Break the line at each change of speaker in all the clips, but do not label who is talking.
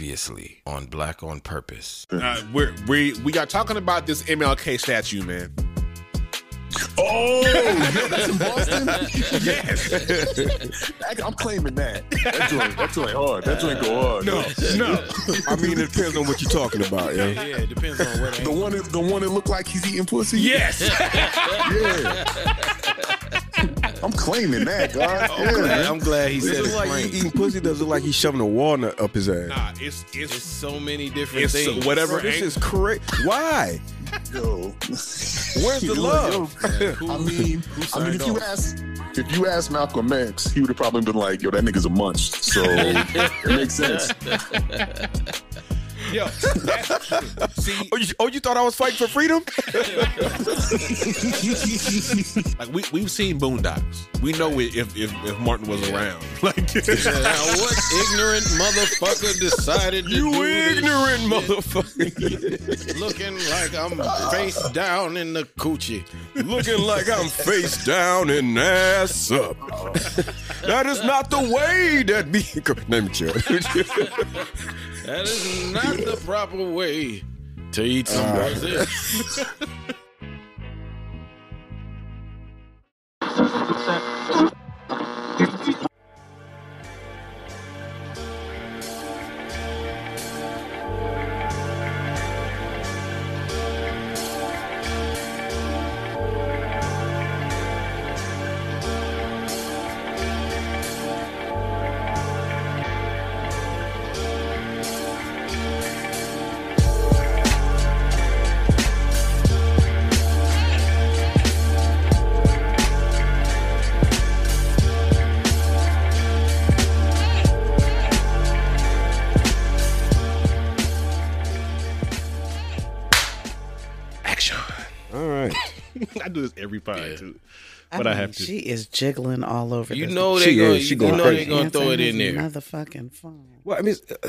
previously on Black on Purpose.
Uh, we're, we we are talking about this MLK statue, man.
Oh, yo, that's in Boston.
Yes.
I, I'm claiming that. That joint, that joint hard. That joint go hard.
No. No.
I mean, it depends on what you're talking about, yo.
Yeah, it depends on what.
The
angle.
one, that, the one that looked like he's eating pussy.
Yes.
yeah. I'm claiming that, God. Yeah.
I'm glad he
Does it
said
look
it
like he
plain.
eating pussy? Does it look like he's shoving a walnut up his ass?
Nah, it's it's
It's so many different
it's
things.
Bro,
whatever.
this
ang-
is crazy. Why?
Yo.
Where's the love?
I mean, I mean, if you ask, if you ask Malcolm X, he would have probably been like, "Yo, that nigga's a munch." So it makes sense.
Yo, that's- see,
Oh you, oh, you thought I was fighting for freedom?
like we we've seen Boondocks. We know it, if if if Martin was around, like
now, what ignorant motherfucker decided to do this shit
motherfucker.
Looking like I'm face down in the coochie.
Looking like I'm face down and ass up. that is not the way that be. Let me chill.
That is not the proper way to eat some pussy.
All right.
I do this every pod
Yeah.
too, but I,
mean,
have to.
She is jiggling all over.
You
this
know
She
they gonna,
is. She
you
going
know
crazy.
they gonna
pants
throw
and
it
his
in there.
Motherfucking phone.
Well, I mean, uh,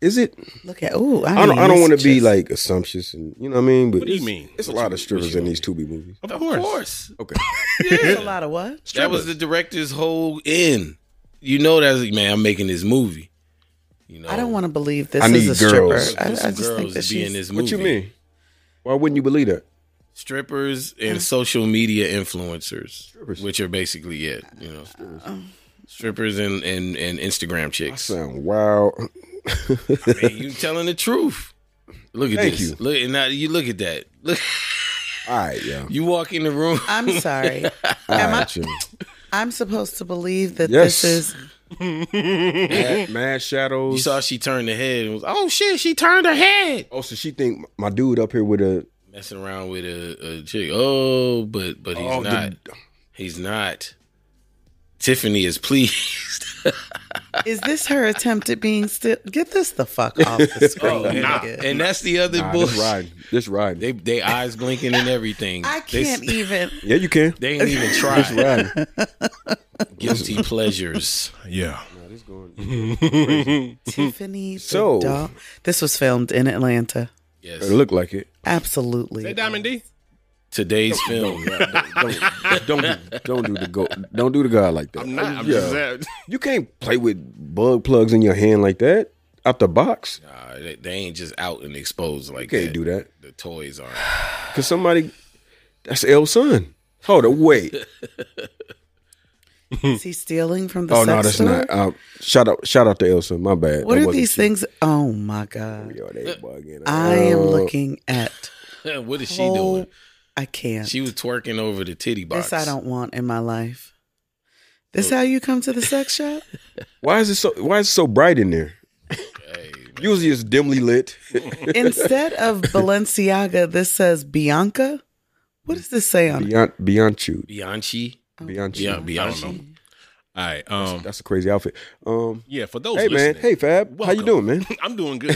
is it?
Look at ooh.
I
I,
don't.
need
I don't want to be
messages.
like assumptuous, and you know what I mean. But
What do you
it's-
mean?
It's a
What
lot
you-
of strippers
what you
in these Tubi movies.
Of course.
Okay.
There's a lot of what?
That was the director's whole end. You know that's man, I'm making this movie. You know
I don't want to believe this
I
is
need
a
girls.
stripper. I, I
some
just think
girls
that
to be in
she's.
this movie.
What you mean? Why wouldn't you believe that?
Strippers and social media influencers,
Strippers.
which are basically it. You know, strippers, and, and and Instagram
I
chicks.
sound wild.
Man, you telling the truth. Look at
Thank
this.
you.
Look and now you look at that. Look,
All right, yo.
you walk in the room.
I'm sorry.
All
Am
right, yo.
I'm supposed to believe that
Yes.
this is.
Mad, mad
You
shadows.
saw she turned her head and was, oh shit, she turned her head.
Oh, so she think my dude up here with a
Messing around with a, a chick. Oh, but but he's
oh, the-
not. He's not. Tiffany is pleased.
Is this her attempt at being still? Get this the fuck off
Oh,
the screen. nigga.
and that's the other
Nah,
bullshit.
just riding. Just riding.
They they eyes blinking and everything.
I
They-
can't e- even.
yeah, you can.
They ain't even tried.
Riding.
Guilty pleasures.
Yeah.
Tiffany.
So-
So this was filmed in Atlanta.
Yes.
it look like it.
Absolutely.
Diamond D.
Today's film.
Don't don't do, don't do the go. Don't do the guy like that.
I'm not. I'm
Yeah.
just saying.
You can't play with bug plugs in your hand like that out the box.
Nah, they, they ain't just out and exposed like
You can't
that.
do that
The toys are.
because somebody. That's El Sun. Hold on, wait.
Is he stealing from the
Oh
sex
no, that's
store?
not. Uh, shout out, shout out to El Sun. My bad.
What
That
are
wasn't
these
you.
things? Oh my god!
Yo, they bugging.
I am
out.
looking at.
what is Oh. she
whole-
doing?
I can't.
She was twerking over the titty box.
this I don't want in my life. This how you come to the sex shop?
Why is it so? Why is it so bright in there?
Hey, man.
Usually it's dimly lit.
Instead of Balenciaga, this says Bianca. What does this say on it? Oh,
Beyond, beyond you,
Bianchi.
beyond you.
Yeah, Bianchi.
All right. Um.
That's a crazy outfit. Um,
Yeah. For those.
hey man,
listening,
hey Fab, how
welcome.
you doing, man?
I'm doing good.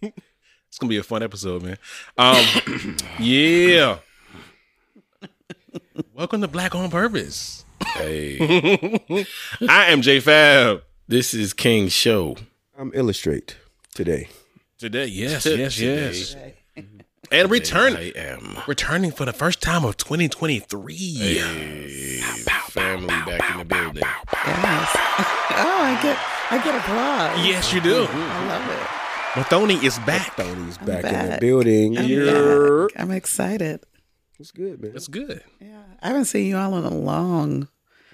it's gonna be a fun episode, man. Um, yeah. Welcome to Black on Purpose.
Hey,
I am J Fab
this is King Show.
I'm illustrate today.
today. Yes,
Today.
yes, yes. And returning,
I am.
returning for the first time of 2023.
Hey, family back in the building.
Yes. Oh, I get I get applause.
Yes, you do.
I love it.
Mathoni is back.
Tony is back, in the
back.
building.
I'm
Yeah.
back. I'm excited.
It's good, man.
That's good.
Yeah, I haven't seen you all in a long,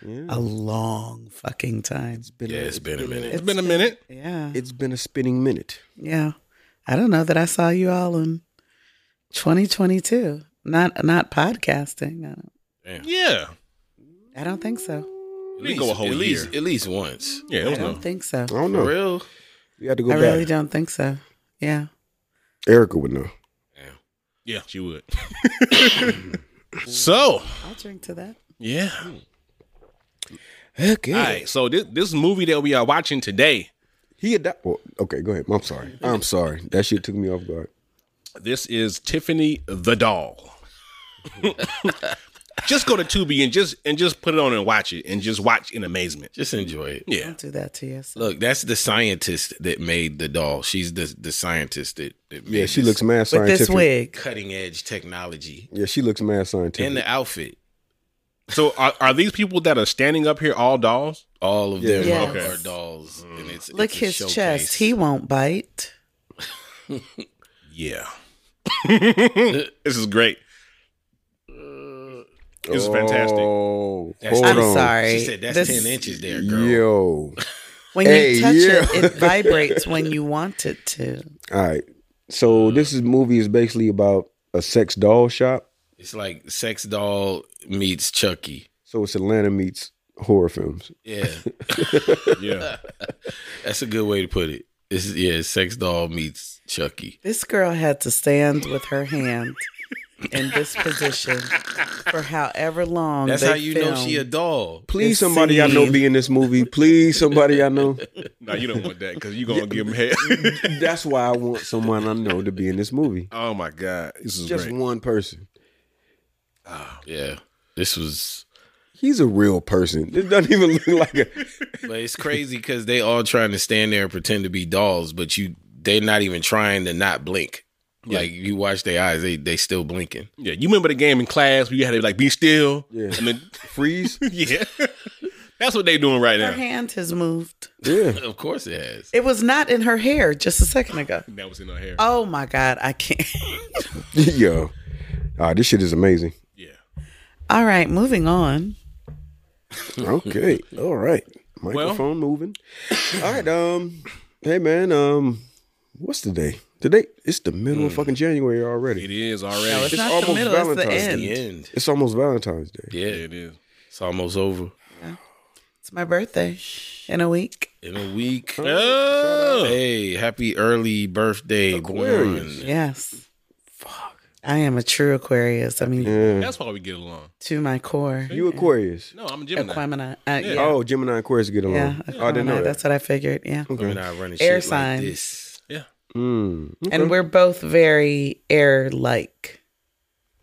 Yeah.
a long fucking time.
It's been
Yeah, it's been a minute.
It's been a minute.
Yeah,
It's been a spinning minute.
yeah. I don't know that I saw you all in 2022. Not not podcasting. I don't,
Yeah.
I don't think so.
At
We go a whole
at least,
year.
at least once.
Yeah,
I
it was
don't
no.
think so.
I don't
For
know.
real?
We had to go
I
back.
really don't think so. Yeah.
Erica would know.
Yeah, she would. so,
I'll drink to that.
yeah.
Okay.
All right. So this this movie that we are watching today,
He had that. Well, okay, go ahead. I'm sorry. I'm sorry. That shit took me off guard.
this is Tiffany the Doll. just go to Tubi and just and just put it on and watch it and just watch in amazement.
Just enjoy it.
Yeah.
Don't do that to yourself.
Look, that's the scientist that made the doll. She's the the scientist that, that made
Yeah, she
this
looks mad
With
scientific.
this wig.
cutting edge technology
Yeah, she looks mad scientific.
and the outfit.
So are, are these people that are standing up here all dolls? Oh,
All of
Yeah.
them
Yes.
are- are dolls. And it's,
Look
it's a
his
showcase.
chest. He won't bite.
Yeah. this is great. This is fantastic.
Oh,
That's-
hold
I'm
on.
sorry.
She said that's
This-
ten inches there, girl.
Yo.
When
Hey,
you touch
yeah.
it, it vibrates when you want it to.
All right. So this is movie is basically about a sex doll shop.
It's like sex doll meets Chucky.
So it's Atlanta meets horror films.
Yeah,
Yeah.
that's a good way to put it. It's yeah, sex doll meets Chucky.
This girl had to stand with her hand in this position for however long.
That's
they
how you know she a
filmed.
doll.
Please,
It's
somebody I know
seen.
be in this movie. Please, somebody I know.
No, you don't want that because you're gonna give them head.
That's why I want someone I know to be in this movie.
oh my god, this is
Just
great.
one person.
Yeah, this was.
He's a real person. This doesn't even look like a.
But it's crazy because they all trying to stand there and pretend to be dolls, but you they're not even trying to not blink. Like you watch their eyes, they they still blinking.
Yeah, you remember the game in class where you had to like be still?
Yeah.
And then
Freeze.
yeah. That's what they doing right
Her
now.
hand has moved.
Yeah.
Of course it has.
It was not in her hair just a second ago.
That was in her hair.
Oh my God, I can't.
Yo. Ah, this shit is amazing.
Yeah.
All right, moving on.
Okay. All right. Microphone moving. All right. Um. Hey man. Um. What's today? Today it's the middle of fucking January already.
It is already.
No, it's,
It's
not the
almost
middle, it's
Valentine's
the end.
The end.
It's almost Valentine's Day.
Yeah,
it is.
it's almost over
It's my birthday in a week.
in a week.
Oh,
Hey, happy early birthday,
Aquarius.
Born.
Yes. Fuck. I am a true Aquarius. I mean,
Yeah.
that's why we get along.
to my core.
You Aquarius.
No, I'm a Gemini.
Aquamina. Uh, yeah.
Oh, Gemini and Aquarius get along.
Yeah,
Oh, I didn't know
Aquamina,
that.
That's what I figured. Yeah.
Women are running
Air
shit
sign.
like this.
Yeah.
Mm.
And we're both very air like.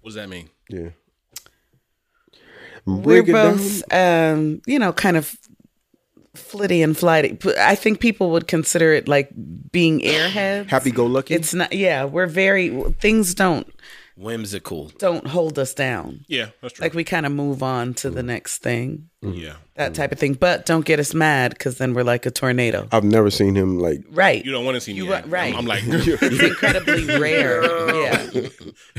What does that mean?
Yeah.
We're
Break it down.
both, um, you know, kind of flitty and flighty. P- I think people would consider it like being airheads.
happy go lucky.
It's not, yeah, we're very, things don't
Whimsical.
don't hold us down.
Yeah, that's true.
Like we kind of move on to
Mm.
the next thing,
yeah.
that type of thing. But don't get us mad because then we're like a tornado.
I've never seen him like
Right.
You don't want to see me.
You wa-
angry.
right.
I'm, I'm like,
It's incredibly rare. Yeah.
yeah,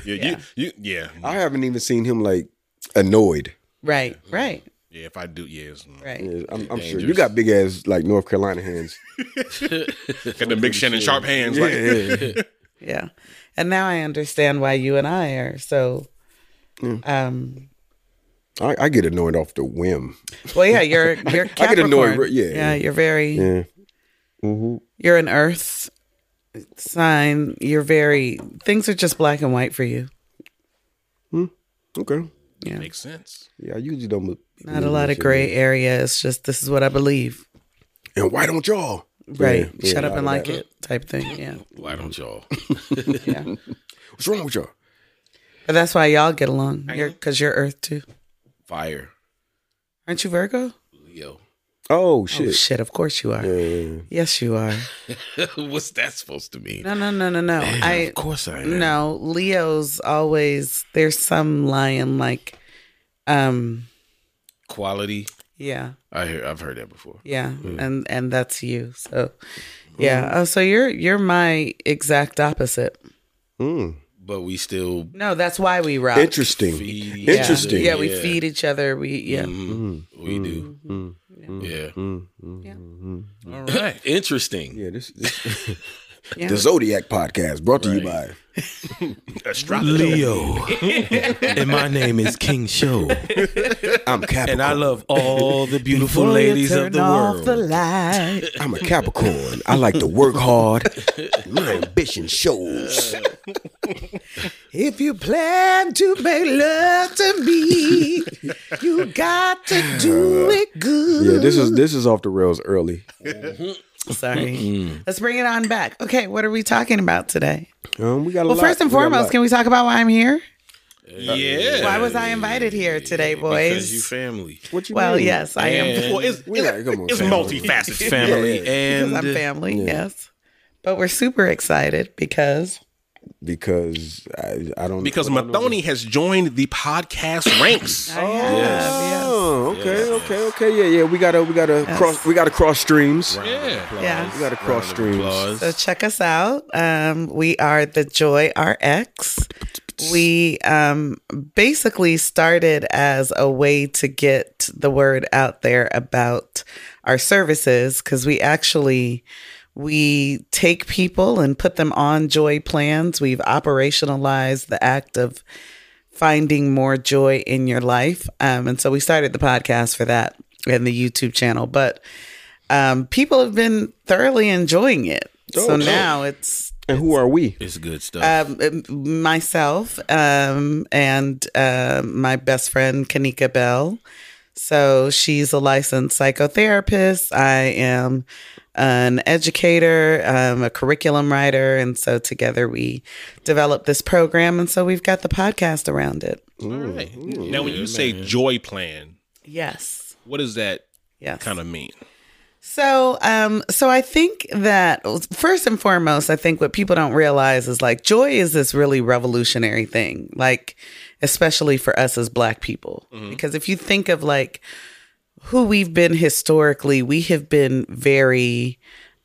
Yeah.
You, you, yeah,
I haven't even seen him like annoyed.
Right. Right.
yeah. If I do, yes.
Right.
Yeah, I'm, I'm sure you
Dangerous.
got big ass like North Carolina hands.
Got the big Shannon sharp hands. Like,
Yeah. And now I understand why you and I are so um
I, I get annoyed off the whim.
well yeah, you're you're
I get annoyed,
Capricorn.
yeah,
Yeah,
yeah.
you're very
Yeah.
you're an earth sign. You're very things are just black and white for you.
Okay.
Yeah.
makes sense.
Yeah, I usually don't.
Not a lot of gray area. It's just this is what I believe.
And why don't y'all?
Right.
Yeah,
Shut
yeah,
up and
a lot
like
of
it type thing. Yeah.
Why don't y'all?
Yeah.
What's wrong with y'all?
but that's why y'all get along. You're cause you're earth too.
Fire,
Aren't you Virgo?
Leo.
Oh
Oh,
shit.
shit, of course you are. Yes, you are.
What's that supposed to mean?
No, no, no, no, no. I
of course I am.
no Leo's always there's some lion like, um,
Quality.
yeah,
I hear. I've heard that before.
yeah, and and that's you. So Yeah. Oh, so you're you're my exact opposite.
but we still
No, that's why we rock.
Interesting.
feed.
Yeah.
Interesting.
Yeah, we
Yeah.
feed each other. We yeah.
Mhm. We do.
Mm-hmm.
Yeah. Mm-hmm.
All right.
Interesting.
Yeah, this, this
Yeah.
the Zodiac podcast brought to you by
Leo. and my name is King Show.
I'm Capricorn.
And I love all the beautiful
Before you
ladies of
turn
the
off
world.
the light.
I'm a Capricorn. I like to work hard. My ambition shows.
If you plan to make love to me, you got to do it good.
Yeah, this is this is off the rails early.
sorry. Let's bring it on back. Okay, what are we talking about today?
Um, we got a
Well,
lot.
first and
We got a
foremost,
lot.
can we talk about why I'm here?
Yeah.
Why was I invited here today,
Because you
boys?
family.
what you
Well,
mean?
yes, I am.
Well, it's,
We got, come on,
it's
fam.
multifaceted family.
Because I'm
And
family, yes. But we're super excited because
because I, I don't
because
I don't know.
Mathoni has joined the podcast ranks.
I have,
Oh, okay, okay, okay. Yeah, yeah. We gotta we gotta cross we gotta cross streams.
Yeah.
yes,
We
yes.
gotta cross streams.
So check us out. Um, we are the Joy RX. We um, basically started as a way to get the word out there about our services because we actually we take people and put them on joy plans. We've operationalized the act of finding more joy in your life, um, and so we started the podcast for that and the YouTube channel, but um, people have been thoroughly enjoying it. so
dope.
now it's
And who are we?
It's good stuff.
um, it- myself um, and uh, my best friend Kanika Bell. So she's a licensed psychotherapist. I am an educator, um, a curriculum writer, and so together we developed this program, and so we've got the podcast around it.
All right. Now, when you say joy plan,
Yes.
what does that
Yes.
kind of mean?
So, um, so I think that first and foremost, I think what people don't realize is like joy is this really revolutionary thing, like especially for us as Black people, because if you think of like who we've been historically, we have been very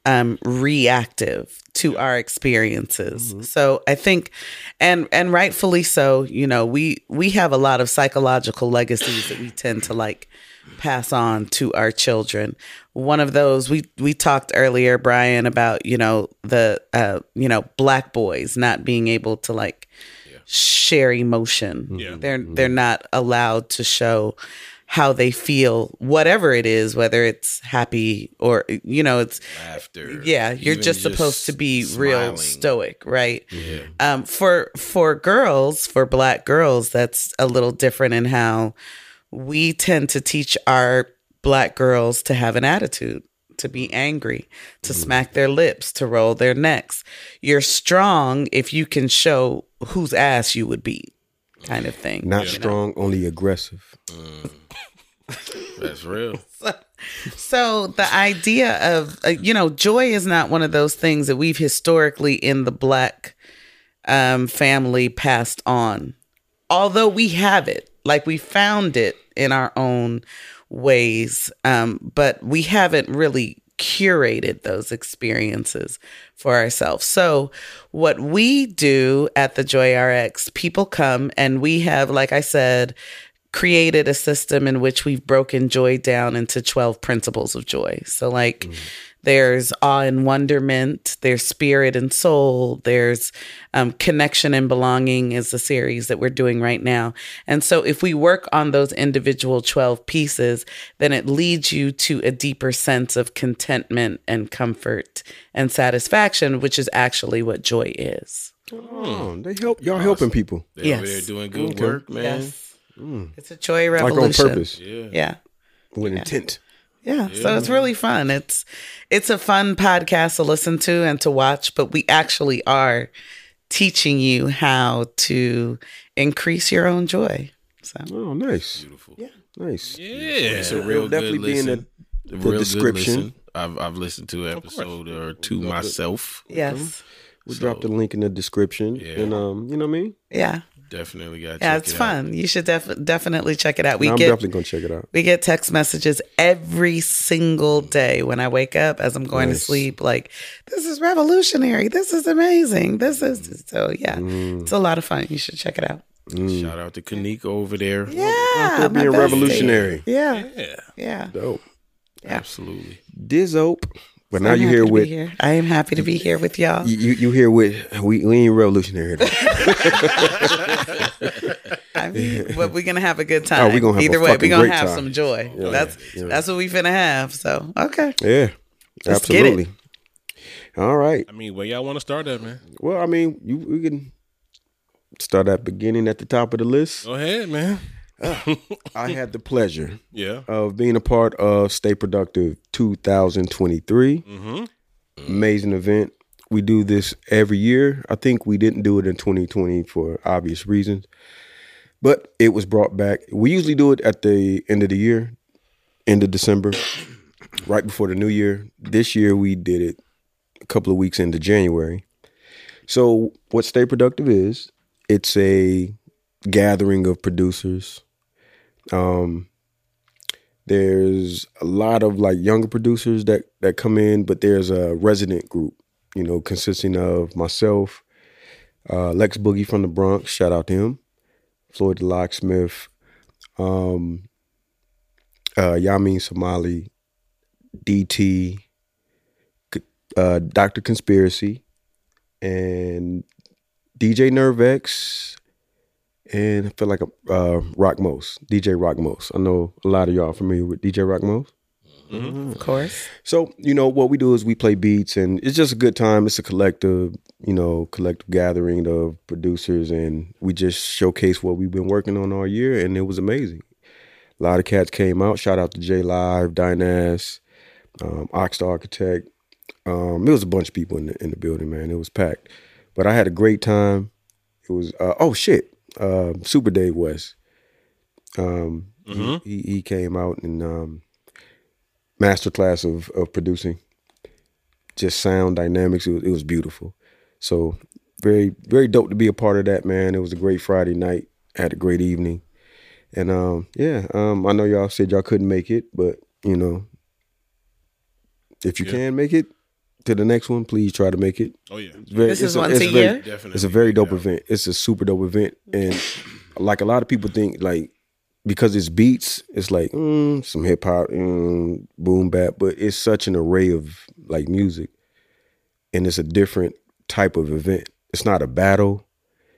um, reactive to our experiences. So I think, and and rightfully so, you know, we we have a lot of psychological legacies that we tend to like pass on to our children. One of those we we talked earlier, Brian, about you know the uh, you know black boys not being able to like share emotion.
Yeah.
Mm-hmm.
They're they're not allowed to show how they feel whatever it is whether it's happy or you know it's
After.
yeah you're
even
just, supposed to be real
smiling. Mm-hmm.
stoic right um for for girls for black girls that's a little different in how we tend to teach our black girls to have an attitude to be angry to
Mm-hmm.
smack their lips to roll their necks you're strong if you can show whose ass you would be kind of thing
Not
you know?
strong, only aggressive.
That's real.
So the idea of uh, you know joy is not one of those things that we've historically in the black um, family passed on, although we have it, like we found it in our own ways, um, but we haven't really curated those experiences for ourselves. So what we do at the Joy RX, people come and we have, like I said, created a system in which we've broken joy down into 12 principles of joy. So, like,
Mm.
there's awe and wonderment, there's spirit and soul, there's um, connection and belonging, is the series that we're doing right now. And so, if we work on those individual 12 pieces, then it leads you to a deeper sense of contentment and comfort and satisfaction, which is actually what joy is.
Oh, they help y'all helping people
They're
Yes.
over there doing good work, man.
Yes. It's a joy revolution.
Mm. like on purpose
Yeah.
with intent.
Yeah, so it's really fun. It's it's a fun podcast to listen to and to watch, but we actually are teaching you how to increase your own joy. So
Oh, nice. Beautiful. Yeah, nice.
Yeah.
It's a real
definitely
good
be in
listen.
the description.
listen. I've I've listened to an episode or two myself.
yes,
We'll
So-
drop the link in the description.
Yeah.
And um, you know what I mean?
Yeah.
Definitely got.
Yeah, it's fun. You should def- definitely check it out. We
I'm
get
definitely gonna check it out.
we get text messages every single day when I wake up as I'm going
Nice.
to sleep like this is revolutionary. This is amazing. This is
Mm.
so yeah. It's a lot of fun. You should check it out.
Shout out to Kanika over there.
Yeah.
They're
my
being
bestie.
revolutionary.
Yeah.
Yeah.
Yeah.
Dope.
Absolutely.
Dizzope. But now
I'm
you
happy
here
to be
with you,
here. I am happy to be here with y'all.
you you here with we, we ain't revolutionary. though.
I mean, but we're gonna have a good time.
Oh, we gonna have a
either way,
fucking
we're gonna
great
have
time.
some joy.
Yeah,
that's
yeah.
that's what we finna have. So okay.
yeah.
Let's get it.
absolutely. All right.
I mean, where y'all want to start at, man?
Well, I mean, you we can start at beginning at the top of the list.
Oh.
Go ahead, man.
I had the pleasure
Yeah.
of being a part of Stay Productive 2023.
Mm-hmm.
Amazing event. We do this every year. I think we didn't do it in 2020 for obvious reasons, but it was brought back. We usually do it at the end of the year, end of December, right before the new year. This year we did it a couple of weeks into January. So, what Stay Productive is, it's a gathering of producers. Um, there's a lot of like younger producers that that come in, but there's a resident group, you know, consisting of myself, uh, Lex Boogie from the Bronx, shout out to him, Floyd the Locksmith, um, uh, Yamin Somali, DT, c- uh, Doctor Conspiracy, and DJ Nervex, and I feel like a uh, Rock Most, DJ Rock Most. I know a lot of y'all are familiar with DJ Rock Most.
Of course.
So you know what we do is we play beats, and it's just a good time. It's a collective, you know, collective gathering of producers, and we just showcase what we've been working on all year, and it was amazing. A lot of cats came out. Shout out to J Live, Dynass, um, Ox the Architect. Um, it was a bunch of people in the in the building, man. It was packed, but I had a great time. It was uh, oh shit, uh, Super Dave West. Um, he- he, he came out and um, masterclass of of producing, just sound dynamics. It was, it was beautiful. So very very dope to be a part of that, man. It was a great Friday night. Had a great evening, and um, yeah, um, I know y'all said y'all couldn't make it, but you know, if you can make it to the next one, please try to make it.
Oh yeah.
It's very-
This
it's
is once
it's
a
very-
year?
Definitely.
it's a very dope event. It's a super dope event, and like a lot of people think, like because it's beats, it's like mm, some hip hop, mm, boom bap, but it's such an array of like music, and it's a different type of event. It's not a battle.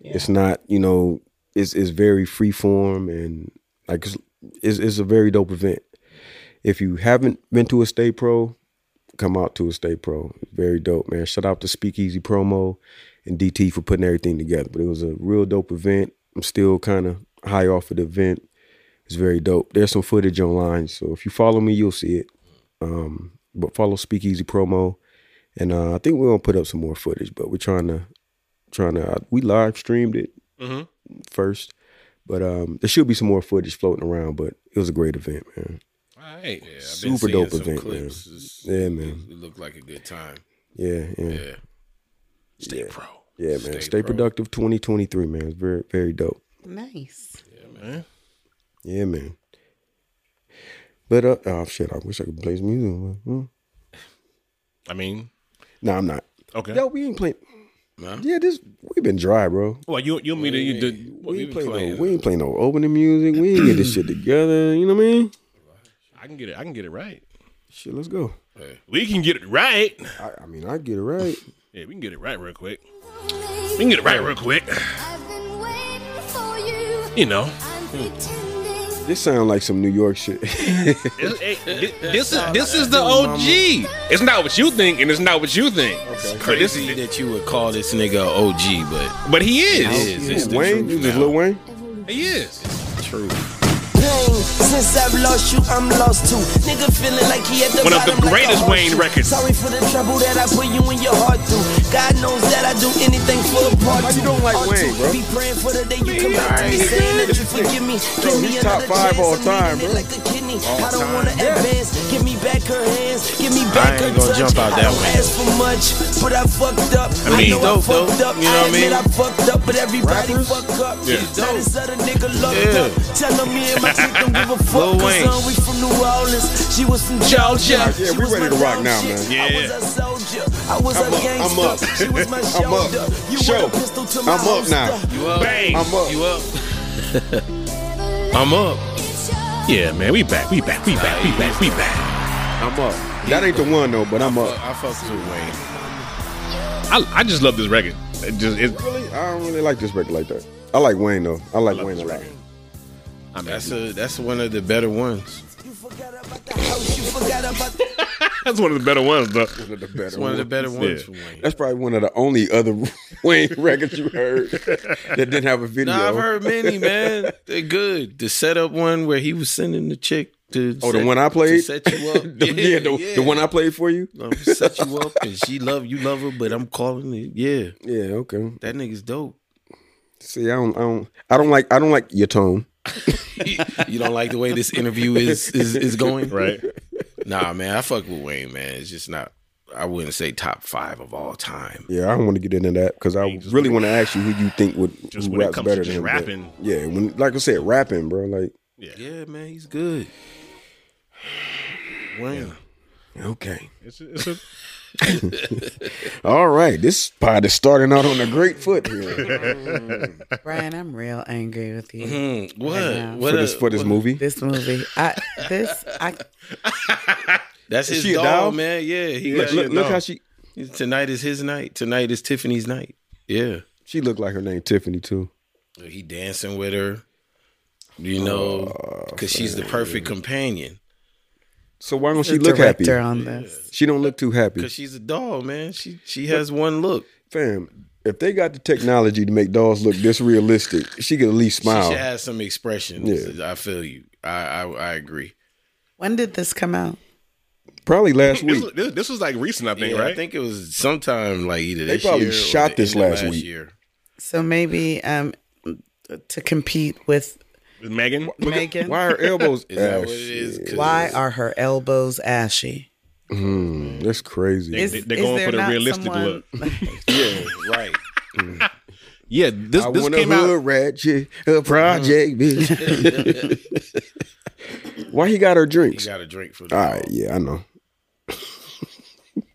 It's not you know. It's it's very free form and like it's, it's it's a very dope event. If you haven't been to a Stay Pro, come out to a Stay Pro. Very dope, man. Shout out to Speakeasy Promo and DT for putting everything together. But it was a real dope event. I'm still kind of high off of the event. It's very dope. There's some footage online, so if you follow me, you'll see it. Um, but follow Speakeasy Promo, and uh, I think we're gonna put up some more footage. But we're trying to, trying to. uh, we live streamed it
Mhm.
first, but um, there should be some more footage floating around. But it was a great event, man.
All
Yeah, I've
right.
been
Super
seeing
dope
some
event, man.
clips. It's-
Yeah, man.
It looked like a good time.
Yeah, yeah, yeah,
Yeah.
Stay pro.
man.
Stay
Stay,
pro.
productive, 2023, man. It's very, very dope.
Nice.
Man.
Yeah, man. But uh, oh shit! I wish I could play some music. No,
I mean,
nah, I'm not.
okay.
Yo, we ain't playing.
Nah.
Yeah, this we've been dry, bro.
Well, you you mean you did
We
been
ain't playing
playing- uh,
no. We ain't playing no opening music. We ain't get this shit together. You know what I mean?
I can get it. I can get it right.
Shit, let's go.
We can get it right.
I, I mean, I get it right.
Yeah, we can get it right real quick. We can get it right real quick.
I've been waiting for you.
You know,
I'm pretending
This sound like some New York shit.
this, eh, thi- this is this is the OG. It's not what you think, and it's not what you think. But this
Crazy
is,
that you would call this nigga OG, but
but he is.
it is. It's the
Wayne, you
truth
just
now.
Lil Wayne.
He is.
True.
pain. Since I've lost you, I'm lost too. Nigga feeling like he at the
One of the
bottom like a
greatest Wayne
horseshoe.
records.
Sorry for the trouble that I put you in your heart through. God knows that I do anything for a part
Why you
two.
don't like
Part
Wayne,
two.
bro?
Be praying for the day you come out to
Alright.
me saying that you forgive me. Give me
he's top
another
five
chance.
all
I'm
time, bro.
needing it Like a kidney. I don't want to advance. Give me back her hands. Give me back
ain't
her
gonna
touch.
jump out
I
that
don't
way.
ask for much, but I fucked up.
I mean,
know I
dope, though.
fucked up.
You know what I
admit
mean?
I fucked up, but everybody
Rappers?
fuck up.
Yeah.
Now this other nigga locked
Yeah.
up. Tell him me and my chick don't give a
Lil
fuck.
Wayne.
Cause uh, we from New Orleans. She was from Georgia.
Yeah, we
She was
ready
my
to rock
dog
now,
shit.
man.
Yeah.
I was a soldier. I was
I'm
a
up, I'm
gangster.
up.
She was my
I'm up.
shoulder. You
Show.
were the pistol to my
I'm up now.
holster.
You up?
Bang.
I'm up.
You up? I'm up.
Yeah, man, we back, we back, we back, we back, we back.
I'm up. That ain't the one though, but I'm up.
I fucks with Wayne.
I, I just love this record. It just, it,
Really, I don't really like this record like that. I like Wayne though. I like Wayne a lot.
I mean,
That's
that's,
a that's one of the better ones.
You forgot about the house. You forgot about the
that's one of the better ones, though.
The better
It's one of the better ones
Yeah.
for Wayne.
That's probably one of the only other Wayne records you heard that didn't have a video.
Nah, I've heard many, man. They're good. The setup one where he was sending the chick to
Oh,
set-
the one I
to
played.
set you up.
The- yeah, the, the one I played for you.
Um, set you up and she love you love her, but I'm calling it. Yeah,
Yeah, okay.
that nigga's dope.
See, I don't, I don't, I don't like, I don't like your tone.
You don't like the way this interview is is, is going,
Right.
Nah, man, I fuck with Wayne, man. It's just not. I wouldn't say top five of all time.
Yeah, I don't want to get into that because I
just
really
when-
want to ask you who you think would
Just
who
when it
raps
comes to
better
just
than him, but-
rapping.
Yeah, when like I said, rapping, bro. Like,
Yeah, man, he's good. Wayne,
okay,
It's a, it's a,
all right, this pod is starting out on a great foot here
Brian, I'm real angry with you.
Mm-hmm.
Mm, what?
Yeah.
What?
for
a-
this for this movie.
This movie, I this I
That's
Is
his
she a
dog,
doll?
man. Yeah, he
Look,
got
look, look how
she,
she
tonight is his night. Tonight is Tiffany's night. Yeah,
she looked like her name Tiffany too.
he dancing with her. You know, because she's the perfect companion.
So why don't she
the
look happy?
director on this.
She don't look too happy,
Because she's a doll, man. She she has one look.
fam. If they got the technology to make dolls look this realistic, she could at least
She
smile.
should have some expression.
Oh. Yeah.
I feel you. I I, I agree.
When did this come out?
Probably last
this,
week.
was- this, this was like recent, I think,
Yeah,
right?
I think it was sometime like either
They
this
probably
year or
shot
the
this
end of
last week.
Year.
So maybe um to compete with
With Megan.
Megan.
Why are elbows?
Is that
Ah,
what it is?
shit.
'Cause
Why are her elbows ashy?
Mm, that's crazy.
They- they're going for the realistic
Yeah, right.
Yeah, this,
I
this
want
came
a
out.
hood ratchet, a
Uh-huh.
project, bitch. Why he got her
You
drinks?
got a drink for the
All
dog.
right, yeah, I know.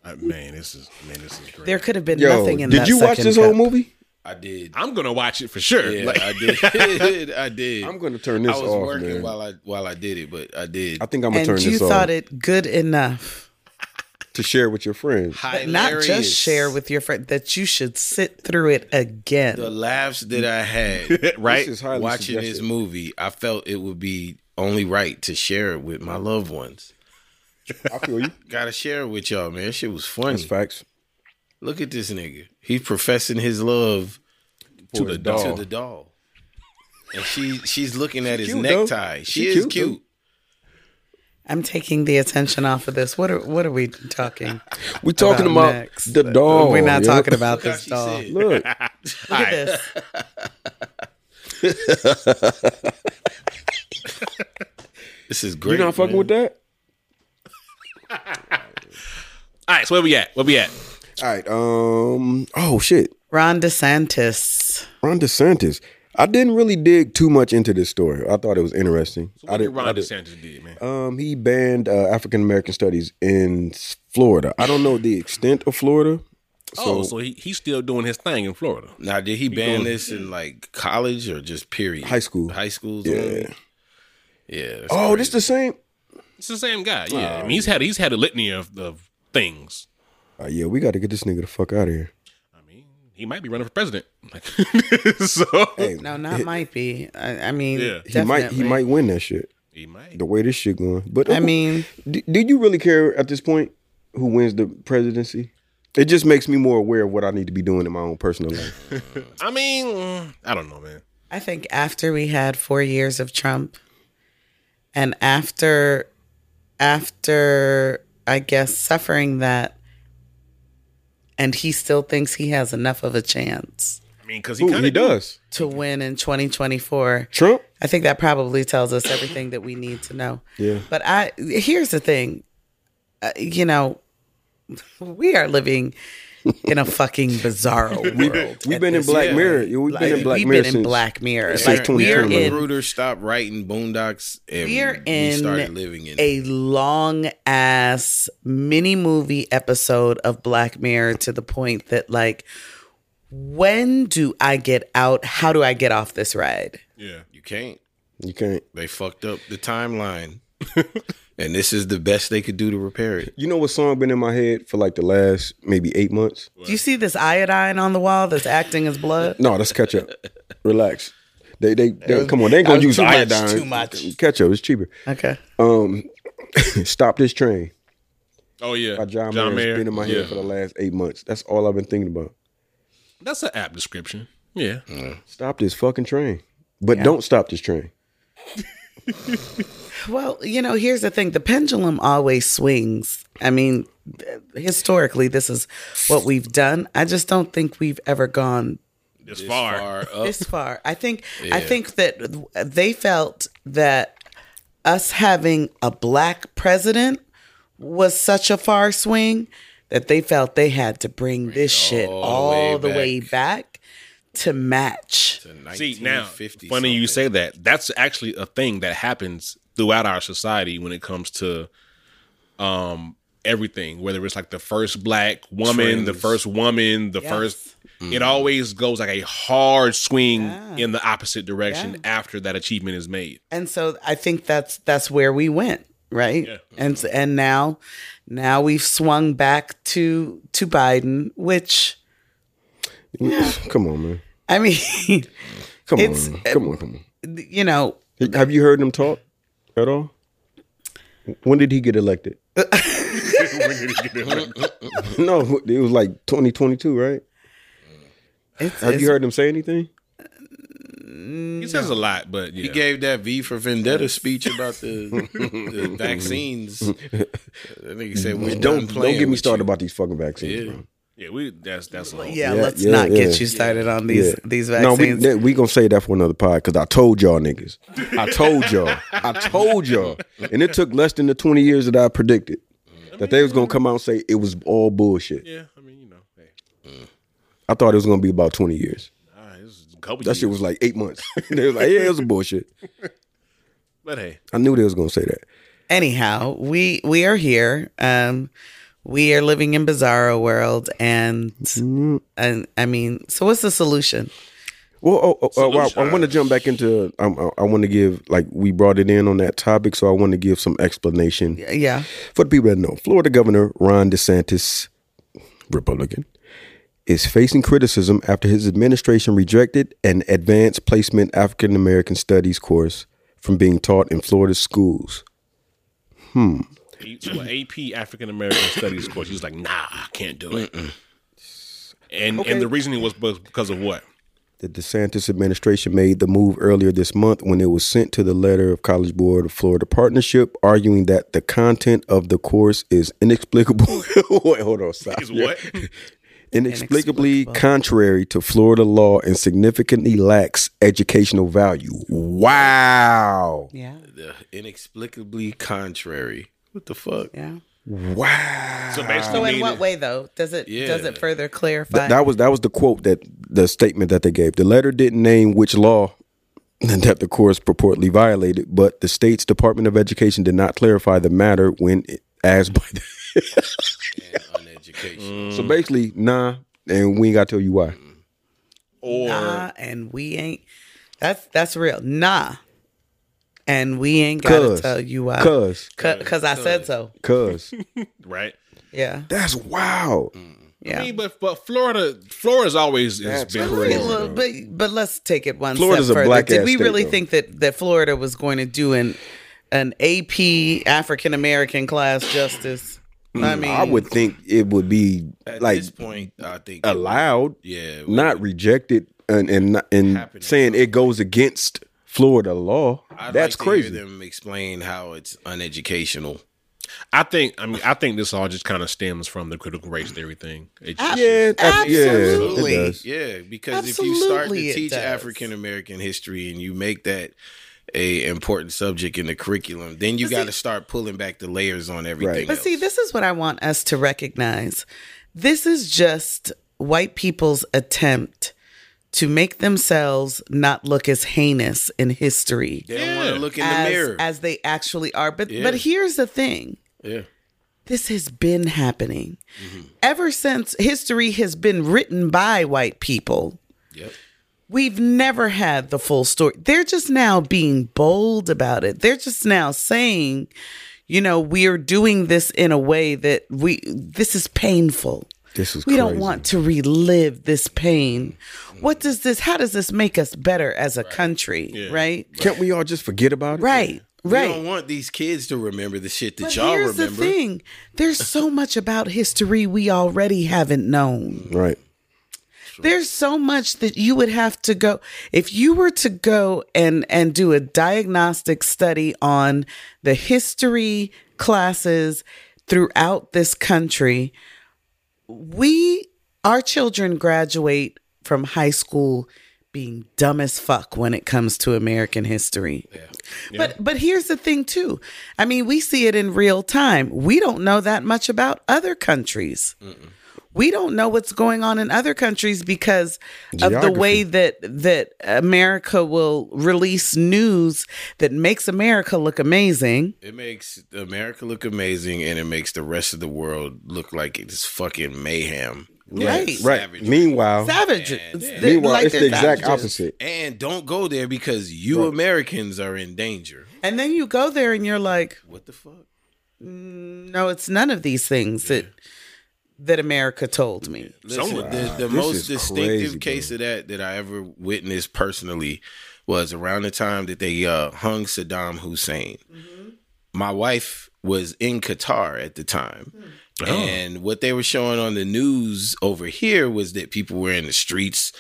Uh, man, this is man, this is great.
There could have been
Yo,
nothing in
did
that
you watch
second
this whole
cup.
movie?
I did.
I'm gonna watch it for sure.
Yeah,
Like,
I did. I did.
I'm going to turn this
I was
off,
working
man.
while I while I did it, but I did.
I think I'm gonna turn
And you
this
thought
off
it good enough,
to share with your friends.
but not just
Hilarious.
share with your friend that you should sit through it again.
the laughs that I had
right?
This is highly
watching this
suggested.
movie. I felt it would be only right to share it with my loved ones.
I feel you.
Gotta share it with y'all, man. That shit was funny.
That's facts.
Look at this nigga. He's professing his love to
For
the
the
doll.
doll.
To the doll. And she she's looking at his
cute, though.
necktie. She,
She
is
cute,
cute.
though.
I'm taking the attention off of this. What are what are we talking?
We're talking about,
next?
the doll.
We're not
yo.
talking about
Look how
this
she
doll.
said.
Look
Look,
at this.
This is great.
you're not fucking
man.
with that.
All right, so where we at? Where we at?
All right. Um. Oh shit.
Ron DeSantis.
Ron DeSantis. I didn't really dig too much into this story. I thought it was interesting. I
What did
didn't. I
Ron
didn't-
DeSantis did, man?
Um, he banned uh, African American studies in s- Florida. I don't know the extent of Florida.
oh, so he, he's still doing his thing in Florida.
Now, did he ban this in like college or just period?
High school.
High school's
Yeah.
only? Yeah. that's
Oh,
crazy.
this the same.
It's the same guy. Yeah, I mean, he's had he's had a litany of, of things.
Uh, yeah, we got to get this nigga the fuck out of here.
I mean, he might be running for president. Like, so
Hey,
No, not might be. I, I mean,
Yeah.
he might he
definitely.
might win that shit.
he might.
The way this shit going, but
I mean,
do, do you really care at this point who wins the presidency? It just makes me more aware of what I need to be doing in my own personal life.
I mean, mm, I don't know, man.
I think after we had four years of Trump, and after, after I guess suffering that, and he still thinks he has enough of a chance
I mean, because he
Ooh,
kind
he
of
does.
to win in 2024.
Trump.
I think that probably tells us everything that we need to know.
Yeah.
But I here's the thing, uh, you know, we are living in a fucking bizarro world.
We've
at
been in
this
Black
point.
Mirror. Yeah, we've been in
Like,
Black
we've
Mirror
been in
since-
Black Mirror.
since
Like, we're
2020.
in
Magruder stopped writing Boondocks, and
We're in
we started living in. it.
a long ass mini movie episode of Black Mirror to the point that like when do I get out? How do I get off this ride?
yeah.
you can't.
You can't.
They fucked up the timeline, and this is the best they could do to repair it.
You know what song been in my head for like the last maybe eight months?
Do you see this iodine on the wall that's acting as blood?
No, that's ketchup. Relax. They they, they- come on. They ain't
that
gonna
was
use
too much,
iodine.
too much.
Ketchup is cheaper.
Okay.
Um, stop this train.
Oh yeah.
By John,
John
Mayer.
Mayer.
has been in my
Yeah.
head for the last eight months. That's all I've been thinking about.
That's an app description. Yeah.
Mm. Stop this fucking train. But don't stop this train.
Well, you know, here's the thing the pendulum always swings. I mean, th- historically, this is what we've done. I just don't think we've ever gone
This, far.
Far up.
this far. I think I think that they felt that us having a black president was such a far swing that they felt they had to bring this shit all the way back to match.
See now,
1950
funny you say that. That's actually a thing that happens throughout our society when it comes to um everything. Whether it's like the first black woman, the
Trends.
first woman, the first.
Mm.
It always goes like a hard swing in the opposite direction after that achievement is made.
And so I think that's that's where we went, right?
Yeah.
And s- and now now we've swung back to to Biden, which
Come on, man.
I mean,
Come
It's-
on. man. Come on. Come
you know,
on. Have you heard him talk at all? When did he get elected? no, it was like 2022, right?
it's,
Have
it's-
you heard him say anything?
He says a lot, but yeah.
He gave that V for Vendetta speech about the, the vaccines. That nigga said, we done
Don't don't
playing
get me
with
started
you."
about these fucking vaccines.
Yeah.
bro.
yeah, we that's that's a whole
yeah,
Yeah,
let's
yeah,
not
yeah.
get you started on these these vaccines.
No, we, that, we gonna say that for another pod because I told y'all niggas. I told y'all. I told y'all. And it took less than the twenty years that I predicted that they was gonna come out and say it was all bullshit.
Yeah, I mean, you know, hey,
I thought it was gonna be about twenty years.
nah, it's a couple
That
years,
shit was like eight months. they was like, yeah, it was bullshit.
but hey,
I knew they was gonna say that.
anyhow we we are here um we are living in bizarro world and
Mm-hmm.
and i mean so what's the solution
Well, oh, oh, uh, well, I, want to jump back into. Um, I, I want to give like we brought it in on that topic, so I want to give some explanation.
yeah
For the people that know, Florida Governor Ron DeSantis, Republican, is facing criticism after his administration rejected an advanced placement African American studies course from being taught in Florida's schools.
he- so an AP African American Studies course, he was like, nah, I can't do it. And and the reasoning was bus- because of what?
The DeSantis administration made the move earlier this month when it was sent to the letter of College Board of Florida Partnership, arguing that the content of the course is inexplicable. Wait, hold on, stop.
Is what?
inexplicably contrary to Florida law and significantly lacks educational value. Wow.
yeah
The inexplicably contrary. What the fuck?
yeah
Wow.
So basically,
so in
meaning-
what way though does it does
Yeah.
it further clarify
Th- that was that was the quote that the statement that they gave. The letter didn't name which law that the course purportedly violated, but the state's Department of Education did not clarify the matter when it- asked by the
Uneducation.
Mm.
So basically, nah, and we ain't gotta tell you why.
or
nah and we ain't that's that's real nah and we ain't gotta
Cuz.
tell you why
Cause,
because i said so
cause
right?
yeah
that's wow.
yeah
I mean, but but Florida, Florida's always has
That's
been
crazy.
Yeah, well, but but let's take it one
Florida's a
step further.
black
Did
ass
we
state,
really
though.
think that that Florida was going to do an an AP African American class justice? I mean,
Mm, I would think it would be
At
like
this point, I think.
allowed,
Yeah.
not rejected, and and not- and
Happening.
saying it goes against Florida law.
I'd
That's
like to
crazy.
hear them explain how it's uneducational.
I think I mean I think this all just kind of stems from the critical race theory thing. It just-
Yeah, I- yeah,
Absolutely.
it does.
Yeah, because if you start
Absolutely
to
it
teach
does.
African American history and you make that a important subject in the curriculum, then you got to start pulling back the layers on everything.
Right.
But see,
else.
this is what I want us to recognize. This is just white people's attempt to make themselves not look as heinous in history
they don't want to look in the
as,
mirror.
as they actually are. But
Yeah.
but here's the thing.
yeah. Mm-hmm.
This has been happening ever since history has been written by white people.
Yep.
We've never had the full story. They're just now being bold about it. They're just now saying, you know, we are doing this in a way that we this is painful.
This is
we don't
crazy.
want to relive this pain.
Mm-hmm.
What does this how does this make us better as a country, right?
Can't we all just forget about it?
Right.
You
Right.
don't want these kids to remember the shit that
But
y'all
here's
remember.
the thing. There's so much about history we already haven't known.
Right.
There's so much that you would have to go if you were to go and and do a diagnostic study on the history classes throughout this country. We our children graduate from high school being dumb as fuck when it comes to American history. But but here's the thing too. I mean, we see it in real time. We don't know that much about other countries we don't know what's going on in other countries because of the
Geography.
way that that America will release news that makes America look amazing.
It makes America look amazing, and it makes the rest of the world look like it's fucking mayhem.
Right.
Right. Meanwhile,
Savage.
meanwhile, it's the exact opposite.
And don't go there because you Americans are in danger.
And then you go there and you're like, "Mm,
What the fuck?
no, it's none of these things that that America told me.
Listen,
Someone-
the, the
This
most
is
distinctive
crazy,
case of that that I ever witnessed personally was around the time that they uh, hung Saddam Hussein.
Mm-hmm.
My wife was in Qatar at the time.
Hmm. Oh.
And what they were showing on the news over here was that people were in the streets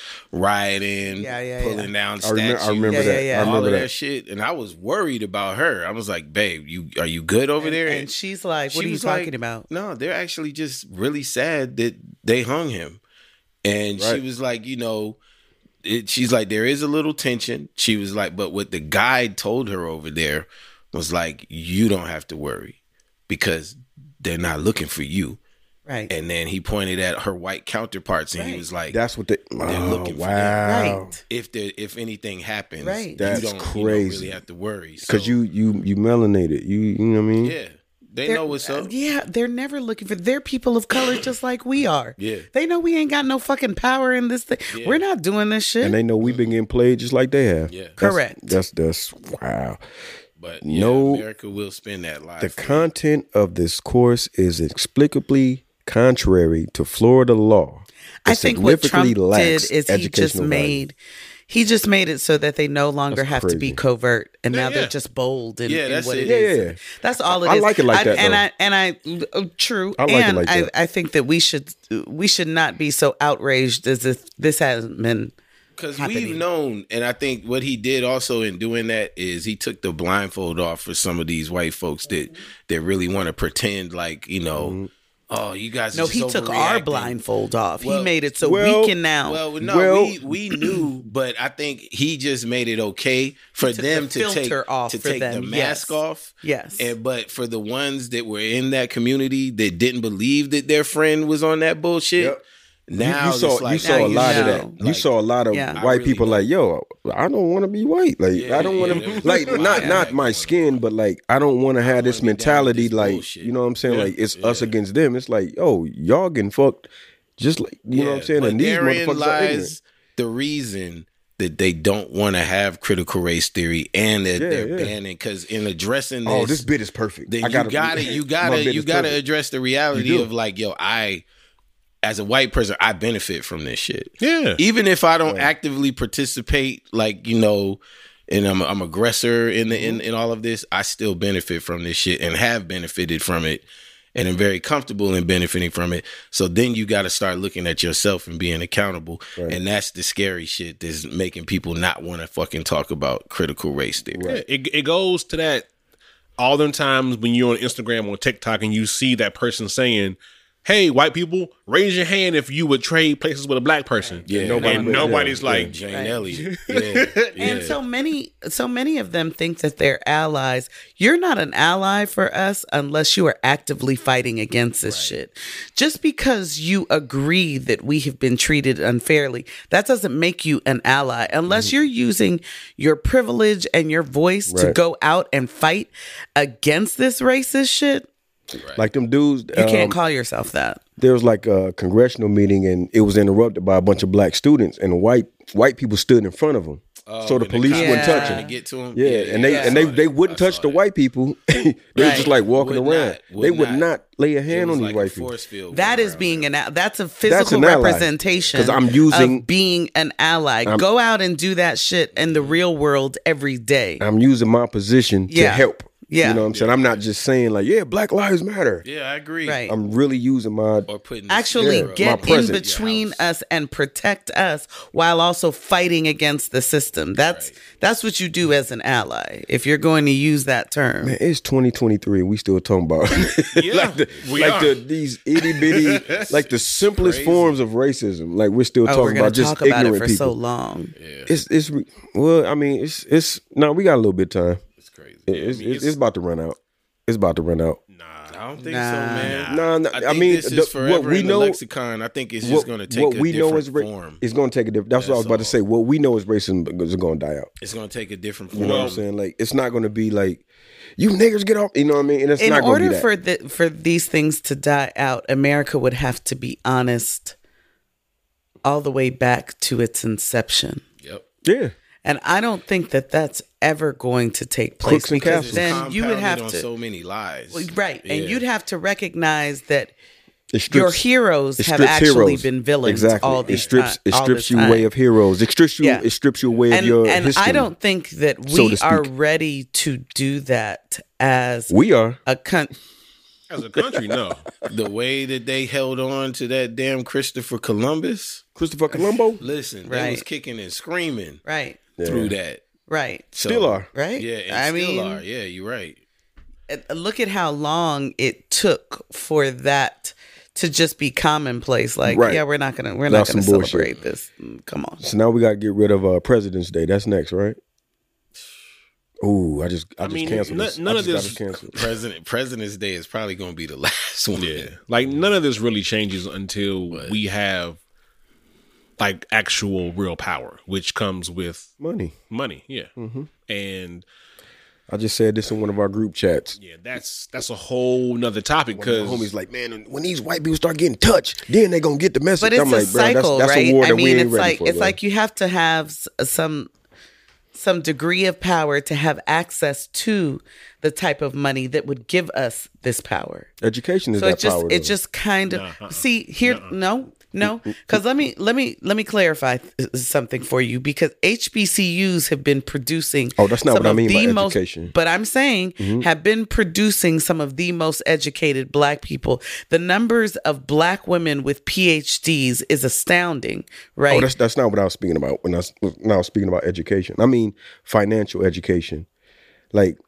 rioting,
Yeah, yeah,
pulling
yeah.
down
I
statues.
remember, I remember
Yeah,
that.
yeah, yeah.
I
all
remember
of that.
that.
shit, and I was worried about her. I was like, "Babe, you are you good over
And,
there?"
and she's like, what
she
are you
was like,
talking about?
No, they're actually just really sad that they hung him. And she
Right.
was like, you know, it, she's like, there is a little tension. She was like, but what the guide told her over there was like, you don't have to worry because they're not looking for you.
Right.
And then he pointed at her white counterparts and he was like,
That's what they. Oh,
looking for
wow.
Right.
if there, if anything happens,
Right.
you
That's
don't- you don't,
crazy.
really have to worry
Because
So,
you you you melanated. You you know what I mean?
yeah, they
They're-
know what's
uh,
up.
yeah, they're never looking for. They're people of color, just like we are.
Yeah.
they know we ain't got no fucking power in this thing. We're not doing this shit.
And they know we've been getting played just like they have.
Yeah.
That's-
Correct.
That's that's wow.
But yeah,
No-
America will spend that life.
The content of this course is inexplicably contrary to Florida law.
I
It
think what Trump
significantly lacks
did is he just
educational value.
made he just made it so that they no longer have to be
crazy.
covert, and now
yeah.
they're just bold in,
Yeah,
in
that's
what
it.
it is.
Yeah, yeah, yeah.
That's all it is.
I like it like that,
And
though.
I and I uh, true.
I like it
and
like
I,
that.
I think that we should we should not be so outraged as if this hasn't been.
Because
happening.
we've known, and I think what he did also in doing that is he took the blindfold off for some of these white folks that that really want to pretend like you know,
Mm-hmm.
oh, you guys. Are
No,
just
he took our
overreacting."
blindfold off.
Well-
he made it so
well-
we can now.
Well, no,
Well-
we, we knew, but I think he just made it okay for
took
them
the
to take
filter off
to
for
take the
them,
mask
yes.
off.
Yes.
and but for the ones that were in that community that didn't believe that their friend was on that bullshit,
Yep. You,
now
you
it's
saw you
like-
saw
Now
a
you
lot
know.
of that. you
Like,
saw a lot of
Yeah. I
white
really
people
know.
like, yo, I don't want to be white. Like
Yeah,
I don't
yeah,
want
yeah.
to like not not my skin, but like I don't want to have this
wanna be down with
mentality.
this
like
bullshit.
you know what I'm saying? like it's us against them. It's like yo, y'all getting fucked. Just like you know what I'm saying.
But
And these
therein
motherfuckers are ignorant.
lies the reason that they don't want to have critical race theory and that
Yeah,
they're
yeah.
banning because in addressing this,
Oh, this bit is perfect.
then
I gotta,
you gotta you
my
gotta
bit
you
is
gotta
perfect.
address the reality
do.
of like, yo, I as a white person, I benefit from this shit.
yeah.
Even if I don't actively participate, like, you know, and I'm I'm aggressor in the in,
Mm-hmm.
in all of this, I still benefit from this shit and have benefited from it and am very comfortable in benefiting from it. So then you gotta start looking at yourself and being accountable. And that's the scary shit that's making people not wanna fucking talk about critical race theory.
Yeah, it, it goes to that all them times when you're on Instagram or TikTok and you see that person saying, "Hey, white people, raise your hand if you would trade places with a black person." Yeah,
nobody
and
would, yeah,
nobody's like,
Jane Elliott. Yeah. yeah.
And so many, so many of them think that they're allies. You're not an ally for us unless you are actively fighting against this shit. Just because you agree that we have been treated unfairly, that doesn't make you an ally unless you're using your privilege and your voice to
Mm-hmm. Right.
go out and fight against this racist shit.
Like them dudes.
You
um,
can't call yourself that.
there was like a congressional meeting and it was interrupted by a bunch of black students and white white people stood in front of them.
Oh,
so the police
cops
wouldn't touch
Yeah.
Trying
them.
to get to him.
Yeah, and they
yeah,
and
I
they,
saw
they
that.
wouldn't
I
touch
saw
the
that.
white people. they was just like walking
Would
around.
not, would
they would
not.
not. lay a
It
hand
was
on these
like a
white people.
force field
That
going
is
around.
being an al- that's a physical
an ally,
representation
'cause I'm using-
of being an ally. Go out and do that shit in the real world every day.
I'm using my position to
Yeah.
help.
Yeah.
You know what I'm saying? I'm not just saying like, yeah, Black Lives Matter.
Yeah, I agree.
Right.
I'm really using my
Or putting this
Actually,
zero
my
get in
presence.
between us and protect us while also fighting against the system. That's that's what you do as an ally. If you're going to use that term,
Man, it's 2023 and we still talking about
Yeah,
like the,
we
like
are.
the these itty bitty like the simplest forms of racism. Like we're still
oh, we're
talking
going
about
to
just
talk about
ignorant
it for
people.
so long.
It's it's re- well, I mean, it's it's no, we got a little bit of time.
It's crazy.
It- It's, it's, it's about to run out. It's about to run out.
I don't think
Nah.
so, man.
Nah, nah,
I,
I
think
mean,
this
the-
is
what
forever
we
in
know-
the lexicon. I think it's just going to take a different
is ra-
form.
it's going to take a different. That's, what I was
That's
about to
all.
say. What we know is racism is going to die out.
it's going to take a different
You
form.
know what I'm saying? Like it's not going to be like you niggers get off. You know what I mean? And it's
in
not going to
order
be that.
for the, for these things to die out, America would have to be honest all the way back to its inception.
Yep.
yeah,
And I don't think that that's ever going to take place
Crooks and
because
castles.
then you would
Compounded
have
on
to
so many lies.
right, and
Yeah.
you'd have to recognize that
it
your
strips-
heroes
it
have
strips
actually
heroes.
been villains
Exactly.
all these
it strips
ti-
it
all
strips
this
you
time.
away of heroes. It strips you
Yeah.
it strips you away
and,
of your
and
history.
I don't think that
so
we
to
are
speak.
ready to do that as
We are.
a con-
as a country, no.
the way that they held on to that damn Christopher Columbus.
Christopher Colombo
Listen, they
Right.
was kicking and screaming
right,
through that.
right,
So-
still are.
right.
Yeah, and
I
still
mean,
are. Yeah, you're right.
uh, look at how long it took for that to just be commonplace. Like,
Right.
yeah, we're not gonna we're
That's
not gonna
some bullshit.
celebrate this. Mm, Come on.
So now we got to get rid of uh, President's Day. That's next, right? Ooh, I just I,
I
just
mean,
canceled
no-
this.
none
I
of
just
this-
got it canceled.
President President's Day is probably going to be the last one.
Yeah. Like none of this really changes until we have like actual real power, which comes with
Money.
money. Yeah.
Mm-hmm.
And
I just said this in one of our group chats.
yeah, that's that's a whole nother topic
The
because
homies like, man, when these white people start getting touched, then they gonna get the message.
but it's
I'm
a
like, bro,
cycle,
that's, that's
right?
a war that
I mean,
we ain't
it's
ready
like
for.
it's
bro.
like you have to have s- uh, some some degree of power to have access to the type of money that would give us this power.
education is
So
that
it just
power.
it
though. Mm,
just kind of see here no no because let me let me let me clarify th- something for you because HBCUs have been producing
Oh, that's not
some
what I
of
mean by
the most-
education. Mm-hmm.
but I'm saying have been producing some of the most educated black people. The numbers of black women with PhDs is astounding, right?
Oh, that's that's not what I was speaking about when I was, when I was speaking about education. I mean financial education, like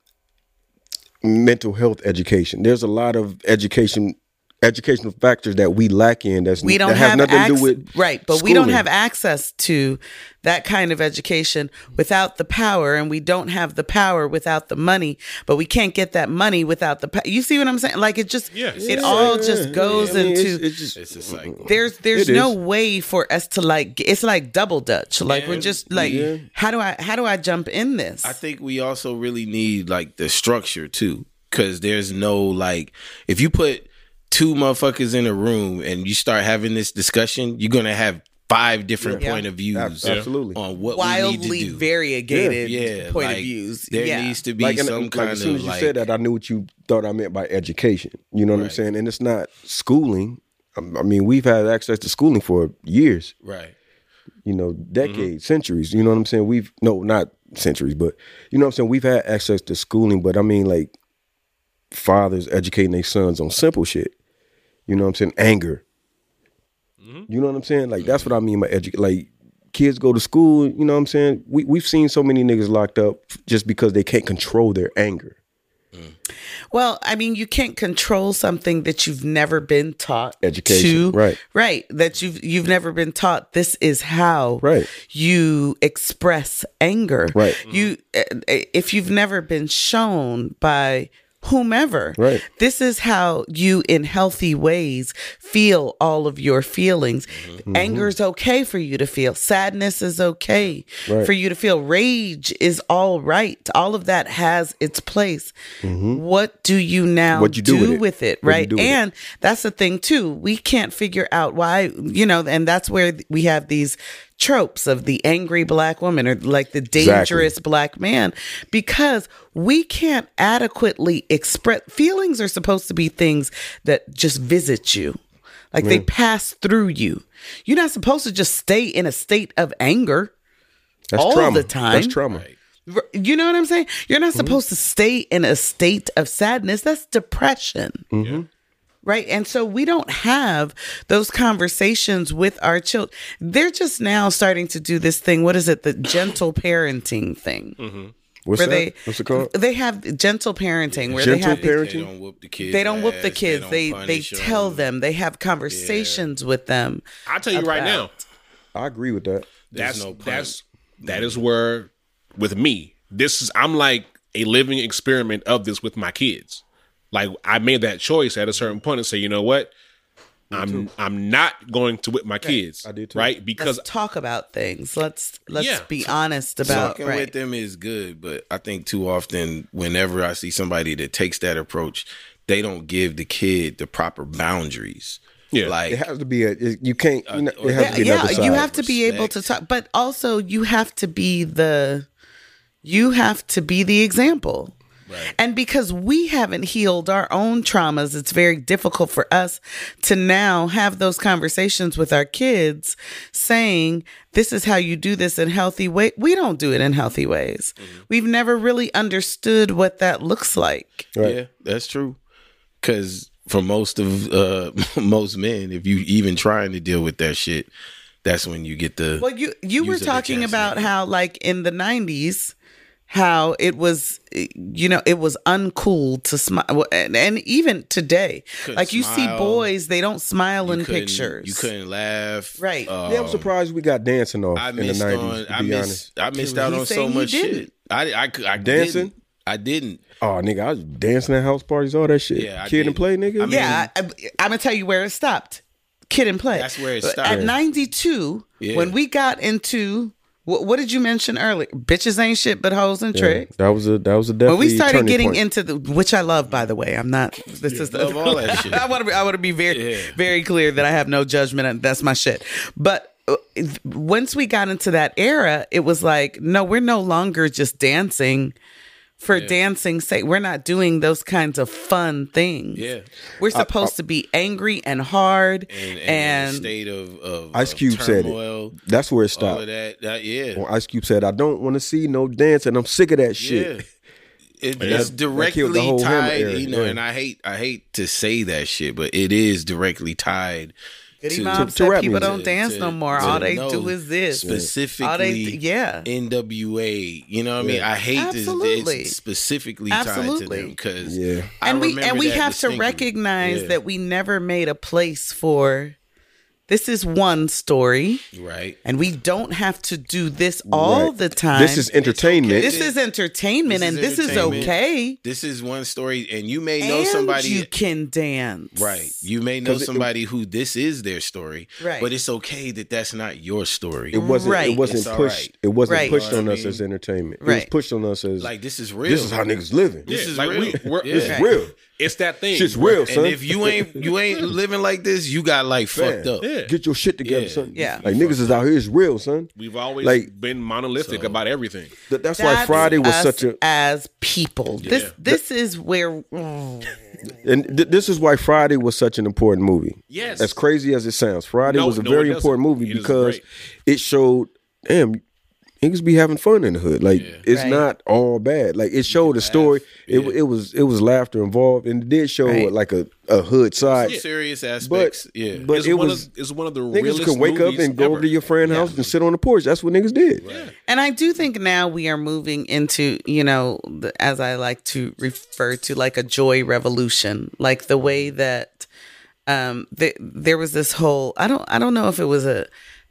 mental health education. There's a lot of education educational factors that we lack in. That's
we don't
that has
have
nothing to do
acc-
with
right but we don't
schooling.
have access to that kind of education without the power and we don't have the power without the money but we can't get that money without the pa- you see what i'm saying like it just
Yeah.
it all just goes
I mean,
into
it's- it's just-
It's a cycle.
there's there's
It
no
is.
way for us to like g- it's like double dutch like we're just like how do i how do i jump in this
I think we also really need like the structure too, because there's no like if you put two motherfuckers in a room and you start having this discussion, you're gonna have five different point of views,
Ab- absolutely.
on what we
wildly
need to do.
variegated
yeah,
point
like,
of views
There
yeah
needs to be
and-
some
like,
kind
as
of
soon as you
like
said that, I knew what you thought I meant by education. You know what I'm saying? And it's not schooling. I'm- I mean, we've had access to schooling for years.
right.
you know,
Mm-hmm.
decades, centuries. You know what I'm saying? We've no, not centuries, but you know what I'm saying. We've had access to schooling, but I mean, like fathers educating their sons on simple shit. You know what I'm saying? Anger.
Mm-hmm.
You know what I'm saying? Like that's what I mean by edu- Like kids go to school. You know what I'm saying? We we've seen so many niggas locked up just because they can't control their anger.
Well, I mean, you can't control something that you've never been taught.
Education,
to,
right.
Right. That you've you've never been taught. This is how
Right.
you express anger.
Right.
You uh, if you've never been shown by whomever.
Right.
This is how you in healthy ways feel all of your feelings.
Mm-hmm.
Anger's okay for you to feel. Sadness is okay
Right.
for you to feel. Rage is all right. All of that has its place. What do you now
What Mm-hmm. you do with it. What you
right?
do with it.
and that's the thing too. We can't figure out why, you know, and that's where th- we have these tropes of the angry black woman or like the dangerous black man because we can't adequately express feelings are supposed to be things that just visit you. Like they pass through you. You're not supposed to just stay in a state of anger.
That's
all
trauma.
the time.
That's trauma.
R- You know what I'm saying? You're
Mm-hmm.
not supposed to stay in a state of sadness. That's depression.
Mm-hmm.
Right. And so we don't have those conversations with our children. They're just now starting to do this thing. What is it? The gentle parenting thing.
Mm-hmm. What's
Where
that?
they
What's it called?
They have gentle parenting where they
Gentle
have these-
parenting?
They don't whoop the kids.
they don't whoop the
ass,
kids.
don't
They they,
punish
tell
'em.
them. They have conversations with them.
I'll tell you right now.
I agree with that.
There's
that's
no point.
that's that is where with me this is i'm like a living experiment of this with my kids like i made that choice at a certain point and say you know what i'm i'm not going to whip my kids
I did too.
right because
Let's talk about things. Let's let's
Yeah.
be honest about
Talking
right.
with them is good, but I think too often, whenever I see somebody that takes that approach, they don't give the kid the proper boundaries.
Yeah.
like
It has to be a. it- you can't.
Uh,
You know, it has
yeah,
to be
yeah,
another side.
you have to be able to talk but also you have to be the you have to be the example and because we haven't healed our own traumas it's very difficult for us to now have those conversations with our kids saying this is how you do this in healthy way we don't do it in healthy ways
Mm-hmm.
we've never really understood what that looks like
Right.
Yeah, that's true. Because for most of uh most men, if you even trying to deal with that shit, that's when you get the
Well, you you were
Use it
talking
against
about
me.
how like in the '90s, how it was, eh, you know, it was uncool to smile, and, and even today, like you see
smile.
boys, they don't smile in
couldn't-
pictures.
You couldn't laugh,
Right.
Uh,
Yeah, I'm surprised we got dancing off
I
in the
missed
'90s.
on.
To
I
be
missed.
honest,
I missed out
He's
on so
saying he
much shit.
didn't.
I I, cou- I
Dancing?
Didn't. I didn't.
oh nigga, I was dancing at house parties, all that shit.
Yeah, I
kid and
did.
play, nigga.
I mean-
yeah, I, am gonna tell you where it stopped. Kid and play.
That's where it
At
started.
'92,
Yeah.
when we got into what, what did you mention earlier? Bitches ain't shit but hoes and
Yeah,
tricks.
that was a that was a definitely.
When we started
turning
getting
point.
into the, which I love, by the way, I'm not. This is the,
Love all that shit.
I want to be. I want to be very, very clear that I have no judgment. And that's my shit. But uh, if- once we got into that era, it was like, no, we're no longer just dancing for dancing's sake. We're not doing those kinds of fun things.
Yeah.
we're supposed to be angry and hard
And,
and,
and, the state of, of
Ice
of
Cube said
turmoil,
it. That's where it
All of
stopped.
that, that yeah,
When Ice Cube said, "I don't want to see no dancing. I'm sick of that shit."
Yeah. It,
Yeah.
it's
That killed the
directly
whole Hammer
tied,
era,
you know,
yeah.
and I hate I hate to say that shit, but it is directly tied
Goody
to-
Mob
to
said
rap
people
music.
don't dance
to-
no more.
to
All they
know
do is this.
Specifically
All they, yeah.
NWA. You know what I mean? I hate
Absolutely.
this it's specifically tied
Absolutely.
to them because
Yeah.
I
and we
remember
and we
that
have to
distinctly.
recognize
Yeah.
that we never made a place for this is one story
right.
and we don't have to do this all
Right.
the time
This is entertainment.
this is entertainment
This
and
is
this
entertainment.
is okay
This is one story, and you may know
and
somebody
you can dance
Right. You may know somebody who this is their story,
Right.
but it's okay that that's not your story.
It wasn't.
Right.
It wasn't
It's all
pushed.
right.
It wasn't
Right.
pushed
You know
on
what I
us as
mean?
entertainment. It was
Right.
pushed on us as
like this is real.
this is how niggas living.
This is
like
real.
we, we're,
Yeah.
it's
This is
Right.
real.
it's that thing
Shit's real, son.
And if you ain't you ain't living like this, you got like
Man,
fucked up.
Get your shit together,
Yeah.
son.
Yeah.
Like niggas is out here is real, son.
we've always
Like-
been monolithic about everything
Th- that's, why Friday was
us
such a
as people. This this is where
and th- this is why Friday was such an important movie.
Yes.
As crazy as it sounds, Friday
No,
was a
no,
very
it doesn't.
important movie
It is
because
great.
it showed damn niggas be having fun in the hood. Like it's
Right.
not all bad. Like it showed a story. It It was it was laughter involved, and it did show
Right.
like a, a hood side.
Serious
But
aspects. yeah.
but
it's
it
one
was
of it's one of the
niggas
realest
could wake up and go over to your friend's house and sit on the porch. That's what niggas did.
And I do think now we are moving into, you know, the, as I like to refer to, like a joy revolution, like the way that um, th- there was this whole I don't I don't know if it was a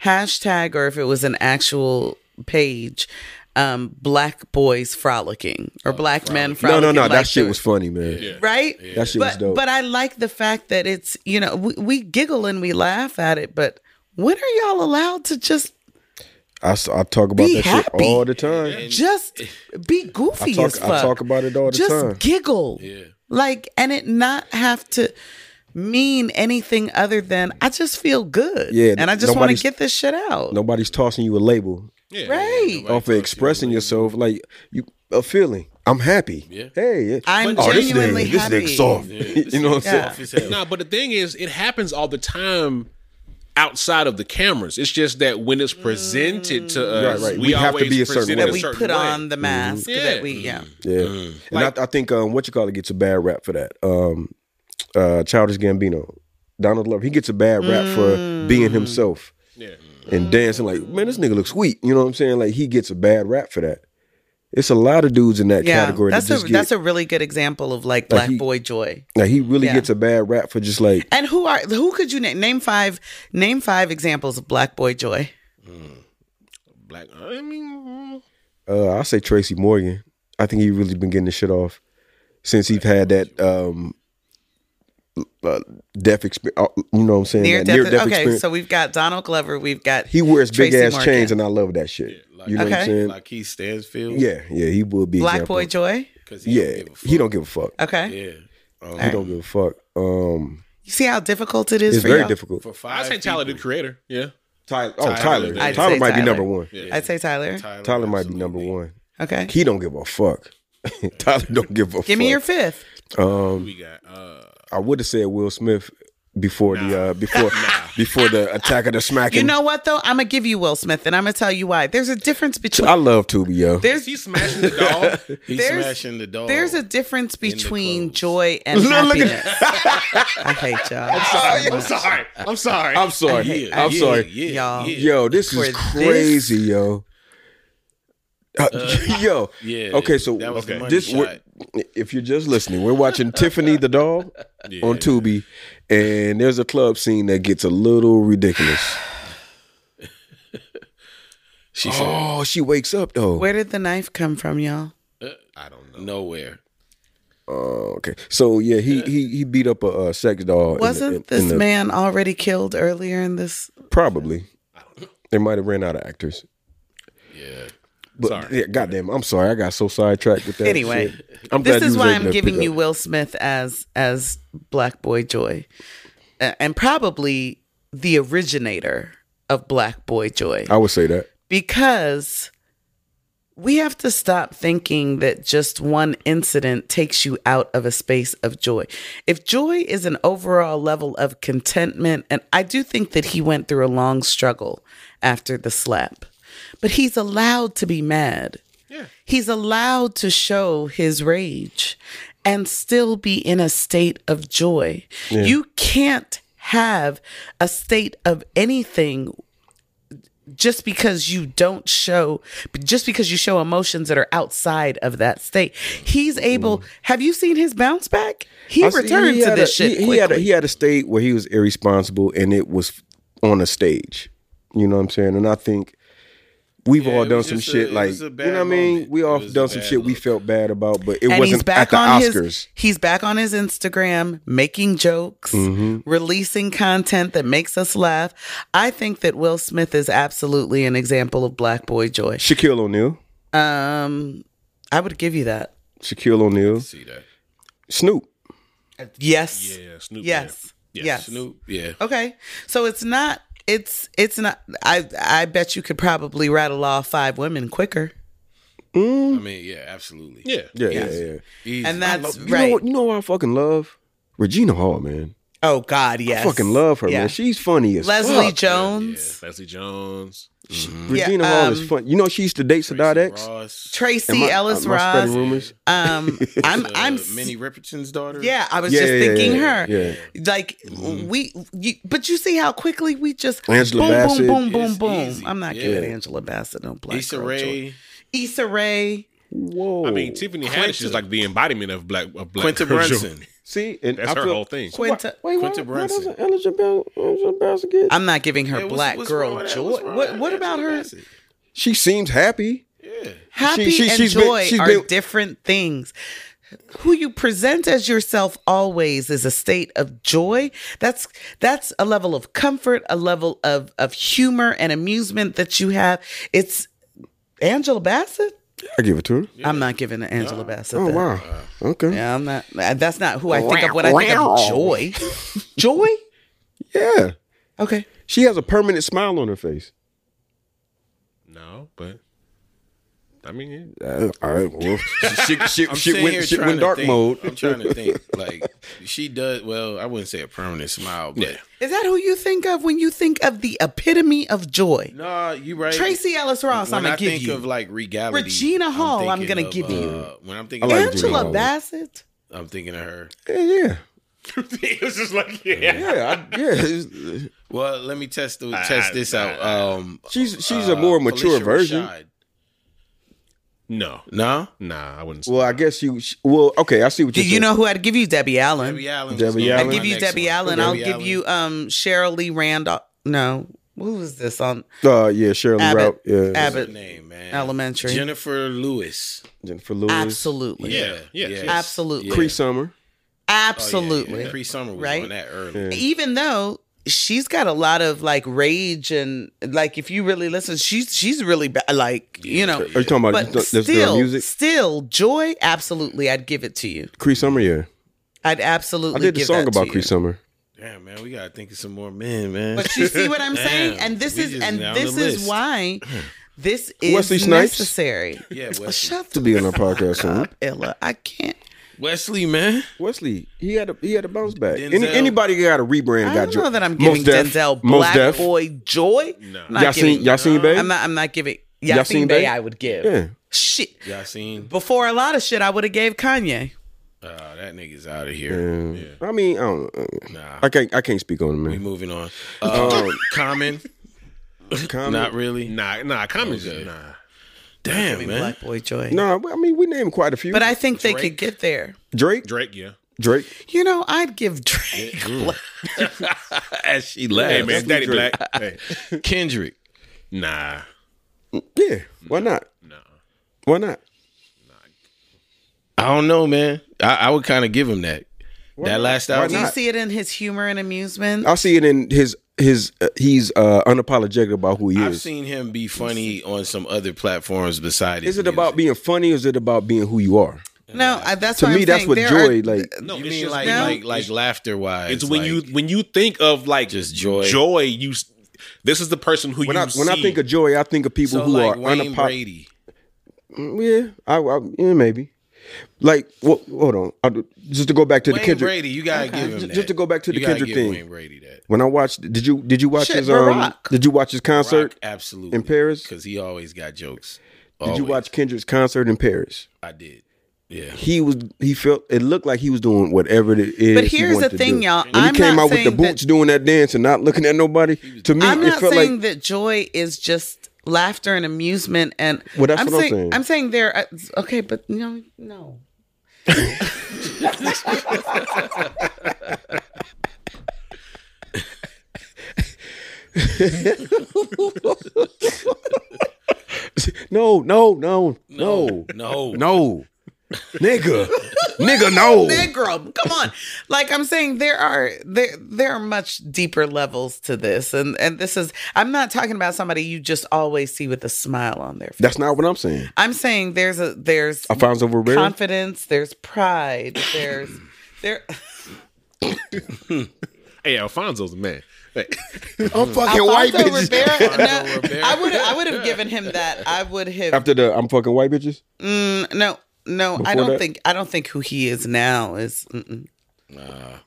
hashtag or if it was an actual page, um, black boys frolicking or black men
No,
frolicking.
no, no.
like
That shit
the-
was funny, man.
right.
That shit
but,
was dope.
But I like the fact that it's you know we, we giggle and we laugh at it, but when are y'all allowed to just
I, s- I talk about
Be
that shit
happy.
all the time.
just be
I
goofy
talk,
as fuck.
I talk about it all the
just
time.
giggle. Yeah. Like, and it not have to mean anything other than I just feel good.
Yeah,
And I just want
nobody's-
to get this shit out.
Nobody's tossing you a label
right.
off of expressing yourself like you a feeling. I'm happy. Hey, yeah.
I'm
Oh, this
genuinely
nigga- this
happy.
nigga soft. you know what I'm saying?
Yeah.
No, but the thing is, it happens all the time outside of the cameras. It's just that when it's presented to us,
Mm. Right, right.
we,
We have
always
to be a certain
present
way.
it
that
a
we
certain
put
way.
on the
Mm-hmm.
mask
Yeah. Mm-hmm.
that we yeah.
Yeah, and I, I think um, what you call it gets a bad rap for that. Um, uh, Childish Gambino, Donald Glover, he gets a bad rap
Mm.
for being himself
Yeah.
and dancing. Like, man, this nigga looks sweet. You know what I'm saying? Like, he gets a bad rap for that. It's a lot of dudes in that
Yeah.
category
That's
that
a
just get.
that's a really good example of like black
he-
boy joy.
like, he really
yeah.
gets a bad rap for just like
And who are who could you name name five name five examples of black boy joy?
Black, I mean,
uh, I say Tracy Morgan. I think he really been getting the shit off since he's had that um, uh, deaf experience. You know what I'm saying?
Near
That
death. okay, so we've got Donald Glover, we've got
He wears big
Tracy
ass
Morgan.
chains, and I love that shit. you know what I'm
Okay.
saying?
Like Keith Stansfield.
yeah, yeah, he would be
Black
example.
Boy Joy.
Because he
Yeah,
don't give a fuck.
he don't give a fuck.
Okay.
Yeah. Um,
He don't give a fuck. Um,
You see how difficult it is
it's,
for
very
y'all?
difficult.
For five
I say Tyler the Creator. Yeah,
Tyler, oh Tyler,
I'd
Tyler,
say
might be
Tyler.
number one.
I'd say Tyler.
Tyler,
Tyler might be number one.
Okay.
He don't give a fuck. Tyler don't give a fuck.
Give me your fifth.
we got. Uh,
I would have said Will Smith before the uh, before before the attack of the smacking.
You know what though? I'm gonna give you Will Smith, and I'm gonna tell you why. There's a difference between
I love Tubi, yo.
there's
he's smashing the dog.
He's
There's-
smashing the dog.
there's a difference between
Oh. clothes.
joy and
Look- look at-
happiness. I hate y'all.
I'm sorry. I'm sorry.
Oh.
I'm sorry.
Yeah,
I'm
yeah,
sorry.
Yeah,
Y'all.
yeah.
Yo, this
For
is
this-
crazy, yo. Uh, yo,
yeah,
Okay, so
that was the money
this
shot.
we're- if you're just listening, we're watching Tiffany the doll on Tubi, and there's a club scene that gets a little ridiculous.
She said,
Oh, she wakes up though.
Where did the knife come from, y'all?
I don't know. Nowhere.
Oh, okay, so yeah, he he he beat up a, uh sex doll. in the-
Wasn't
in-
this
in the-
man already killed earlier in this?
probably? They might have ran out of actors.
Yeah.
But yeah, goddamn, I'm sorry, I got so sidetracked with that.
Anyway,
shit. I'm glad
this
you
is
was
why
able
I'm
to
giving
pick
you
up.
Will Smith as as Black Boy Joy, Uh, and probably the originator of Black Boy Joy.
I would say that.
because we have to stop thinking that just one incident takes you out of a space of joy. If joy is an overall level of contentment, and I do think that he went through a long struggle after the slap, but he's allowed to be mad. Yeah. He's allowed to show his rage and still be in a state of joy. You can't have a state of anything just because you don't show just because you show emotions that are outside of that state he's able have you seen his bounce back he
Mm. I see-
returned to
had
this
a,
shit
He, he
quickly.
had a, he had a state where he was irresponsible, and it was on a stage. You know what I'm saying? And I think we've all
it
done
was
some
just a-
shit
it
like
was a
you know
bad
what I mean.
moment.
We
It
all
was a
done some
bad
shit we
look.
felt bad about, but it
and
wasn't
he's back
at the
on
Oscars.
his he's back on his Instagram making jokes,
Mm-hmm.
releasing content that makes us laugh. I think that Will Smith is absolutely an example of black boy joy.
Shaquille O'Neal,
Um I would give you that.
Shaquille O'Neal,
See that?
Snoop.
Yes.
yeah, Snoop.
Yes. Yes.
Snoop. Yeah.
Okay. So it's not it's it's not I I bet you could probably rattle off five women quicker.
I mean, yeah, absolutely.
Yeah. yeah.
Yeah, yeah, yeah.
Easy.
And that's
You know,
right.
what- you know, what I fucking love Regina Hall, man.
oh God, yes.
Fucking love her,
Yeah.
man. She's funny as
Leslie
fuck.
Jones.
Leslie Jones.
Regina
Yeah,
Hall is
um,
fun. You know she used to date Sadat X.
Ross,
Tracy
Am I-
Ellis
am I
Ross.
spreading rumors?
Um, I'm
uh,
I'm
Minnie Richardson's daughter.
Yeah, I was
Yeah,
just
yeah,
thinking
yeah,
her.
yeah.
Like
Mm-hmm.
we, you, but you see how quickly we just
Angela
boom,
Bassett.
boom, boom, boom,
It's
boom.
easy.
I'm not
Yeah.
giving Angela Bassett no black.
Issa
girl joy.
Rae,
Issa Rae.
Whoa.
I mean, Tiffany Haddish is like the embodiment of black of black.
Quinta
culture.
Brunson.
see, and
That's
I
her
feel,
whole thing.
Quinta.
Wait, why-
Quinta
why doesn't
Brunson.
Angela Bass- Angela Bassett get-
I'm not giving her
Yeah, what's-
black
what's wrong
girl
with that?
joy.
What's wrong
What
with
what
that?
about her?
That's it.
She seems happy.
Happy
She- she-
and
she's been-
joy
she's
are
been-
different things. Who you present as yourself always is a state of joy. That's that's a level of comfort, a level of of humor and amusement that you have. It's Angela Bassett.
I give it to her.
I'm not giving to Angela Bassett.
Oh
that.
wow. Okay.
Yeah, I'm not. That's not who I think of when I think of joy. joy.
yeah.
Okay.
She has a permanent smile on her face.
No, but I mean, yeah.
Uh, all right. Well, she, she,
I'm
she
sitting
went,
here
she
trying
went
to
dark
think.
mode.
I'm trying to think. Like she does. Well, I wouldn't say a permanent smile, but
Is that who you think of when you think of the epitome of joy?
nah, you right.
Tracy Ellis Ross.
When
I'm gonna
I
give
think
you.
of like regality.
Regina Hall, I'm
thinking
gonna
of,
give you.
uh, When I'm thinking,
I like
of
Regina
Angela
Hall.
Bassett.
I'm thinking of her.
Yeah, yeah,
it was just like yeah.
yeah. I, yeah. it's-
Well, let me test the, test this out. Um,
She's she's
uh,
a more mature
Felicia
version.
Rashad.
No,
No,
nah, I wouldn't. Say
Well, I guess you. she- Well, okay. I see what
Do
you.
you know who I'd give you? Debbie Allen.
Debbie Allen.
Debbie
I'd
Allen.
give you Debbie Allen. I'll give you um Cheryl Lee Randolph. No, who was this on
Uh, yeah, Shirley
Abbott?
Route. Yeah,
her
Abbott
name, man.
Elementary.
Jennifer Lewis.
Jennifer Lewis.
Absolutely.
Yeah,
yeah,
yes.
yes.
Absolutely.
Cree Summer.
Absolutely.
Pre Summer was
Right?
on that early.
even though she's got a lot of like rage and like if you really listen she's she's really ba- like you know
Are you talking about
but
this girl
still
music?
still joy absolutely i'd give it to you
Cree Summer. Yeah,
i'd
I
absolutely
did a
give
song
that to
about
you.
Cree Summer.
Damn, man, we gotta think of some more men, man.
but you see what i'm saying
Damn,
and this
we
is
just
and
down
this
the
is
list.
why this is
Wesley Snipes?
necessary
yeah, Wesley.
shut
To
the
be on our podcast soon.
ella i can't
Wesley, man.
Wesley, he had a he had a bounce back. Any,
Denzel.
anybody got a rebrand?
i
got
don't
jo-
know that i'm
Mos
giving
Def,
denzel
Mos
black
Def.
boy joy no
Y'all seen y'all seen Babe?
i'm not i'm not giving
Y'all
Yasin
seen
Bey,
Babe?
I would give.
yeah,
Shit.
Y'all seen?
Before a lot of shit, I would have gave Kanye.
Oh, that nigga's out of here.
yeah. I mean, I don't. know.
Nah,
I can't I can't speak on him,
we
man. Um,
moving on. Uh, common,
Comment.
not really.
Nah, nah, comments. Nah,
Damn, man.
Black boy joy.
No, I mean we named quite a few.
But I think they could get there.
Drake,
Drake, yeah.
Drake,
You know, I'd give Drake.
As she
Hey
left,
man, Daddy Black. Hey.
Kendrick.
Nah,
yeah. Why not? No. Why not?
I don't know, man. I, I would kind of give him that. that
not?
last
Why
album.
Do you
not?
see it in his humor and amusement?
I see it in his his uh, he's uh, unapologetic about who he
I've
is.
seen him be funny on some other platforms besides.
Is it about being funny? or Is it about being who you are?
no, I, that's
To
what
me,
I'm
that's
saying.
what
There
joy
are-
like.
no.
You
it's
mean
just
like
now?
like like laughter wise?
it's when you when you think of like
Just joy.
Joy, you. s- This is the person who
When
you
I when I
see.
think of joy, I think of people
so
who
like
are
Wayne
unapologetic.
Brady.
Yeah, I, I yeah, maybe. Like, well, hold on. I, just to go back to the
Wayne
Kendrick.
Brady, you gotta give him
Just-
that.
just to go back to the
You gotta
Kendrick
give
thing.
Wayne Brady that.
When I watched, did you did you watch
Shit,
his um?
Barack.
Did you watch his concert?
Rock, absolutely
in Paris?
because he always got jokes.
Did you watch Kendrick's concert in Paris?
I did. Yeah.
He was he felt it looked like he was doing whatever it is.
But
he
here's
wanted
the
to
thing,
do.
y'all.
When
I'm
he came
not
out with the
saying that-
boots doing that dance and not looking at nobody, to me
I'm
it
not
felt
saying
like
that joy is just laughter and amusement, and
Well, that's
I'm,
what I'm
saying,
saying.
I'm saying there. Are, okay, but no, no.
no, no, no, no,
No.
no, nigga, nigga, no.
Negro, come on. Like I'm saying, there are there there are much deeper levels to this, and and this is I'm not talking about somebody you just always see with a smile on their face.
That's not what I'm saying.
I'm saying there's a there's
Alfonso Ribeiro.
confidence, there's pride, there's there.
hey, Alfonso's the man. Hey,
I'm fucking
Alfonso
bitches.
Ribeiro, no,
Ribeiro.
I would I would have given him that. I would have
After the I'm fucking white bitches.
no no. I
Before
don't
that?
think I don't think who he is now is. Mm-mm.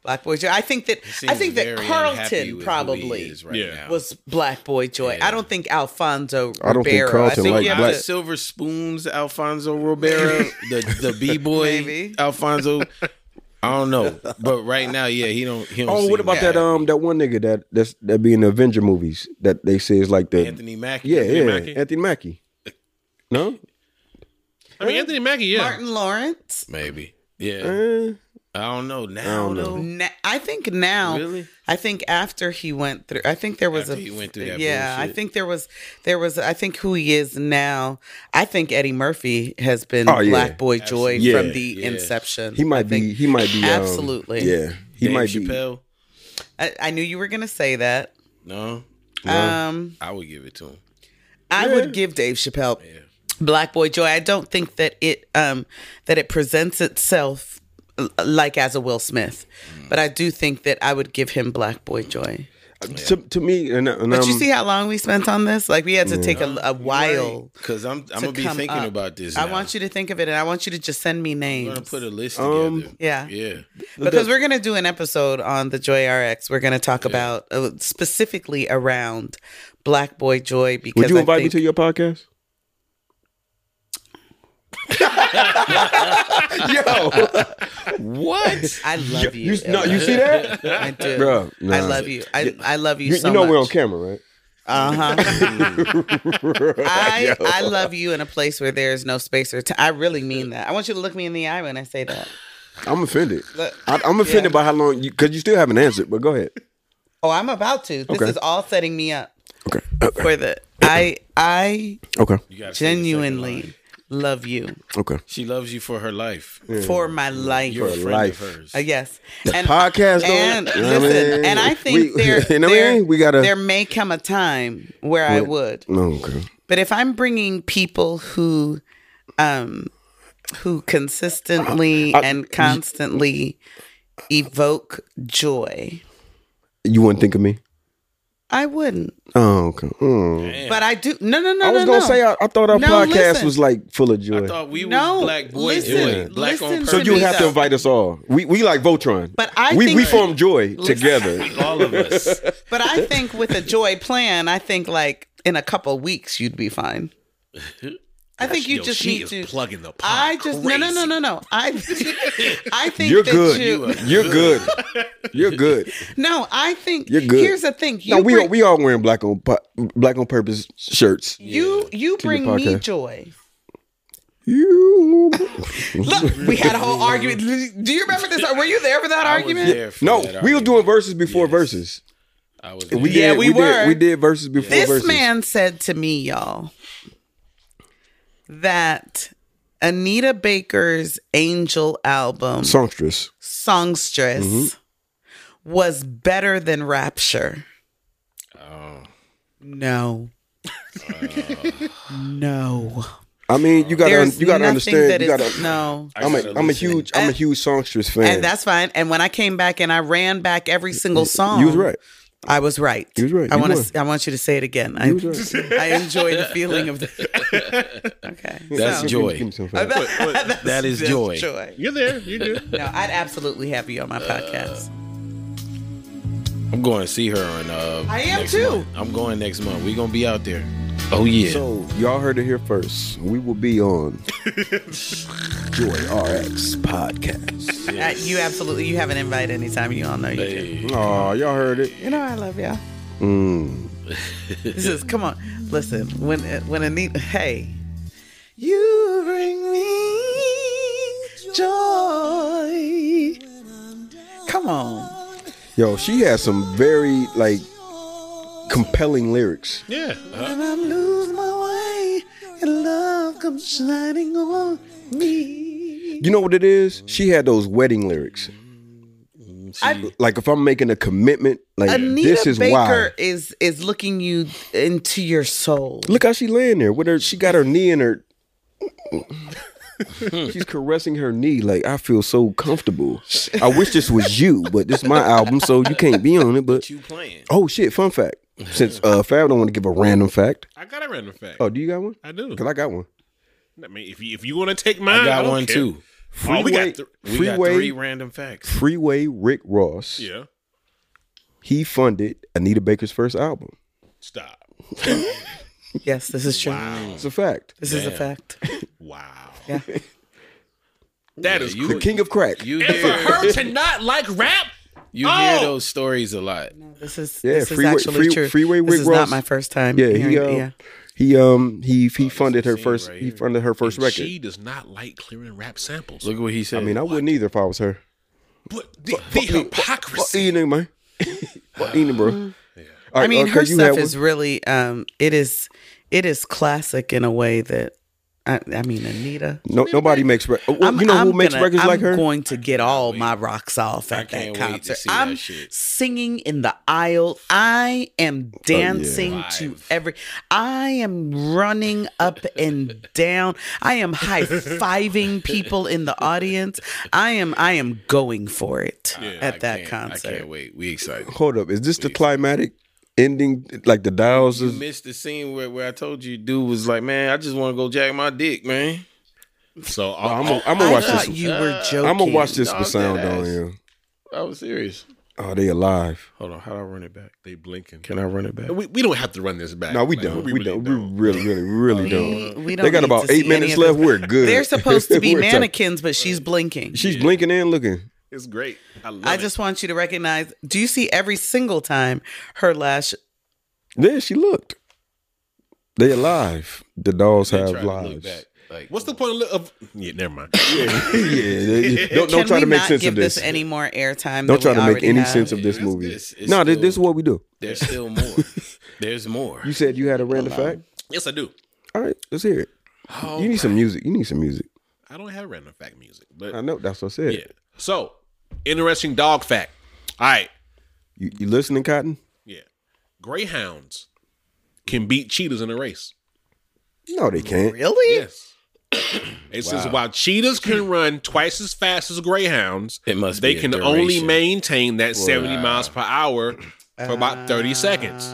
Black boy joy. I think that I
Seems
think that
very unhappy
Carlton
with who he
probably
is right
Yeah.
now.
was black boy joy. I don't think Alfonso
I don't think
Ribeiro.
Carlton
I think
liked
you have
black-
Black
to-
Silver Spoons, Alfonso Ribeiro, the the B boy,
Maybe.
Alfonso. I don't know, but right now, yeah, he don't. He don't
Oh,
seem
what about that
happy.
um that one nigga that that's that be in the Avenger movies that they say is like the
Anthony Mackie?
yeah yeah
Mackie?
Anthony Mackie. No,
I mean, Anthony Mackie, yeah.
Martin Lawrence.
maybe. Yeah,
Eh,
I don't know now.
don't know.
Though
Na- I think now.
Really?
I think after he went through. I think there was
After
a.
he went through that
yeah, I
bullshit.
think there was. There was. I think who he is now. I think Eddie Murphy has been
Oh, yeah.
Black Boy Joy
Absolutely.
from
Yeah,
the
yeah.
inception.
he
I
might
think-
be he might be um,
Absolutely.
yeah he
Dave
might be
Chappelle.
I, I knew you were gonna say that.
No,
Oh.
Um,
I would give it to him.
I would give Dave Chappelle Black Boy Joy. I don't think that it um that it presents itself l- like as a Will Smith,
Mm.
but I do think that I would give him Black Boy Joy.
to, to me and, and
But
um,
you see how long we spent on this? Like we had to take a, a while.
Because I'm I'm gonna be
come
thinking
up.
about this.
I want you to think of it, and I want you to just send me
I'm
names.
gonna put a list
Um,
together.
yeah.
yeah.
because we're going to do an episode on the Joy RX. We're going to talk about uh, specifically around Black Boy Joy. Because
would you
I
invite me
think-
to your podcast? Yo,
What?
I love you.
you no, you
Ella.
see that,
I do.
bro?
I love you. I, I love you,
You,
so
you know
much.
we're on camera, right?
Uh huh. I I love you in a place where there is no space or time. I really mean that. I want you to look me in the eye when I say that.
I'm offended.
Look.
I, I'm offended by how long you because you still haven't answered. But go ahead.
Oh, I'm about to. This
Okay.
is all setting me up
Okay. Uh, Okay.
for the. I I
Okay.
genuinely love you
Okay.
She loves you for her life.
for my life.
You're a friend
life.
of hers.
Uh, yes. And
podcast, though,
And
you know what I
listen,
mean?
and I think
We-
there,
you know what I
there,
mean? We gotta-
there may come a time where I would,
No. Okay.
but if I'm bringing people who, um, who
Uh,
consistently and constantly evoke joy,
You wouldn't think of me.
I wouldn't.
Oh, okay. Mm.
But I do. No, no, no.
I was
no,
gonna
no.
say uh, I, I thought our
No,
podcast
listen.
was like full of joy.
I thought we
No,
was black boy
listen,
joy, black
listen
on
to
so
purpose.
you would have to
though.
invite us all. We we like Voltron.
But I
we
think
we
that-
form joy together.
All of us.
But I think with a joy plan, I think like in a couple weeks you'd be fine. I think you
Yo,
just
she
need
is
to
plugging the pot.
I just no no no no no. I I think
You're
that
good.
you
You're good. You're good.
no. I think
You're good.
Here's the thing.
no,
You
we
bring,
are, we all wearing black on pu- black on purpose shirts.
you you bring me
podcast.
joy.
You.
Look, we had a whole argument. Do you remember this? Were you there for that
I was
argument?
there for
No,
that
we were
argument.
doing verses before verses.
I was
We
there.
Yeah,
did,
we were.
Did, we did verses before
This
verses.
man said to me, y'all, that Anita Baker's Angel album
songstress.
songstress
Mm-hmm.
was better than rapture
Oh.
no Uh. no
I mean, you gotta
there's
you gotta
nothing
understand.
that
You
is
gotta.
no
I'm a,
gotta
I'm a
listen.
huge I'm a
And-
huge songstress fan.
and that's fine and when i came back and i ran back every single song
you was right.
i was right
You was right.
i
You
want
won.
to i want you to say it again i, I enjoy the feeling of the okay
That's
so-
joy.
Give me some fun.
That is
That's
joy.
You're there. You do.
no i'd absolutely have you on my podcast
Uh, I'm going to see her on. Uh,
I am
next
too.
month. I'm going next month. We gonna be out there. Oh yeah.
So y'all heard it here first. We will be on Joy RX podcast.
Uh, you absolutely you have an invite anytime you all know you do
Hey,
Oh, y'all heard it.
You know I love y'all.
Mm.
this is come on. Listen, when when Anita, hey, you bring me joy. Come on,
Yo, she has some very like compelling lyrics.
Yeah.
when I lose my way, your love comes shining on me.
You know what it is? She had those wedding lyrics.
I-
like if I'm making a commitment, like
Anita
this is
Baker
why.
is is looking you into your soul.
Look how she laying there with her. She got her knee in her. She's caressing her knee like I feel so comfortable. I wish this was you, but this is my album, so you can't be on it. But
you playing?
oh shit, fun fact. Since uh, Fab don't want to give a random fact.
I got a random fact.
Oh, do you got one?
I do.
Cause I got one.
I mean, if you, if you want to take mine,
I got
don't
one
care.
too.
Oh, we got
Freeway,
th-
We got
freeway,
three random facts.
freeway. Rick Ross.
Yeah.
He funded Anita Baker's first album.
Stop.
Yes, this is true.
It's a fact.
This is a fact.
Wow.
Yeah.
That is
you-
The king of crack.
You
And for
hear
her to not like rap,
you
Oh!
hear those stories a lot.
This is
Yeah,
this
Freeway-
is actually
Free-
true.
Freeway
this
Rick
is
Ross-
not my first time.
Yeah, he
hearing it,
um,
yeah.
he um he he funded her
scene
first
right
he
here.
funded her first record.
she does not like clearing rap samples.
Look what he said.
I mean, I wouldn't either if I was her.
but the, the
What
hypocrisy.
eating, man? What eating, bro? All right,
I mean,
okay,
her
you had
stuff
one?
is really um, it is it is classic in a way that I, I mean Anita.
No, nobody makes records.
I'm-
you know who
I'm
makes
gonna-
records
I'm
like her?
going to get all my rocks off at
can't
that
wait to
concert.
see that
I'm
shit.
singing in the aisle. I
Oh,
am dancing to every. I am running up and down. I am high fiving people in the audience. I am. I am going for it at that
Can't-
concert.
I can't wait. We excited.
Hold up, is this the climatic ending? Like the dials
You
is
missed the scene where, where I told you, dude was like, "Man, I just want to go jack my dick, man."
So
I'm
I'm,
gonna I'm
I
oh, watch
thought
this.
you were
Uh,
joking.
I'm gonna watch this with
Dog,
sound
that
on
ass.
you.
I was serious.
Oh, they alive.
Hold on, how do I run it back?
they blinking.
Can I run it back?
we, we don't have to run this back.
No, we
Like,
don't. We,
really
don't. We really, really, really
We,
don't.
we don't
They got
need
about
to
eight
see
minutes
any of
left.
this.
We're good.
They're supposed to be
We're tight.
mannequins, but she's blinking.
She's blinking and looking.
It's great. I love
I
it.
just want you to recognize. Do you see every single time her lash?
There she looked. They alive. The dolls
They
have
tried to look
lives.
back, Like,
What's the point of, of yeah? Never mind.
yeah, they- don't, don't
Can
try
we
to make
not
sense
give
of this.
any more airtime.
Don't
than
try
we
to make
already
any
have?
sense of this
It's
movie.
this. It's
No, this, this is
still-
what we do.
There's still more. There's more.
You said you had a random fact.
yes, I do.
All right, let's hear it. you need some music. You need some music.
I don't have random fact music, but
I know. That's what I said.
yeah. So interesting dog fact. All right.
You, you listening, Cotton?
Yeah. Greyhounds can beat cheetahs in a race.
No, they can't.
Really?
Yes. It says while cheetahs can run twice as fast as greyhounds,
It must
they
be a
can only
duration.
maintain that 70 miles per hour for about 30 seconds.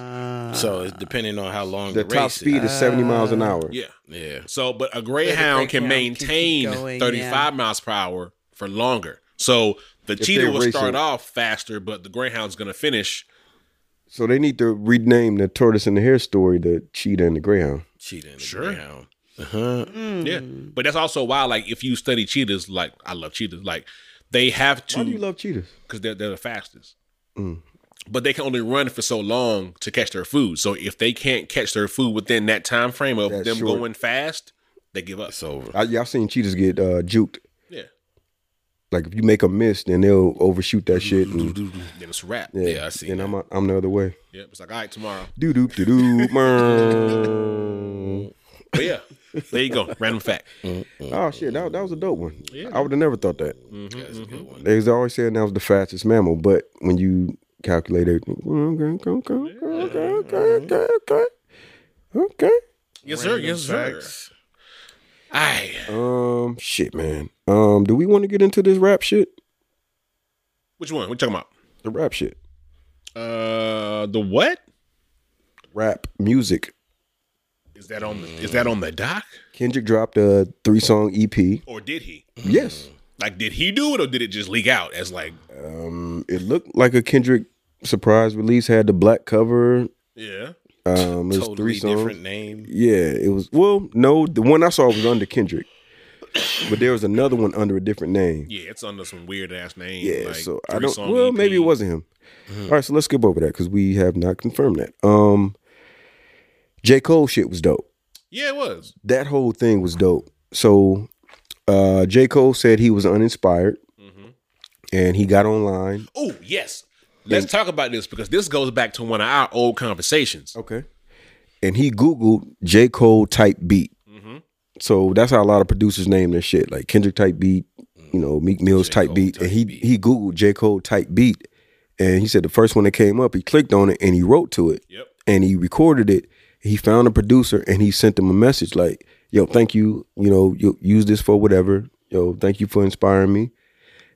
So it's depending on how long
The
the,
top
race
speed
Is.
Oh.
is 70 miles an hour.
Yeah.
Yeah.
So, but a greyhound can
greyhound can keep
maintain
going,
35
yeah.
miles per hour for longer. So the cheetah
they're
will start
racing.
off faster, but the greyhound's going to finish.
So they need to rename the tortoise and the hare story the cheetah and the greyhound.
Cheating. the
Sure.
Greyhound. Uh-huh.
Hmm.
Yeah. But that's also why, like, if you study cheetahs, like, I love cheetahs, like, they have to.
Why do you Hmm. love cheetahs?
because they're, they're the fastest. But they can only run for so long to catch their food. So if they can't catch their food within that time frame of
That's
them
short.
going fast, they give up.
It's over.
I, y'all seen cheetahs get uh, juked.
Yeah,
Like if you make them miss, then they'll overshoot that shit. And,
then it's a wrap.
yeah,
Yeah, I seen
And I'm out- I'm the other way.
Yep. It's like all right tomorrow.
Do do do do.
But yeah, there you go. Random fact.
Oh shit, that, that was a dope one. I would have never thought that.
That's a good one.
They was always saying that was the fastest mammal, but when you calculate everything, okay, okay, okay, okay, okay, okay, okay, okay.
Yes sir. Yes sir.
Facts.
Aye.
Um, shit, man. Um, do we want to get into this rap shit?
Which one? What you talking
The rap shit,
about? Uh, the what?
rap music.
Is that on? The, is that on the doc?
Kendrick dropped a three song EP.
Or did he?
Yes,
Like, did he do it, or did it just leak out as like?
it looked like a Kendrick surprise release. Had the black cover.
Yeah.
Um, it was
Totally
three songs.
different name.
Yeah, it was. Well, no, the one I saw was under Kendrick, but there was another one under a different name.
Yeah, it's under some weird ass name.
Yeah,
like, E
so I don't.
three-song
Well, maybe it
EP.
wasn't him. All right, so let's skip over that because we have not confirmed that. Um, J Cole shit was dope.
Yeah, it was.
That whole thing was dope. So, uh, J Cole said he was uninspired, and he got online.
Oh, yes. Let's talk about this because this goes back to one of our old conversations.
Okay. And he Googled J. Cole type beat. So that's how a lot of producers name their shit, like Kendrick type beat, you know, Meek Mill's type beat. and he he Googled J. Cole type beat. And he said the first one that came up, he clicked on it and he wrote to it.
Yep.
And he recorded it. He found a producer and he sent them a message like, yo, thank you. You know, you use this for whatever. Yo, thank you for inspiring me.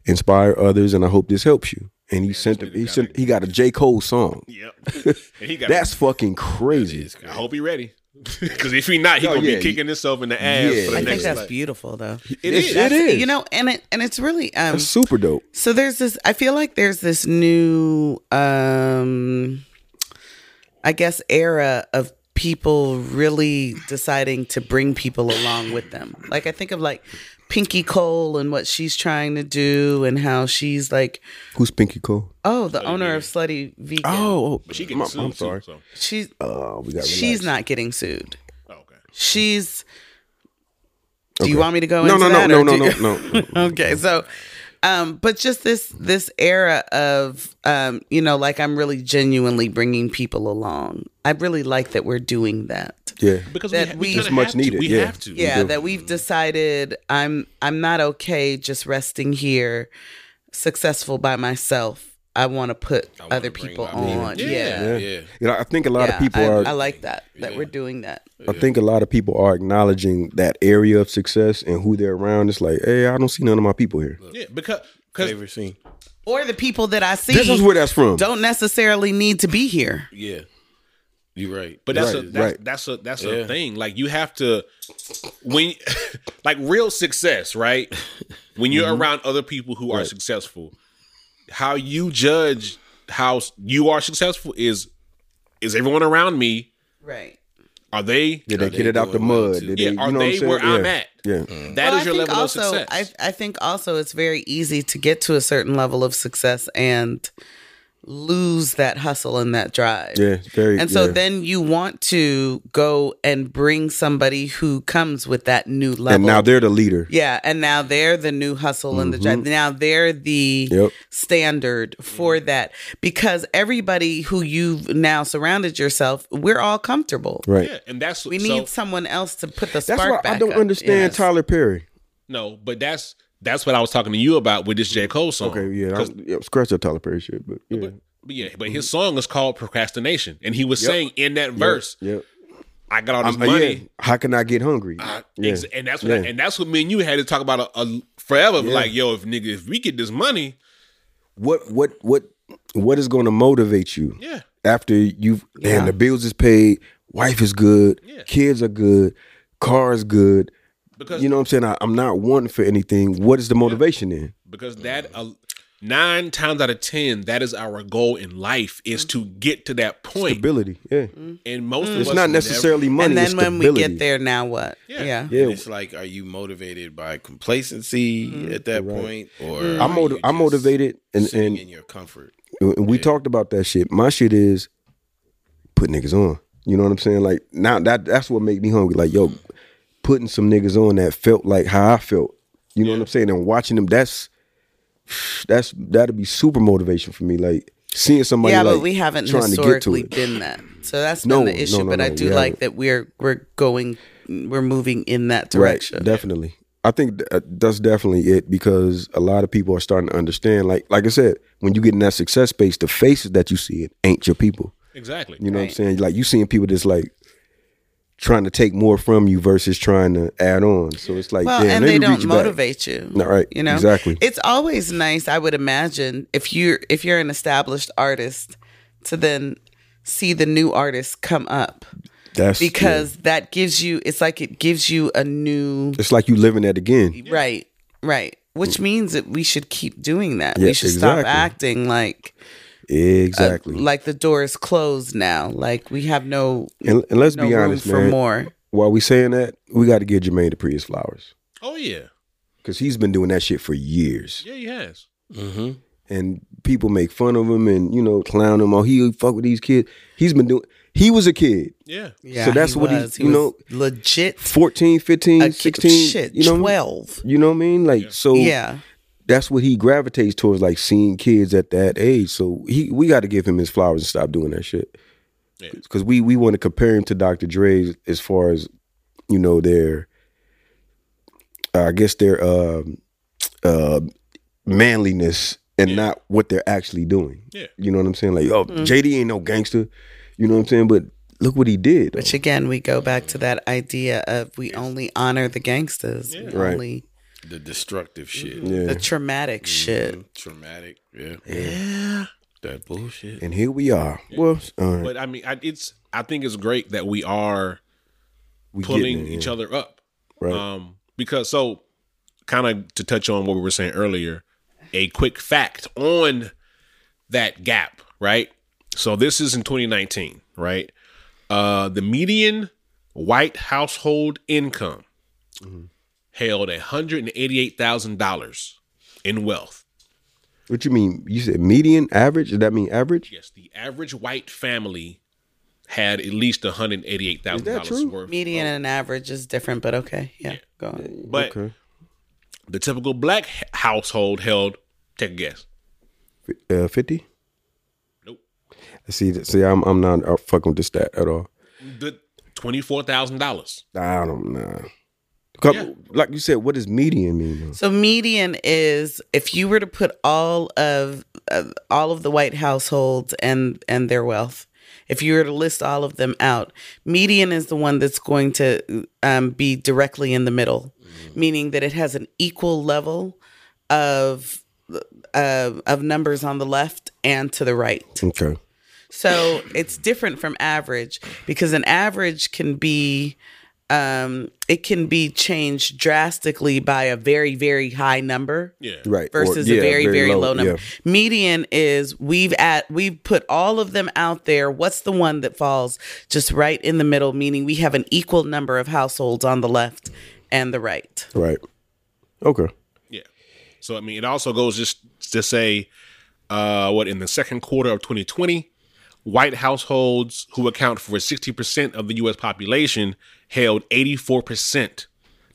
Inspire others and I hope this helps you. And he sent him he sent he got a J. Cole song.
Yep. and he got
That's fucking crazy.
I hope he ready. Because if he not, he
Oh,
gonna
yeah.
be kicking himself in the ass
Yeah.
for the
I
I
next.
think that's
life.
beautiful, though.
It is. It
That's-
is.
You know, and it and it's really um.
That's super dope.
So there's this. I feel like there's this new um, I guess era of people really deciding to bring people along with them. Like I think of like Pinky Cole and what she's trying to do and how she's like,
Who's Pinky Cole?
oh, the owner of Slutty Vegan.
Oh,
But she getting
I'm,
sued.
I'm sorry.
Too, so.
she's
Oh, we got.
she's not getting sued.
oh, okay.
She's. Do you want me to go
No, no,
into
no,
that?
no,
or
no,
do-
no, no, no.
okay so um but just this this era of um you know like i'm really genuinely bringing people along i really like that we're doing that
Yeah.
Because
That
ha-
we-
kinda
It's
much
have to.
needed,
We
yeah.
have to.
yeah
do.
that we've decided i'm i'm not okay just resting here successful by myself i want to put
wanna
other
bring
people
my people.
on yeah
Yeah.
yeah,
Yeah.
Yeah.
You know, I think a lot of people
I,
are.
I like that that we're doing that
I think a lot of people are acknowledging that area of success and who they're around. It's like, hey, I don't see none of my people here.
Yeah, because because
Favorite scene.
or the people that i see
This is where that's from.
don't necessarily need to be here
Yeah. You're right.
But that's a
Right,
that's,
right.
that's a that's
Yeah.
a thing. Like you have to when like real success, right? When you're
Mm-hmm.
around other people who are successful, how you judge how s- you are successful is is everyone around me
right
are they
Did they
they
get it out the
doing well
mud?
too?
Did
Yeah,
they,
are
you know
they
what
where
I'm
I'm
saying?
at? Mm.
yeah. Yeah.
That
Well,
is your
think
level
also,
of success.
I, I think also it's very easy to get to a certain level of success and lose that hustle and that drive.
Yeah, it's very.
And so
yeah.
then you want to go and bring somebody who comes with that new level.
and now they're the leader.
yeah, and now they're the new hustle and the drive. Now they're the
Mm-hmm. Yep.
standard for that because everybody who you've now surrounded yourself, we're all comfortable.
Right.
yeah, and that's
We
so,
need someone else to put the spark
That's why
back
I don't
up.
understand
Yes.
Tyler Perry.
no, but that's that's what I was talking to you about with this J Cole song.
Okay, yeah,
Oh. 'Cause-
I'm, yeah, scratch that Tyler Perry shit, but yeah,
but yeah, but
Mm-hmm.
his song is called Procrastination, and he was saying in that verse,
yeah.
"I got all this
I'm- uh,
money."
yeah. How can I get hungry?
Uh,
yeah.
Ex- and that's what
Yeah.
and that's what me and you had to talk about a, a- forever. Like, yo, if nigga, if we get this money,
what what what what is going to motivate you?
yeah,
After you've and the bills is paid, wife is good,
Yeah.
kids are good, car is good.
because
You know what I'm saying? I, I'm not wanting for anything. What is the motivation then?
because that uh,
Mm-hmm.
nine times out of ten, that is our goal in life is to
Mm-hmm.
get to that point.
Stability. Yeah.
And most of
Mm. It's
us
not
Mm-hmm. never-
necessarily money.
And
it's
then when we
stability.
get there, now what?
Yeah.
yeah.
Yeah.
it's like, are you motivated by complacency
Mm-hmm.
at that point, or are
I'm
you
motiv- I'm
just
motivated and,
sitting
and
in your comfort?
And we talked about that shit. My shit is put niggas on. You know what I'm saying? Like now that that's what make me hungry. Like yo, putting some niggas on that felt like how I felt. You know what I'm saying? And watching them, that's that's that'd be super motivation for me. Like seeing somebody.
yeah,
like,
but we haven't
trying to get to
historically
it.
been that. So that's
No,
been the issue.
no, no,
but I
no,
do
we
like
haven't.
that we're we're going, we're moving in that
Right,
direction.
definitely. I think th- uh, that's definitely it because a lot of people are starting to understand. Like, like I said, when you get in that success space, the faces that you see it ain't your people.
exactly.
You know what I'm saying? Like you seeing people that's like trying to take more from you versus trying to add on. So it's like,
Well,
damn,
and
let
they
me reach
don't
back.
motivate you.
No, right.
You know
Exactly.
It's always nice, I would imagine, if you're if you're an established artist, to then see the new artists come up
That's yeah.
because that gives you. It's like it gives you a new
it's like you living that again.
Right, right. Which means that we should keep doing that. we
Mm. Yeah,
should stop
exactly.
acting like
Exactly.
Uh, like the door is closed now. Like we have no
and, and let's
no
be
room
honest,
for
man.
more.
While we saying that, we got to give Jermaine Dupri his flowers
Oh yeah,
because he's been doing that shit for years,
yeah, he has.
and people make fun of him and you know clown him. Oh, he fuck with these kids. He's been doing. He was a kid,
Yeah,
Yeah,
that's what he- you know,
legit
14, 15,
a kid,
16,
shit,
you know, what I mean?
twelve.
You know what I mean? Like so.
Yeah,
that's what he gravitates towards, like seeing kids at that age. So he, we got to give him his flowers and stop doing that shit. Because we we want to compare him to Dr. Dre as far as you know their, uh, I guess their um uh, manliness and not what they're actually doing.
Yeah.
you know what I'm saying? Like, oh, JD ain't no gangster. You know what I'm saying? But look what he did. though.
which again we go back to that idea of we only honor the gangsters, we
Right.
only
The destructive shit,
the
yeah.
traumatic shit.
traumatic. Yeah. That bullshit.
And here we are. Well, all right.
but I mean, I, it's I think it's great that we are
We getting
pulling
it,
each
yeah.
other up.
Right.
Um, because so kind of to touch on what we were saying earlier, a quick fact on that gap, right? So this is in 2019, right? Uh the median white household income
Mm-hmm.
held $188,000 in wealth.
What you mean? You said median, average? Does that mean average?
Yes, the average white family had at least
Is that true?
$188,000 worth.
Median and average is different, but okay. Yeah, go on.
But
Okay.
the typical black h- household held, take a guess.
Uh, Fifty.
Nope.
See, th- see, I'm I'm not uh, fucking with this stat at all.
The twenty-four thousand dollars.
I don't know. 'Cause,
Yeah.
Like you said, what does median mean? though?
So median is if you were to put all of uh, all of the white households and and their wealth, if you were to list all of them out, median is the one that's going to um, be directly in the middle, meaning that it has an equal level of uh, of numbers on the left and to the right.
Okay.
So it's different from average because an average can be um it can be changed drastically by a very very high number
Yeah,
Right. Or-
versus
yeah,
a very very, low, number.
yeah.
Median is we've at we've put all of them out there. What's the one that falls just right in the middle meaning we have an equal number of households on the left and the right.
Right. Okay.
yeah. So I mean, it also goes just to say, uh, what in the second quarter of 2020, white households who account for 60 percent of the U.S. population held 84 percent,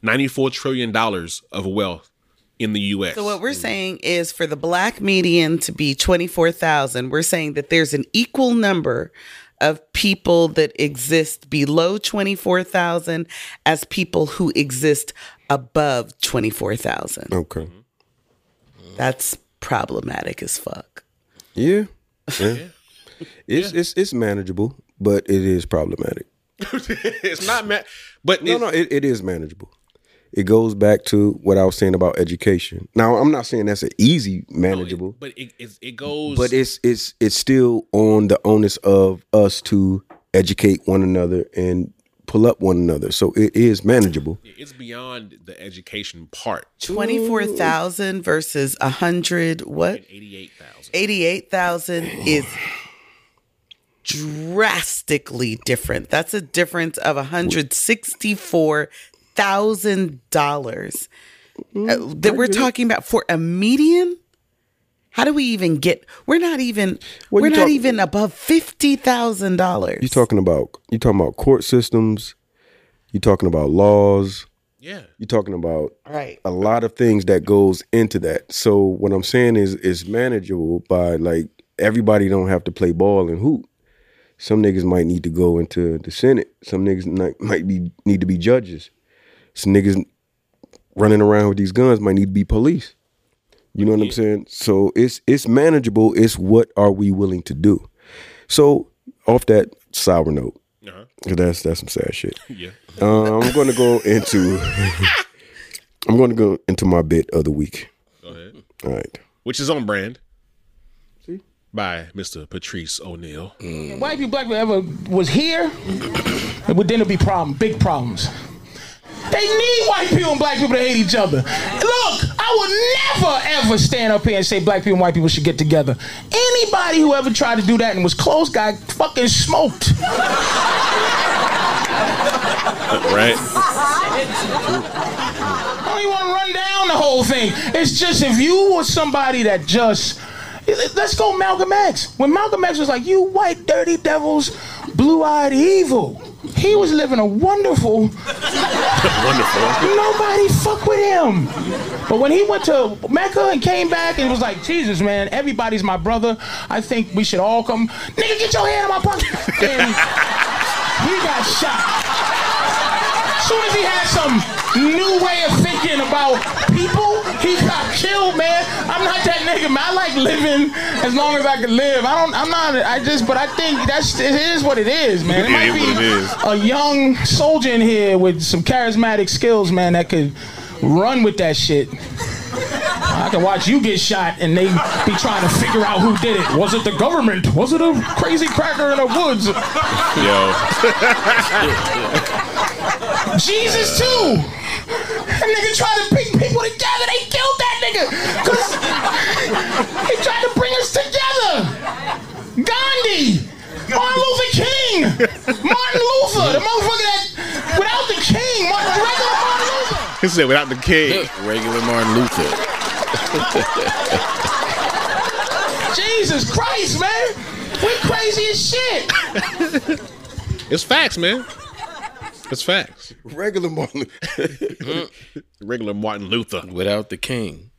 94 trillion dollars of wealth in the U.S.
So what we're saying is for the black median to be 24,000, we're saying that there's an equal number of people that exist below 24,000 as people who exist above 24,000.
Okay.
Mm-hmm.
That's problematic as fuck.
Yeah. Yeah. It's it's it's manageable, but it is problematic.
it's not ma but
No,
it's-
no, it, it is manageable. It goes back to what I was saying about education. Now, I'm not saying that's an easy manageable,
but Oh, it it, it goes.
but it's it's it's still on the onus of us to educate one another and pull up one another. So it is manageable.
it's beyond the education part.
24,000 versus 100 what?
Eighty-eight thousand.
88,000 is drastically different. That's a difference of $164,000
Mm,
uh, that we're talking about for a median. How do we even get? We're not even.
Well,
we're
you
not
talk-
even above fifty thousand dollars.
You're talking about you're talking about court systems. You're talking about laws.
Yeah.
You're talking about
right?
a lot of things that goes into that. So what I'm saying is it's manageable by like everybody don't have to play ball and hoop. Some niggas might need to go into the Senate. Some niggas might, might be need to be judges. Some niggas running around with these guns might need to be police. You know what I'm saying? So it's it's manageable. It's what are we willing to do? So off that sour note,
Uh-huh.
'cause that's that's some sad shit.
Yeah.
Uh, I'm going to go into. I'm going to go into my bit of the week.
Go ahead.
All right.
Which is on brand. By Mr. Patrice O'Neill.
Mm.
White people, black people ever was here, it would then it'd be problem, big problems. They need white people and black people to hate each other. Look, I would never ever stand up here and say black people and white people should get together. Anybody who ever tried to do that and was close got fucking smoked.
Right?
I don't even want to run down the whole thing. It's just if you were somebody that just let's go Malcolm X. When Malcolm X was like, "You white dirty devils, blue-eyed evil," he was living a wonderful.
Wonderful.
Nobody fuck with him. But when he went to Mecca and came back and was like, Jesus, man, everybody's my brother. I think we should all come. Nigga, get your hand out of my pocket. And he got shot. Soon as he had some new way of thinking about people, he got killed, man. I'm not that nigga, man. I like living as long as I can live. I don't. I'm not. I just. But I think that's. It is what it is, man. It
It
might
is what it is.
be a young soldier in here with some charismatic skills, man, that could run with that shit. I can watch you get shot and they be trying to figure out who did it. Was it the government? Was it a crazy cracker in the woods?
Yo.
Jesus too. That nigga tried to bring people together. They killed that nigga. Cause he tried to bring us together. Gandhi. Martin Luther King. Martin Luther. The motherfucker that without the king, Martin, regular Martin Luther.
He said without the kid.
Regular Martin Luther.
Jesus Christ, man. We crazy as shit.
It's facts, man. It's facts.
Regular Martin.
Regular Martin Luther.
Without the king.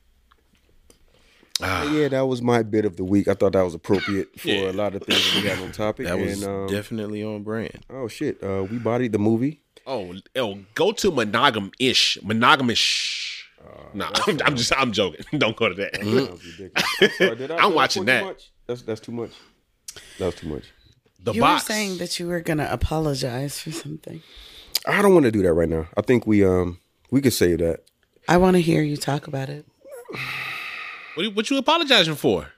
yeah, that was my bit of the week. I thought that was appropriate for
Yeah.
a lot of things that we got on topic.
That was
and, um,
definitely on brand.
oh shit, uh, we bodied the movie.
Oh, oh go to monogam ish. Monogamous.
Uh,
Nah, I'm, I'm just I'm joking. Don't go to that.
Mm-hmm.
That was ridiculous. I'm, sorry, did I-
I'm
did I
watching
put
that.
Too much? That's that's too much. That was too much.
The
you
box.
were saying that you were gonna apologize for something.
I don't want to do that right now. I think we um we could save that.
I want to hear you talk about it.
what, you, what you apologizing for?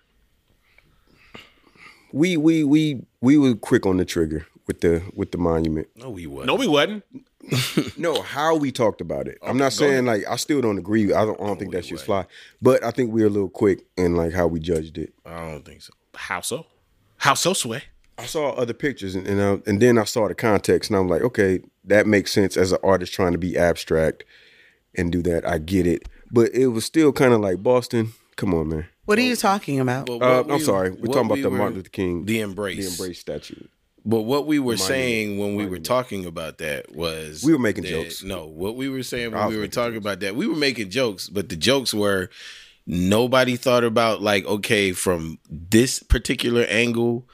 We we we we were quick on the trigger with the with the monument.
No, we wasn't.
No, we wasn't.
No, how we talked about it. I'm not saying like I still don't agree. I don't I don't think that shit's fly. But I think we were a little quick in like how we judged it.
I don't think so.
How so? How so, Sway?
I saw other pictures and and, I, and then I saw the context and I'm like, okay, that makes sense as an artist trying to be abstract and do that. I get it, but it was still kind of like Boston. Come on, man.
What are you talking about?
But
Uh,
what
I'm
we-
sorry, we're
what
talking about
we
the
were-
Martin Luther King,
the embrace.
the embrace statue.
But what we were saying when we were talking about that was
We were making
that-
jokes.
No, what we were saying
I
when
was
we were
making
talking about that, we were making jokes, but the jokes were nobody thought about like, okay, from this particular angle,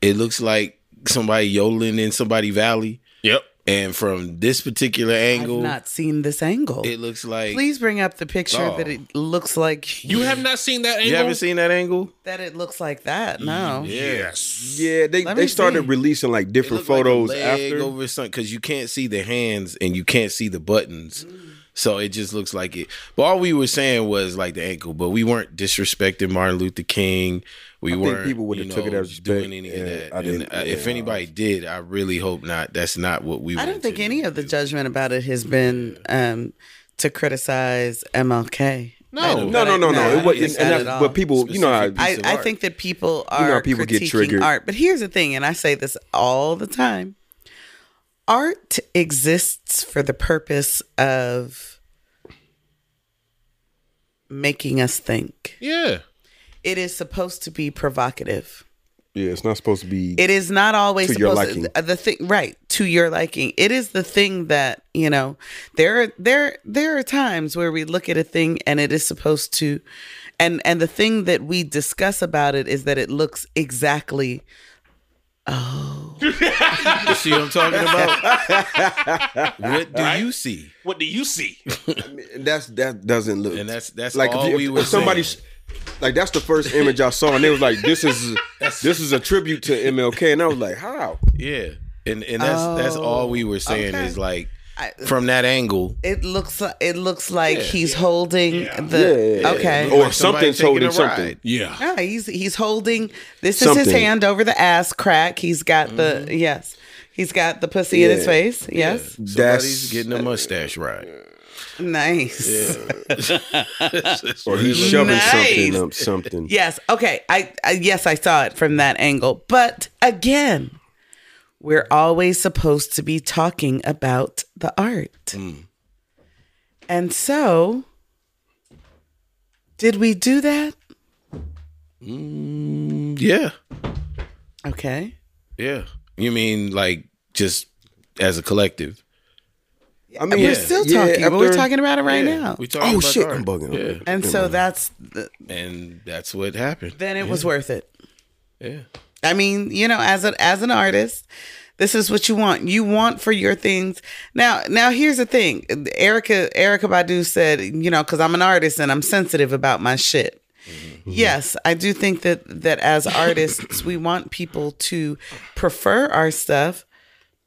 it looks like somebody yodeling in somebody valley,
Yep.
and from this particular
I've
angle,
not seen this angle.
it looks like
Please bring up the picture
Oh.
that it looks like
You have not seen that angle.
you haven't seen that angle.
that it looks like that. No,
Yes.
Yeah, they
Let
they
me
started
see.
releasing like
It
different
looked like a
photos
leg
after.
over something because you can't see the hands and you can't see the buttons
Mm-hmm.
so it just looks like it but all we were saying was like the ankle but we weren't disrespecting martin luther king we
think
weren't
people would've
you
took it
know,
as
doing
respect,
any
and
of that
I
And,
didn't-
uh, if
yeah.
anybody did i really hope not that's not what we
I
were
don't think
into.
any of the judgment about it has been um, to criticize MLK.
No.
no, no, no,
No,
no.
I
It wasn't,
didn't
and
get
that's,
that at all.
but people, you know, how,
Specific
I,
piece of
I
art.
think that people
know
are
how people
critiquing
get triggered.
art. But here's the thing, and I say this all the time: art exists for the purpose of making us think.
Yeah.
It is supposed to be provocative.
yeah, it's not supposed to be.
It is not always
To your
supposed
liking.
To, uh, the thing, right? To your liking, it is the thing that you know. There, are there, there are times where we look at a thing and it is supposed to, and and the thing that we discuss about it is that it looks exactly
you see what i'm talking about what do you see
What do you see?
that's that doesn't look.
And that's- that's
like
all
if, you-
we
if
were
somebody.
saying.
Like that's the first image I saw, and they was like, "This is this is a tribute to MLK," and I was like, "How?"
yeah and and that's that's all we were saying
Oh, okay.
is like from that angle
It looks like it looks like he's holding the
Yeah, Oh. yeah,
okay.
Or
like somebody
something's
taking
holding
a
something.
ride.
Yeah.
Yeah, he's he's holding. This is his
Something.
hand over the ass crack. He's got the yes. He's got the pussy in his
Mm-hmm. Yeah.
face. Yes,
Somebody's
That's
getting a mustache ride.
nice.
or he's shoving
Nice.
something up something.
Yes. Okay. I, I yes, I saw it from that angle. But again, we're always supposed to be talking about the art.
Mm.
And so, did we do that?
Yeah.
Okay.
Yeah. You mean like just as a collective?
I mean,
We're still
yeah,
talking, but we're
after-
talking about it right now.
We talking
Oh
about
shit!
art.
I'm bugging.
Yeah.
And so that's the,
And that's what happened.
then it was worth it.
Yeah.
I mean, you know, as a as an artist, this is what you want. You want for your things. Now, now here's the thing. Erica Erica Badu said, you know, cuz I'm an artist and I'm sensitive about my shit. Yes, I do think that that as artists, we want people to prefer our stuff,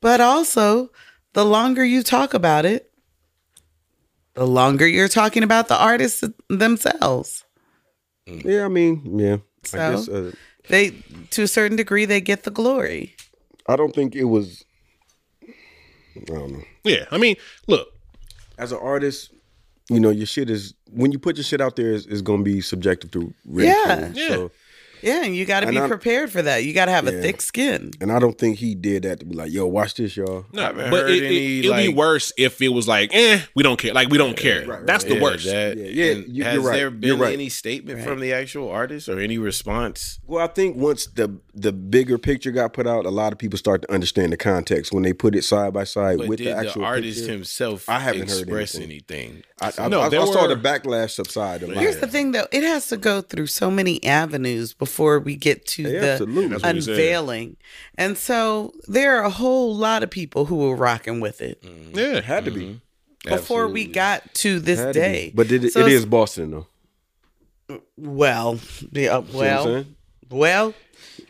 but also the longer you talk about it, the longer you're talking about the artists themselves.
Yeah, I mean, yeah. I
So?
guess uh,
They to a certain degree they get the glory.
I don't think it was. I don't know.
Yeah, I mean, look,
As an artist, you know your shit is when you put your shit out there is, is going to be subjective to ridicule.
Yeah.
So,
Yeah, and you got to
And
be
I'm-
prepared for that. You got to have a thick skin.
and I don't think he did that to be like, yo, watch this, y'all.
no,
haven't
but
heard
it,
any,
it, would be
like-
worse if it was like, eh, we don't care. Like we don't care. That's the
Yeah,
worst.
that-
Yeah, yeah,
and
you-
has
you're right.
there been
You're right.
any statement from the actual artist or any response?
Well, I think once the the bigger picture got put out, a lot of people start to understand the context when they put it side by side
But
with
did
the
the,
actual
artist
picture.
himself
I haven't heard
express anything?
I, I,
No,
I,
there
I saw
were-
the backlash subside. in my
Here's
head.
the thing, though. It has to go through so many avenues before we get to
Yeah,
the
absolutely. That's
what he said.
unveiling. And so there are a whole lot of people who were rocking with it
Mm,
Yeah,
had to be.
before we got to this
Had to be.
day.
But it,
So
it
it's-
is Boston though.
well, yeah,
See what I'm
well,
saying?
well.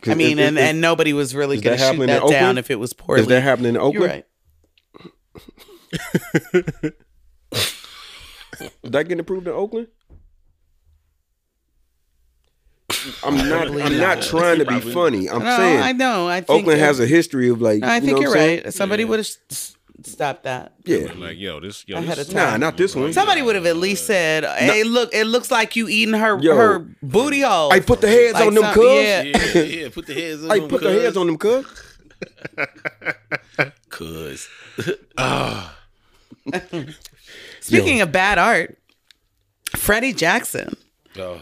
'Cause
I mean,
if-
and,
if-
and nobody was really
Is
going
that
to shoot
happening in
that down
Oakland?
if it was
is
poorly.
that happening in
You're
Oakland?
right.
Did that get approved in Oakland? I'm not. I'm not trying to be funny. I'm
No,
saying
I know. I think
Oakland has a history of like.
No, I
you know
think
what
you're
I'm saying?
right. Somebody would have s- stopped that.
Yeah.
like yo, this yo,
Ahead
this-
of time.
Nah, not this one.
Somebody would have at least said, "Hey, look, it looks like you eating her
Yo.
her booty hole."
I put the heads
Like
on them
some-
cubs.
yeah.
Yeah, yeah, put the heads on.
I put the heads on them cubs.
Cause
Speaking of bad art, Freddie Jackson.
Don't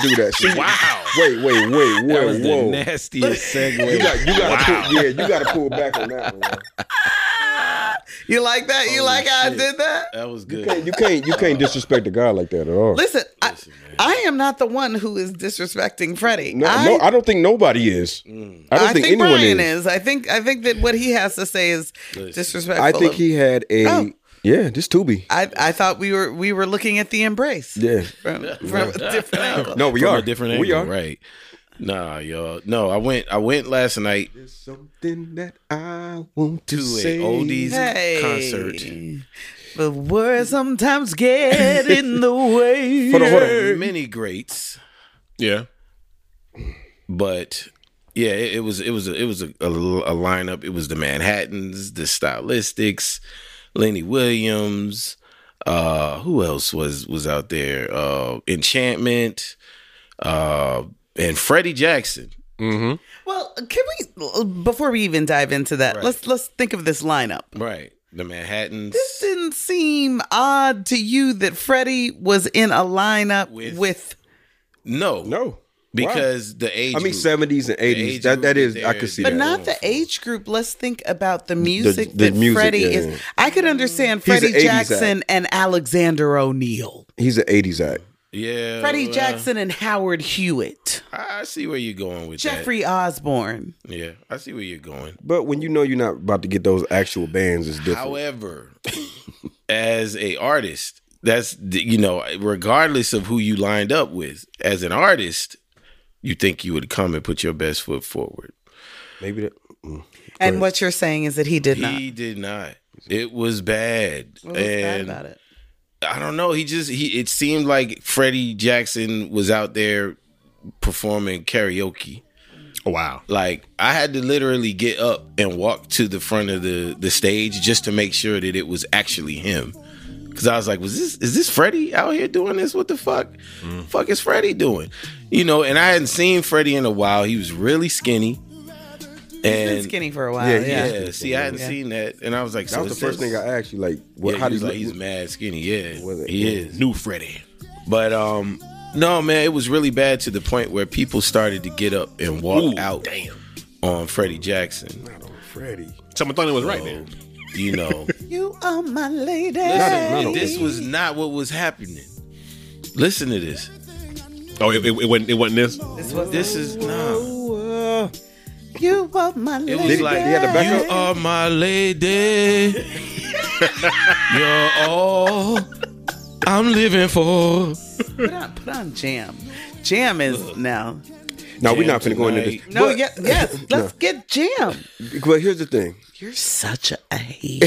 do that. Shit.
Wow.
Wait, wait, wait,
That was
wait.
the
Whoa.
nastiest segue.
You got, you got to pull, yeah, you got to pull back on that one. man.
You like that? You like how I did that?
that was
You
good.
can't, you can't, you can't disrespect a guy like that at all.
Listen, I, I am not the one who is disrespecting Freddie.
No,
I,
I, no, I don't think nobody is. I don't
I
think,
think,
anyone
Brian
is.
is. I think I think that what he has to say is disrespectful.
I think he had a
Oh.
yeah, this Tubi.
I, I thought we were we were looking at the embrace
Yeah,
from, from a different angle.
no, we
from
are
a different
We
angle,
are.
right? Nah, y'all. No, I went. I went last night
Something that I want
to
to
a
say.
oldies
Hey.
concert.
The words sometimes get in the way.
Hold on, hold on.
Many greats,
yeah.
but yeah, it, it was it was a, it was a, a, l- a lineup. It was the Manhattan's, the Stylistics, Lenny Williams. Uh, who else was was out there? Uh, Enchantment, uh, and Freddie Jackson.
Well, can we before we even dive into that, let's let's think of this lineup.
Right, the Manhattan's.
This didn't seem odd to you that Freddie was in a lineup
With-
with,
No,
No,
because the age.
I mean
group.
seventies and
age
eighties. That that
group
is,
that
I
they're-
could see
but
that.
Yeah.
not the age group. Let's think about the music
the
that
music,
Freddie
yeah,
is.
yeah.
I could understand
He's an
Freddie
80s
Jackson and Alexander O'Neill.
He's an eighties act.
Yeah,
Freddie
well,
Jackson and Howard Hewitt.
I I see where you're going with
Jeffrey Osborne.
that. Yeah, I see where you're going.
But when you know you're not about to get those actual bands, it's different.
However, as a artist, that's the- you know, regardless of who you lined up with, as an artist, you think you would come and put your best foot forward.
Maybe that.
And what you're saying is that he did not.
He did not. It was bad,
What was bad
and
about it?
I don't know. He just he. It seemed like Freddie Jackson was out there performing karaoke.
Oh,
Wow.
like I had to literally get up and walk to the front of the the stage just to make sure that it was actually him. Cause I was like, was this is this Freddie out here doing this? What the fuck?
Mm.
Fuck is Freddie doing? You know, and I hadn't seen Freddie in a while. He was really skinny.
Been
And
skinny for a while.
Yeah, he
yeah.
is.
yeah, see, I hadn't
Yeah.
seen that, and I was like,
That was the first thing I asked you. Like, what?
yeah,
how
how
do you?
like, he's mad skinny. Yeah,
Was it?
he is.
New Freddy.
But um, no, man, it was really bad to the point where people started to get up and walk
Ooh,
out
damn.
on Freddie Jackson.
not on Freddie.
Someone thought it was right there.
you know
You are my lady.
Not on, not on
this was not what was happening listen to this
Oh, it, it, it wasn't. It wasn't this.
this is nah.
You are my
it
lady.
was like
he had the backup?
you are my lady you're all i'm living for
put, on, put on jam. Jam is now.
No, we're
Jam
not finna go into this.
tonight.
No,
But-
yeah, yes. Let's get jam.
But here's the thing.
You're such a hater.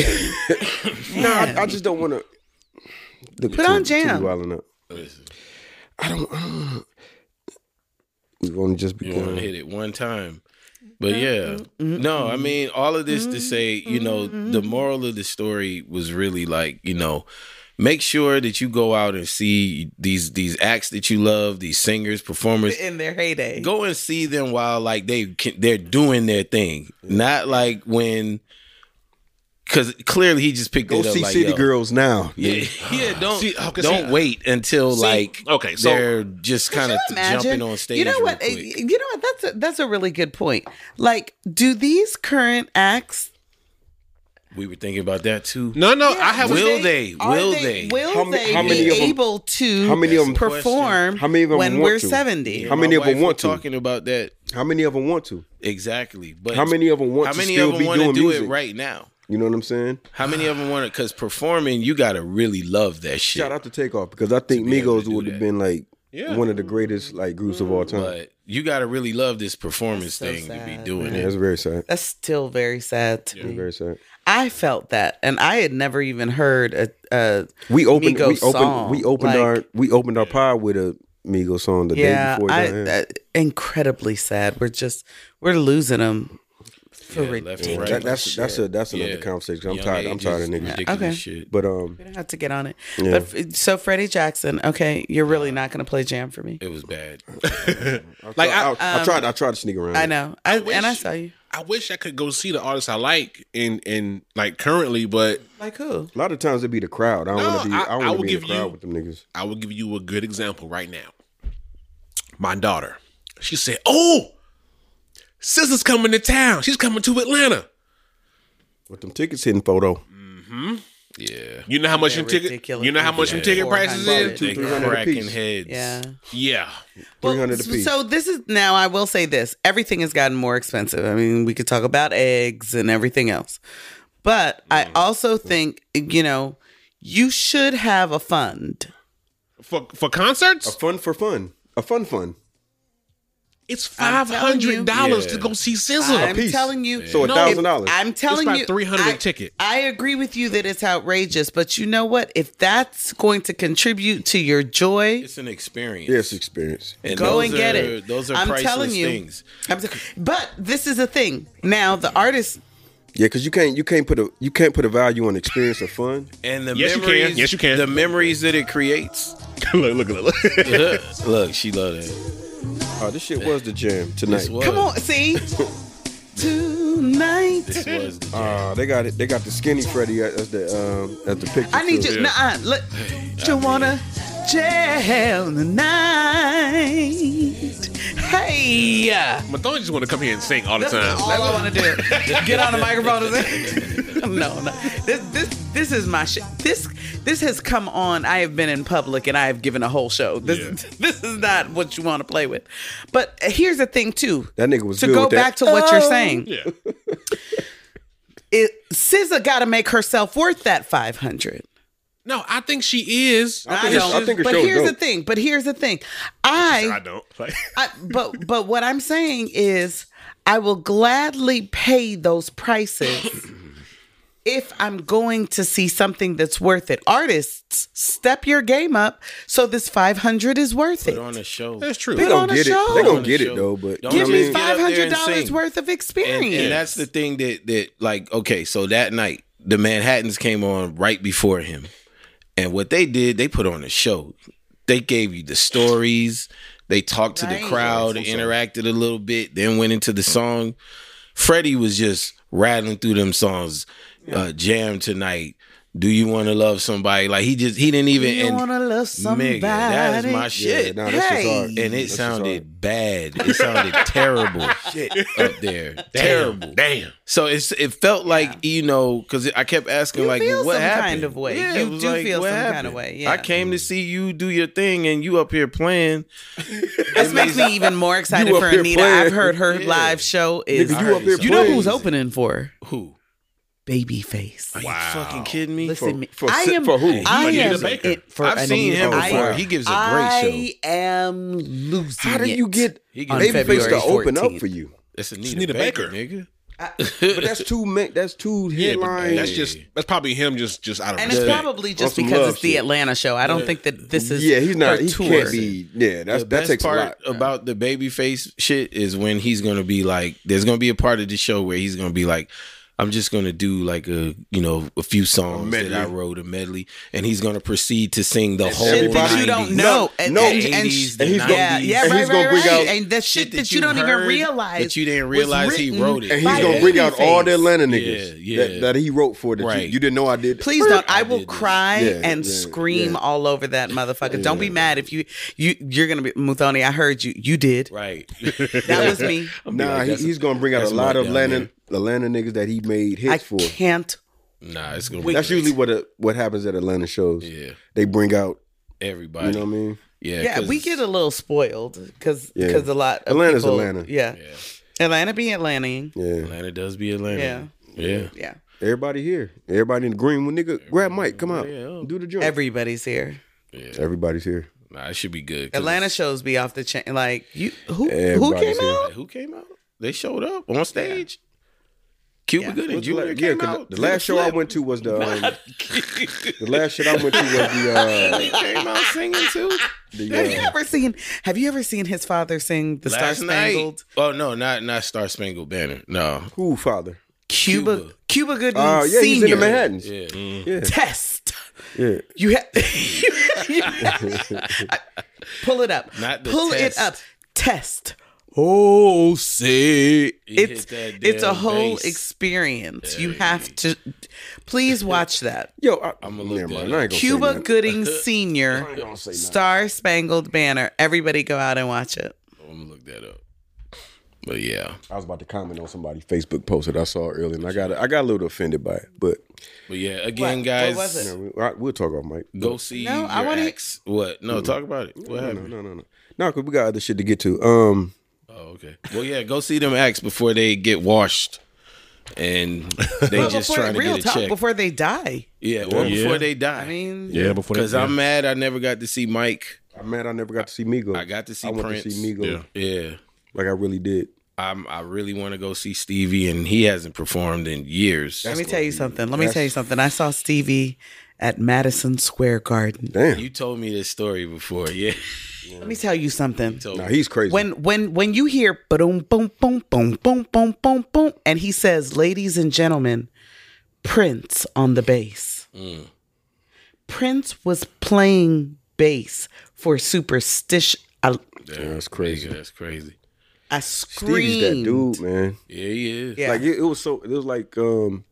No, I, I just don't want to. Look,
Put
too-
on
too
Jam.
wilding up. I don't. I don't- We're gonna just
you want to
become.
hit it one time But
Mm-hmm.
yeah, no, I mean, all of this to say, you know,
Mm-hmm.
the moral of the story was really like, you know, make sure that you go out and see these these acts that you love, these singers, performers.
in their heyday.
Go and see them while like they can, they're doing their thing, not like when. Because clearly he just picked
Go
it up.
see
like,
City
yo.
Girls now.
Yeah, yeah. Don't
See, oh, 'cause
don't
see, I-
wait until like
okay, so-
they're just kind of
you
jumping on stage.
You know
real
what? eh,
quick.
You know what? That's a, that's a really good point. Like, do these current acts?
we were thinking about that too.
No, no, I have.
Will
do
they?
are
Will they?
Will
How ma-
they
how many
be
of 'em-
able to?
how many of 'em-
perform?
How many of 'em
when
want
we're
to?
seventy?
How many
My
of 'em
wife
want
was
to?
Talking about that
How many of them want to?
exactly. But
How many of them want
How
to
many
still
of
be
them want to
doing
do
music?
it right now?
You know what I'm saying?
How many of them want to? Because performing, you gotta really love that shit.
Shout out to Takeoff because I think
be able
Migos
to do
would have
that. Mm.
been like
Yeah.
one of the greatest like groups of all time.
But you gotta really love this performance
That's so
thing to be
sad,
doing
yeah,
it.
that's very sad.
That's still very sad to me.
Very sad.
I felt that, and I had never even heard a. a
We opened
Migos
we opened
song,
we opened
like-
our we opened our pod with a Migos song the day
yeah,
before.
I,
it died.
uh, incredibly sad. We're just we're losing them for
Yeah, left and
ridiculous.
right.
that, that's that's a that's another
Yeah.
conversation. I'm
Young
tired. I'm
ages,
tired of niggas.
Ridiculous
Okay.
shit.
But um,
I have to get on it.
Yeah.
But f- so Freddie Jackson, okay, you're really not going to play jam for me.
It was bad.
like I, I, tried I tried to sneak around.
um, I know, I,
wish-
and I saw you.
I wish I could go see the artists I like and and like currently, but
Like who?
A lot of times it be the crowd. I don't
No,
want to be.
I-
I, don't
I
want
will
to be in
give
the crowd
you-
with them niggas.
I will give you a good example right now. My daughter, she said, "Oh, sister's coming to town. She's coming to Atlanta.
With them tickets hitting photo.
Yeah.
You know how much
They're
your ticket?
ridiculous.
You know how much your ticket prices
$400.
is?
Two,
They
three hundred a
cracking
piece.
heads.
Yeah.
Yeah,
Well,
300 a
s-
piece.
So this is now. I will say this: everything has gotten more expensive. I mean, we could talk about eggs and everything else, but I
Mm.
also think you know you should have a fund.
for for concerts,
Mm.
A fun for fun. A fun fun.
it's
I'm
five
telling you.
hundred dollars
Yeah.
to go see SZA.
I'm
piece.
telling you.
So a
No,
thousand
if-
dollars.
I'm telling
about
you,
300
I-
ticket.
I agree with you that it's outrageous, but you know what? If that's going to contribute to your joy,
It's an experience.
Yes, experience.
And
go
those
and get
are-
it.
Those are
I'm
priceless
telling you.
things.
I'm t- but this is the thing. Now the artist
Yeah, because you can't you can't put a you can't put a value on experience or fun.
And the
Yes, you can.
memories.
Yes, you can.
The memories that it creates.
look, look, look, look.
Look, she loved it.
Oh, this shit was the jam tonight.
This was,
Come on, see tonight.
This was the jam.
Uh, they got it. They got the skinny Freddy as the um, as the picture.
I need
too.
you. Nah, look, you wanna jam tonight? Hey,
My daughter just want to come here and sing all the
that's
time.
all I want to do. Get on the microphone and say, no, no. This, this, this is my shit. This, this has come on. I have been in public and I have given a whole show. This,
Yeah.
this is not what you want to play with. But here's the thing, too.
That nigga was
to
good
go
with that.
back to what you're saying.
Yeah,
it SZA got to make herself worth that 500.
no, I think she is.
I think her- I think her
but
show is
here's the
dope.
thing. But here's the thing.
I
I,
don't. Like,
I but but what I'm saying is I will gladly pay those prices if I'm going to see something that's worth it. Artists, step your game up so this 500 is worth it.
Put on a show.
that's true.
They
Put on
gonna
a
get
show.
it. They
Put
gonna
on a
get
show.
it though. But
Don't
you know
Give
just
what I
me
mean?
get up there and
$500
sing.
worth of
and,
experience.
and that's the thing that that like okay so that night the manhattans came on right before him and what they did they put on a show they gave you the stories they talked to the
Right.
crowd interacted a little bit then went into the song freddie was just rattling through them songs uh, jam tonight do you want to love somebody like he just he didn't even
you
and-
want to love somebody.
Nigga, that is my
Yeah,
shit
nah, that's just
Hey.
hard.
and it
That's just hard.
sounded bad. It sounded terrible shit up there. Terrible.
Damn.
So it's it felt like you know because I kept asking
You
like
feel
what
some
happened?
kind of way.
Yeah,
You
it was
do
like,
feel
what
some kind
happened?
of way, yeah.
I came to see you do your thing and you up here playing.
This makes me even more excited
You up
for
here
Anita.
playing.
I've heard her
Yeah.
live show is.
Nigga, you up here
You know
playing.
who's opening for?
Who? Are
Babyface.
you fucking kidding me?
Listen, me-
for
I
si-
am
for who?
I
Anita
am
Baker.
it for
I've seen him
Anita
before.
Baker.
He gives a great
I am losing.
How do you
it.
get
He gives
on
a great
Babyface
February
to open up
14th.
for you?
It's Anita,
Anita
Baker,
Baker.
nigga.
but that's two. ma- That's two
Yeah, but
headlines.
that's just that's probably him just just out of
And it's
respect.
probably just
Russell
because
Love
it's the
shit.
Atlanta show. I don't think that this is
yeah, he's not.
her
He
tour.
can't be. Yeah, that's
the
that
best
takes a lot.
part about the babyface shit is when he's gonna be like, there's gonna be a part of the show where he's gonna be like, I'm just gonna do like a you know a few songs that I wrote a medley, and he's gonna proceed to sing the whole.
Shit that
90s.
you don't know.
No, no.
sh-
Eighties, the
yeah, yeah,
nineties.
yeah,
And
right,
he's gonna
right,
bring
right.
out
and the shit, that, you, don't even
heard
realize
that you didn't
was
realize he
written
wrote it.
And he's
by
gonna bring out all the
Babyface.
Atlanta niggas
Yeah, yeah.
That, that he wrote for that you-
Right.
you, didn't know I did.
Please don't. I will
did this.
cry
Yeah,
and
yeah,
scream
yeah.
all over that motherfucker. Don't be mad if you you you're gonna be Muthoni. I heard you. You did.
Right.
That was me.
Nah, he, he's gonna bring out a
that's
lot of
my down
Atlanta Atlanta niggas that he made
I
hits for.
can't.
nah, it's gonna. be
That's
great.
usually what a, what happens at Atlanta shows.
Yeah.
They bring out.
everybody.
You know what I mean?
Yeah,
Yeah,
'cause
we get a little spoiled because
Yeah.
a lot. Of
Atlanta's
people-
Atlanta.
Yeah. Atlanta be Atlanta.
Yeah.
Atlanta does be Atlanta. Yeah, yeah.
Yeah.
Everybody here. Everybody in the green room, nigga. Grab Mike. Come out.
yeah.
Do the joint.
Everybody's here.
Everybody's here.
Nah, it should be good. 'cause-
Atlanta shows be off the chain. Like you, who who
Everybody's
came
here.
out?
Like, who came out? They showed up on stage. Cuba
Yeah.
Gooding
What's
Jr.
the la-
came
'cause
out.
the last show I went to was the um, the last shit I went to was the uh,
came out singing too.
Have
the
you
uh,
ever seen? Have you ever seen his father sing the Star
Last night.
Spangled?
Oh no, not not Star Spangled Banner. No.
who father?
Cuba Cuba, Gooding
Oh yeah,
Senior.
he's in the Manhattans.
Yeah.
Test.
Yeah.
You have pull it up.
Not the
pull
test.
it up. Test.
Oh, see.
It's it's a whole experience. You have to please watch that.
Yo, I,
I'm
am
a
a
little
little
bit-
mind, I ain't gonna say
Cuba
nothing.
Gooding Senior, Star Spangled Banner. Everybody go out and watch it.
I'm gonna look that up. But yeah.
I was about to comment on somebody's Facebook post that I saw earlier, and I got I got a little offended by it. But
But yeah, again,
What?
guys,
What was
you know, we, all right, we'll talk off Mike.
go see.
No,
your
I wanna-
ex. What? No, talk about it. What
No, no,
happened?
no, no, no, no, cause we got other shit to get to. Um,
Oh, okay. Well, yeah, go see them acts before they get washed, and they
Well,
just
before-
trying to
real
get a
talk,
check.
before they die.
yeah, or before they die.
I mean,
yeah, before
Because I'm mad I never got to see Mike.
I'm mad I never got to see Migos.
I got to see
I went
Prince.
to see Migos
Yeah.
Yeah.
like I really did.
I'm, I really want to go see Stevie, and he hasn't performed in years.
let me tell you something. Let me tell you something. I saw Stevie at Madison Square Garden.
Damn,
You told me this story before. Yeah.
Let me tell you something.
nah, he's crazy.
when when when you hear boom boom boom boom boom boom boom boom and he says ladies and gentlemen prince on the bass
Mm.
prince was playing bass for superstition i,
that's crazy.
That's crazy.
I
Stevie's
screamed
that dude, man.
Yeah, yeah.
yeah.
Like it, it was so it was like um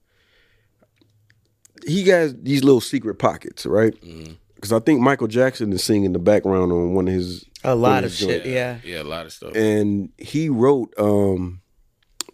he got these little secret pockets, right?
Mm-hmm.
Because I think Michael Jackson is singing in the background on one of his
a lot
What
of
is going
shit yeah
Yeah, a lot of stuff.
and he wrote um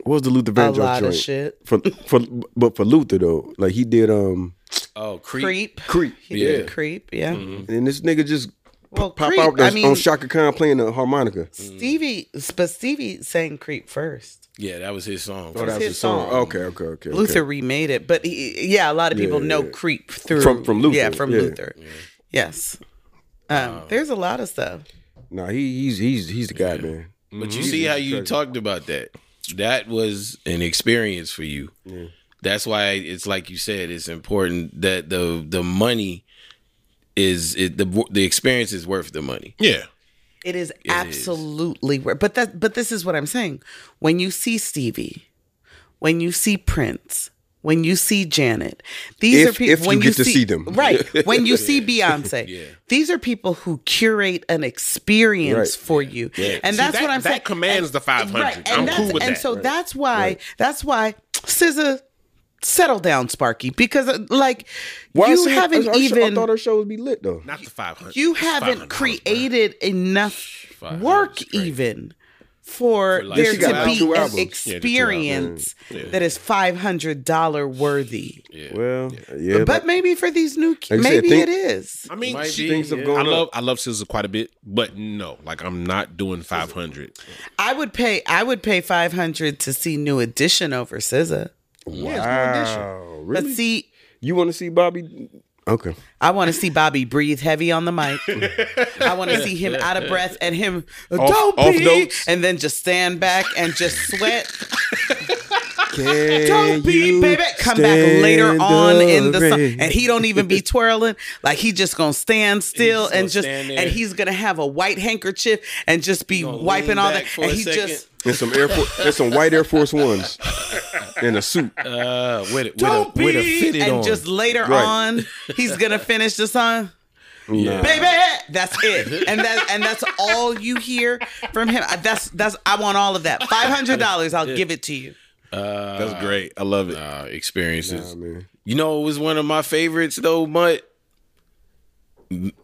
what was the Luther Vandross
a lot
joint?
of shit
For for but for Luther though, like he did um
Oh, Creep.
creep
Creep.
He did
Yeah.
creep yeah
And this nigga just
well
pop
creep
out
i
that's
mean
on Shaka Khan playing the harmonica.
stevie but stevie sang creep first
Yeah, that was his song.
Oh, that was
his
his song.
song.
Okay, okay, okay. okay.
Luther remade it, but he, yeah, a lot of people
Yeah,
know
yeah.
Creep through
From- from Luther,
Yeah, from
yeah.
Luther. Yes. Um, There's a lot of stuff.
Nah, he he's he's he's the guy, man.
But you see how you talked about that. That was an experience for you. That's why it's like you said, it's important that the the money is it, the the experience is worth the money.
yeah,
It is absolutely wor- But that but this is what I'm saying. When you see Stevie, when you see Prince, when you see Janet, these
If-
are people
if you
when
get to see them.
Right. When you see Beyonce. These are people who curate an experience
Right.
for you. And
See,
that's
that-
what I'm
that
saying.
commands
And-
the 500.
Right.
I'm
And, that's,
cool with
and
that.
so that's why that's why SZA settle down Sparky because uh, like
Why
you
see-
haven't
I- I- I
even
thought her show would be lit though.
not the five hundred.
you haven't created enough work even for,
like
there
She got
to
about
be
two albums.
an
Yeah, just
two
experience that is five hundred dollar worthy.
Well, yeah,
But maybe for these new, ki-
Like I said,
maybe
think-
it is.
I mean,
Might
she,
be,
things have
yeah.
I
gone
love
up.
I love Scissor quite a bit, but no, like I'm not doing five hundred.
I would pay. I would pay five hundred to see New Edition over SZA.
Wow,
But
really?
see,
You want to see Bobby? Okay.
I want to see Bobby breathe heavy on the mic. I want to see him out of breath and him don't
off
pee,
notes.
and then just stand back and just sweat.
Can
Don't be,
you
baby. Come back
stand
later on in the song,
ring?
and he don't even be twirling. Like he just gonna stand still
gonna
and just,
stand there.
and he's gonna have a white handkerchief and just be
gonna
wiping
lean
all
back
that.
for
And
a
he
second.
just
and some Air Force, and some white Air Force Ones, and a suit.
Uh, with, with,
don't
a, with a
be,
fitted
and
on.
just later
Right.
on, he's gonna finish the song. Baby, that's it, and that and that's all you hear from him. I- That's that's I want all of that. Five hundred dollars, I'll give it to you.
That's great. I love it.
uh, experiences.
Nah, man.
You know, it was one of my favorites though, but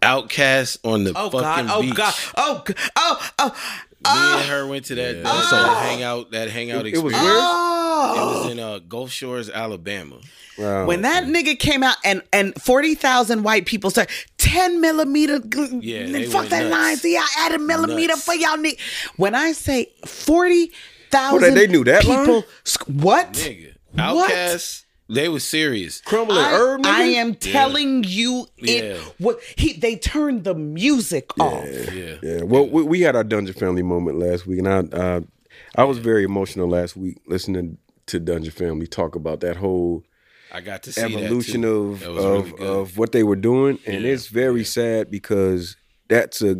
Outcast on the
Oh
fucking
God! Oh
beach.
God! Oh g- oh oh
Me and her went to that, that that
Ah!
hangout. That hangout
It
experience.
was weird.
oh!
It was in uh, Gulf Shores, Alabama.
Wow.
When that nigga came out and and forty thousand white people said ten millimeter,
Yeah,
yeah,
they
fuck
went
that
nuts.
line. See, I added millimeter
Nuts.
for y'all. Ni-. When I say forty
Oh,
thousand,
they- they knew that line?
people. sc- What?
Nigga,
What?
Outcast. They was serious.
crumbling
I,
herb, nigga?
I am telling you, it
Yeah.
what he they turned the music off.
Yeah.
Yeah, well, we, we had our Dungeon Family moment last week, and I uh, I was very emotional last week listening to Dungeon Family talk about that whole
I got to see
evolution
that too.
of
That was
of,
really good.
of what they were doing, and it's very sad because that's a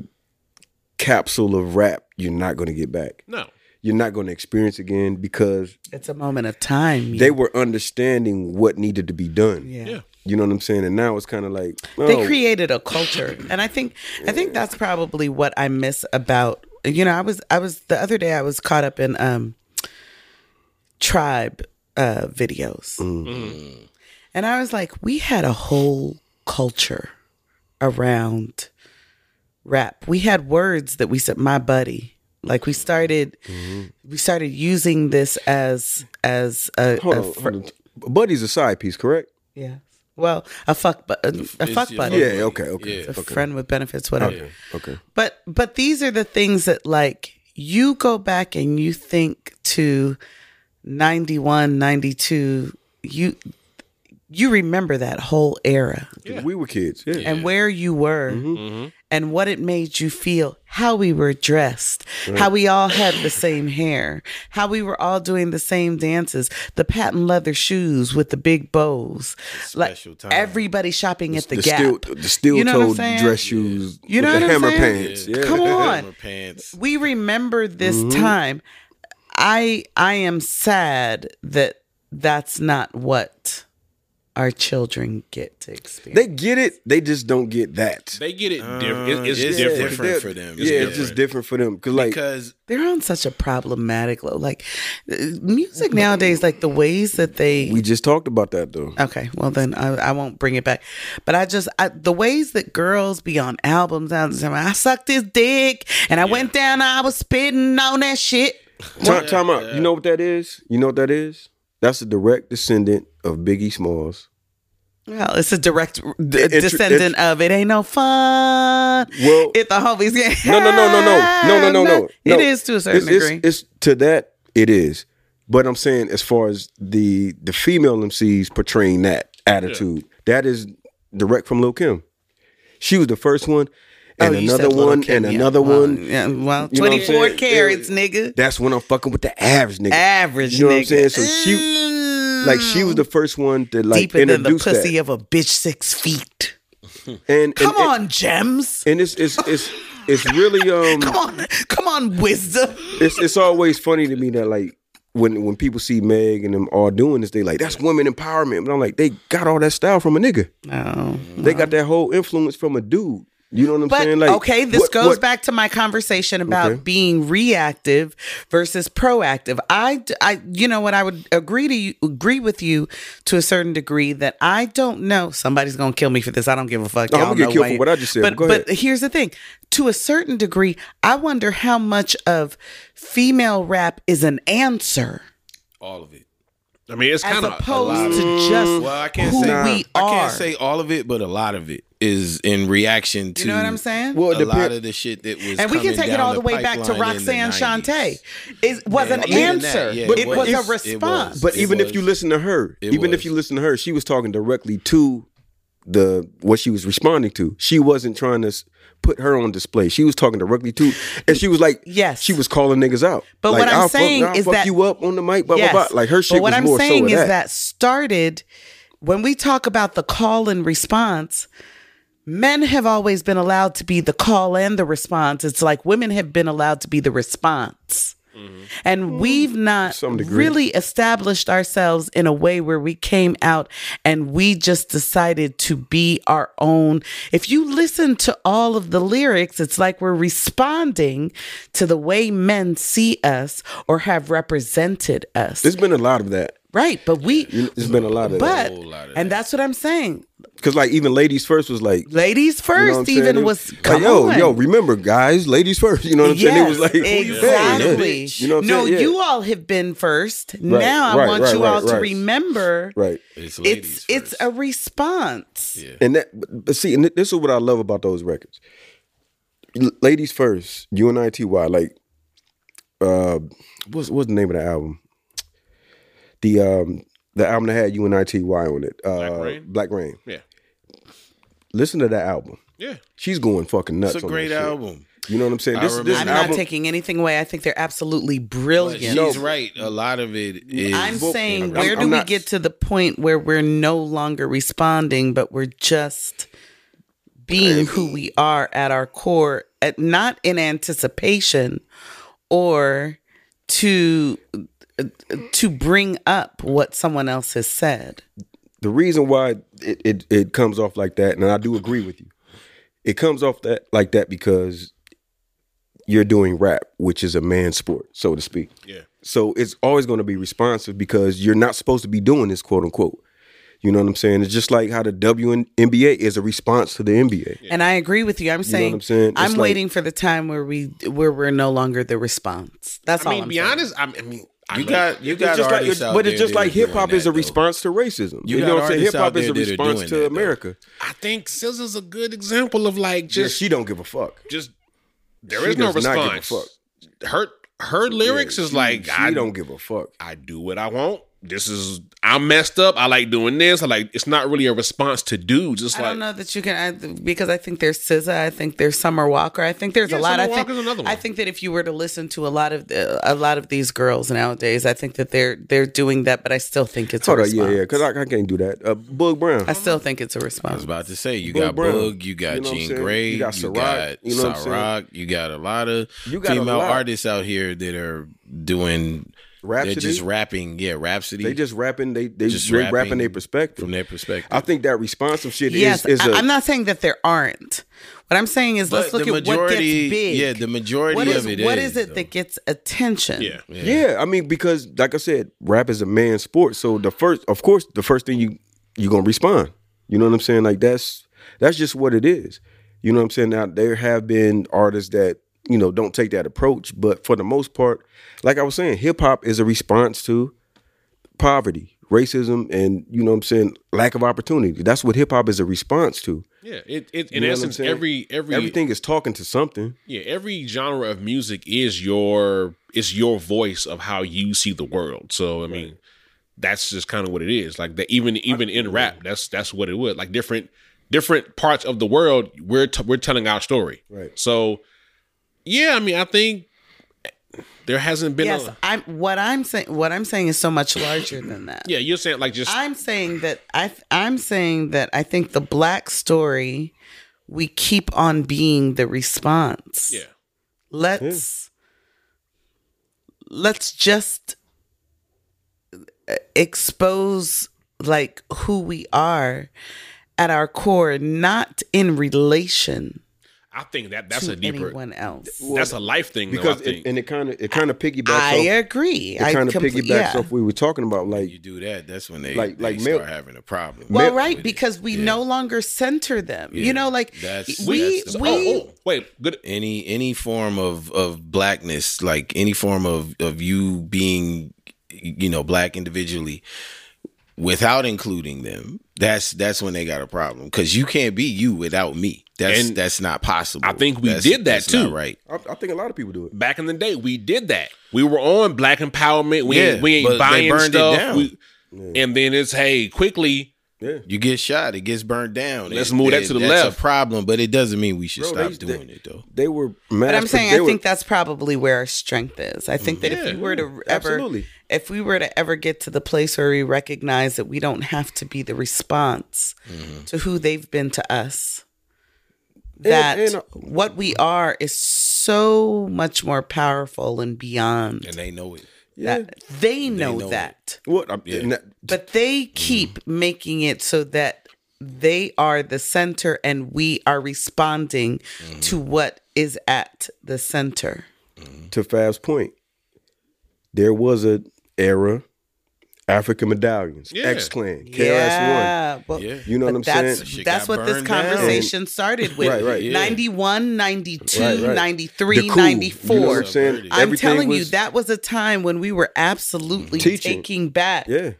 capsule of rap you're not going to get back.
No.
You're not going to experience again because
It's a moment of time.
they were understanding what needed to be done.
yeah.
You know what I'm saying? And now it's kind of like
they
oh,
created a culture and i think i think that's probably what i miss about you know i was i was the other day i was caught up in um tribe uh videos
Mm.
Mm-hmm. and i was like we had a whole culture around rap we had words that we said my buddy like we started
Mm-hmm.
we started using this as as a,
hold
a
on,
fr-
hold on. Buddy's a side piece, correct?
yeah well a fuck bu- a, a fuck
your
buddy
fuck
Yeah. Okay. Okay.
a
okay.
friend with benefits, whatever.
Okay.
But but these are the things that like you go back and you think to 91, 92, you you remember that whole era
We were kids. Yeah. Mm-hmm.
and where you were and what it made you feel, how we were dressed, how we all had the same hair, how we were all doing the same dances, the patent leather shoes with the big bows.
Special
Like
time.
everybody shopping at the,
the
Gap.
steel, the steel
You know what I'm
toed
saying?
dress shoes,
You know
with the
what I'm
hammer
saying?
pants. Yeah.
Come on.
Summer pants.
we remember this time i i am sad that that's not what our children get to experience
They get it. They just don't get that.
They get it different. It- it's,
Uh, it's
different.
different.
They're-
for them.
Yeah,
It's
it's just different for them. Cause like,
Because
they, are on such a problematic low like uh, music nowadays like the ways that they
we just talked about that though.
Okay, well then I, I won't bring it back. But I just I, the ways that girls be on albums, I, was like, I sucked his dick and I went down, I was spitting on that shit.
Time, time out. You know what that is? You know what that is? That's a direct descendant of Biggie Smalls.
Well, it's a direct d-
Intro-
descendant
intro-
of it. Ain't no fun.
Well-
if the homies get
No, no, no, no, no, no, no, no, no.
It
No.
is to a certain
It's- it's-
degree.
It's, to that it is. But I'm saying as far as the the female MCs portraying that attitude, that is direct from Lil Kim. She was the first one, and
Oh, you
another
said Lil'
one,
Kim,
and
yeah.
another
Well,
one.
Yeah, well,
You know what I'm
twenty four
saying?
carats,
Yeah.
nigga.
That's when I'm fucking with the average nigga.
Average,
You know what I'm
nigga.
saying? So she like she was the first one to like
deeper than the
introduce
pussy
that.
of a bitch six feet.
and, and-
Come
and-
on, gems.
And it's it's it's it's really um
Come on, come on, wisdom.
it's it's always funny to me that like when when people see Meg and them all doing this, they like that's women empowerment. But I'm like, they got all that style from a nigga.
No.
They got that whole influence from a dude. You know what I'm
Uh-huh. But
saying? Like,
okay, this
what-
goes
what-
back to my conversation about
Okay.
being reactive versus proactive. I, d- I- you know what? I would agree to you, agree with you to a certain degree that I don't know. Somebody's gonna kill me for this. I don't give a fuck.
No, I'm
Y'all
gonna get
know
killed
why
for
you-
what I just said, but
But
go
but
ahead.
here's the thing: to a certain degree, I wonder how much of female rap is an answer
all of it.
I mean, it's
as
kind of
opposed to just
Well, I can't
who
say
we
I
are.
can't say all of it, but a lot of it is in reaction to
you know what I'm saying?
Well,
a
it depend-
lot of the shit that was
and we can
coming
take it
down
all the way back to
pipeline in the
Roxanne
90s.
Shante. It was
Yeah,
an
even that,
answer.
yeah,
but
it
it was,
was.
a
It was.
response.
But
It
even
was.
if you listen to her,
It
even
was.
if you listen to her, she was talking directly to the what she was responding to. She wasn't trying to s- put her on display. She was talking directly to, and she was like,
Yes.
she was calling niggas out.
But
Like,
what I'm
"I'll
saying
fuck, I'll
is
fuck
that-
you up on the mic, blah
Yes.
blah blah. Like her shit
But what
was
I'm
more
saying
so
is
of that.
that started when we talk about the call and response. Men have always been allowed to be the call and the response. It's like women have been allowed to be the response.
Mm-hmm.
And we've not
some degree.
really established ourselves in a way where we came out and we just decided to be our own. If you listen to all of the lyrics, it's like we're responding to the way men see us or have represented us.
There's been a lot of that.
right. But we,
There's been a lot of that.
but, and that's what I'm saying.
Because like even ladies first was like.
Ladies
you know what
first,
I'm saying?
even
It
was,
like,
come
yo,
on.
yo, remember, guys, ladies first. You know what I'm saying? It was like
exactly.
hey, you know what I'm
no,
saying? Yeah.
you all have been first. now I
right,
want
right,
you
right,
all to
right.
remember
right.
It's
it's
ladies.
it's
first.
a response.
And that, but but see, and th- this is what I love about those records. L- Ladies first, UNITY, like, uh, what's what's the name of the album? The um the album that had UNITY on it, uh,
Black Rain?
Black Rain.
Yeah.
Listen to that album.
Yeah.
She's going fucking nuts.
it's a
on
great
that shit.
album.
You know what I'm saying?
I
This, this
remember.
I'm
album,
not taking anything away. I think they're absolutely
But
brilliant.
she's right. A lot of it is.
I'm saying,
I'm-
where do
I'm
we
not-
get to the point where we're no longer responding, but we're just being who we are at our core, at, not in anticipation or to to bring up what someone else has said.
the reason why it, it it comes off like that, and I do agree with you, it comes off that like that because you're doing rap, which is a man sport, so to speak.
Yeah.
So it's always going to be responsive because you're not supposed to be doing this, quote unquote. You know what I'm saying? It's just like how the WNBA is a response to the NBA.
And I agree with you. I'm saying,
I'm saying? It's like-
waiting for the time where we where we're no longer the response. That's
I
all
mean,
I'm
be
saying.
honest. I I mean, I
you
love-
got you got
It's just like-
artists out
but it's
there
just
that
like
are doing
hip hop is
that,
a
though.
response to racism.
You
You,
got
know what I'm saying?
artists
Hip
out
hop is
there
a
that are
response
doing
to
that, though.
America.
I think Scissor's a good example of like
Just
just
she don't give a fuck.
just there
She
is no
does not give a
response.
fuck.
Her her lyrics
Yeah,
is
she-
like
she
I
don't give a fuck.
I do what I want. This is I'm messed up. I like doing this. I like it's not really a response to dudes. It's
I
like
don't know that you can I, because I think there's SZA, I think there's Summer Walker, I think there's
Yeah,
a lot.
Summer
I think
Walker's another one.
I think that if you were to listen to a lot of the, a lot of these girls nowadays, I think that they're they're doing that, but I still think it's
Hold
a
on,
response.
yeah, yeah, because I, I can't do that. Uh, Bug Brown.
I still think it's a
I was
response.
about to say you
Boog
got
Brown.
Boog, you got
You know what I'm
Jean
saying?
Grey,
You
you got
got Ciroc,
Ciroc,
you know what I'm saying?
you got a lot of
You got a
female
lot.
artists out here that are doing
Rhapsody?
They're just rapping, yeah, Rhapsody.
They just rapping. They they
Just
they rapping,
rapping
their perspective.
from their perspective.
I think that responsive shit
Yes,
is is a
I, I'm not saying that there aren't. What I'm saying is let's
But the
look at what gets
majority-
big.
yeah, the majority
What is-
of it
What
is,
is it
though.
that gets attention?
yeah.
yeah. I mean, because like I said, rap is a man sport. So the first, of course, the first thing you you gonna respond. You know what I'm saying? Like that's that's just what it is. You know what I'm saying? Now there have been artists that you know don't take that approach, but for the most part, like I was saying, hip hop is a response to poverty, racism, and you know what I'm saying lack of opportunity. That's what hip hop is a response to.
Yeah, it, it
You
in
know what I'm
essence
saying?
every every
Everything is talking to something.
yeah every genre of music is your is your voice of how you see the world. So I mean, that's just kind of what it is. Like that even even in rap, that's that's what it would like different different parts of the world. We're t- we're telling our story.
Right.
So yeah, I mean, I think there hasn't been
Yes,
a
I'm. What I'm saying. What I'm saying is so much larger than that.
yeah. You're saying like just
I'm saying that I th- I'm saying that I think the black story we keep on being the response.
yeah.
Let's let's just uh, expose like who we are at our core, not in relation
I think that that's
to
a deeper
anyone else.
that's a life thing
Because
though, I
it,
think.
and it kind of it kind of piggybacks.
I
off,
agree.
It kind
I
of
completely
piggybacks off what we were talking about. Like
you do that, that's when they like
Like- like
like
male-
start having a problem.
Well,
Mil-
right, because we no longer center them. You know, like
That's-
we
that's the
we
oh, oh, wait, good.
any any form of of blackness like any form of of you being you know black individually without including them that's that's when they got a problem because you can't be you without me that's
And
that's not possible
I think we
That's-
did that
that's
too.
not right
I, I think a lot of people do it.
Back in the day, we did that. We were on black empowerment. We
Yeah,
ain't, we
but
ain't
they
buying
burned it
stuff.
down.
We- And then it's hey, quickly
Yeah.
You get shot, it gets burned down.
Let's
It-
move that
it-
to the
that's
left.
A problem, but it doesn't mean we should
Bro,
stop
they-
doing it though.
They were mad.
But I'm saying
they
I
were-
think that's probably where our strength is. I think that if we were to ever
absolutely.
if we were to ever get to the place where we recognize that we don't have to be the response to who they've been to us, that
Mm-hmm. and, uh,
what we are is so much more powerful and beyond.
And they know it.
that they know,
know
that.
what I'm, and that-
But they
Mm-hmm.
keep making it so that they are the center and we are responding
Mm-hmm.
to what is at the center.
to Fab's point, there was a era African medallions,
Yeah.
X Clan, KRS One.
yeah, Well,
Yeah.
You know
but
what I'm
that's,
saying?
shit
That's
got
what this
burned down.
conversation started with.
Right, right, yeah.
91, 92,
Right, right.
93,
The cool, You know what
94.
I'm saying?
I'm
I'm
Everything
telling you,
was-
that was a time when we were absolutely
Teaching.
taking back
Yeah,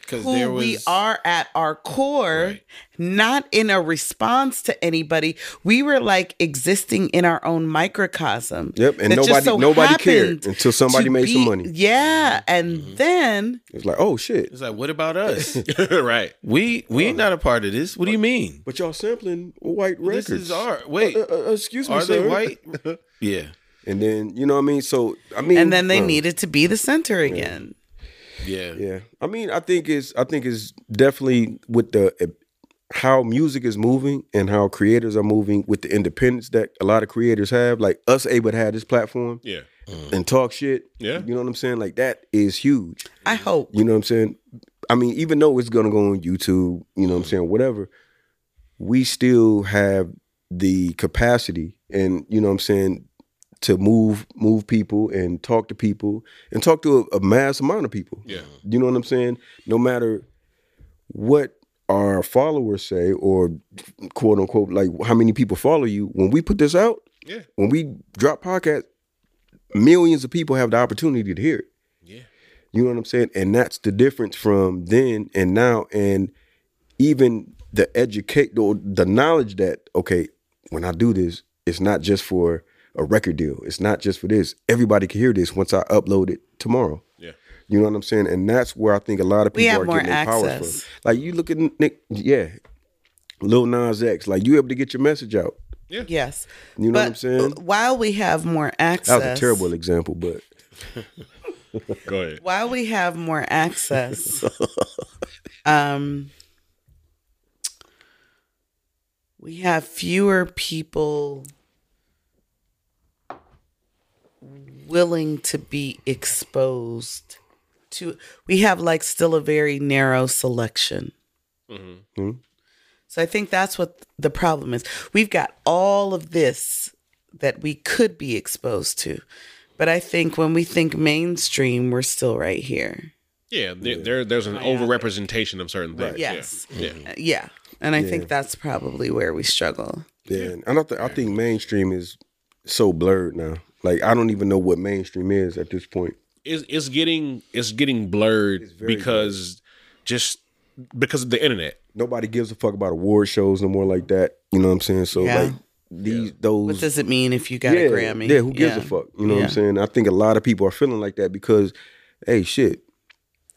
Because
who
there was
we are at our core, not in a response to anybody. We were like existing in our own microcosm.
Yep, and
that just
nobody- nobody cared
happened
until somebody
to
made some money.
Yeah, and
Mm-hmm.
then
it's like oh shit,
It's like, what about us?
right.
we we not a part of this. What do you mean?
but y'all sampling white records.
This is our wait.
Uh, uh, excuse me,
are they
sir.
white? yeah,
And then you know what I mean. So I mean,
and then they
uh,
needed to be the center again.
yeah,
Yeah, I mean, I think it's I think it's definitely with the uh, how music is moving and how creators are moving with the independence that a lot of creators have. Like us able to have this platform
Yeah.
and talk shit.
Yeah.
you know what I'm saying. Like that is huge.
I hope.
You know what I'm saying. I mean, even though it's gonna go on YouTube, you know
Mm-hmm.
what I'm saying. Whatever, we still have the capacity, and you know what I'm saying. To move, move people and talk to people and talk to a, a mass amount of people.
Yeah.
You know what I'm saying? No matter what our followers say or quote unquote like how many people follow you, when we put this out,
Yeah.
when we drop podcast, millions of people have the opportunity to hear it.
Yeah.
You know what I'm saying? And that's the difference from then and now and even the educate or the knowledge that okay, when I do this, it's not just for a record deal. It's not just for this. Everybody can hear this once I upload it tomorrow.
Yeah.
You know what I'm saying? And that's where I think a lot of
We
people
have
are
more
getting their powers
access.
from. Like you look at Nick, yeah, Lil Nas X. Like you able to get your message out.
Yes.
You know
but
what I'm saying?
While we have more access,
That was a terrible example, but
Go ahead.
While we have more access, um, we have fewer people willing to be exposed to. We have like still a very narrow selection.
Mm-hmm.
So I think that's what the problem is. We've got all of this that we could be exposed to. But I think when we think mainstream, we're still right here.
Yeah, there, there there's an overrepresentation of certain things.
Yes.
Yeah.
Uh, Yeah. And I think that's probably where we struggle.
yeah. And I don't think I think mainstream is so blurred now. Like I don't even know what mainstream is at this point.
It's, it's getting it's getting blurred because just because of the internet.
Nobody gives a fuck about award shows no more like that. You know what I'm saying? So
Yeah.
like these those
What does it mean if you got a Grammy?
Yeah, who gives
Yeah.
a fuck? You know what
Yeah.
I'm saying? I think a lot of people are feeling like that because, hey, shit,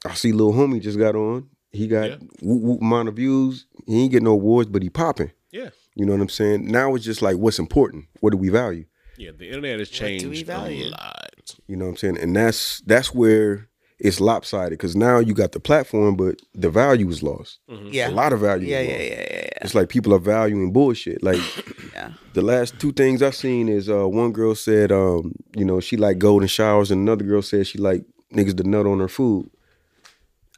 I see Lil Homie just got on. He got
Yeah.
whoop whoop amount of views. He ain't getting no awards, but he popping.
Yeah.
You know what I'm saying? Now it's just like, what's important? What do we value?
Yeah, the internet has
What
changed
do we value?
a lot.
You know what I'm saying? And that's that's where it's lopsided because now you got the platform, but the value is lost.
Yeah.
A lot of value.
Mm. yeah,
is
yeah,
lost.
yeah, yeah,
It's like people are valuing bullshit. Like
yeah.
the last two things I've seen is uh, one girl said, um, you know, she like golden showers, and another girl said she like niggas to nut on her food.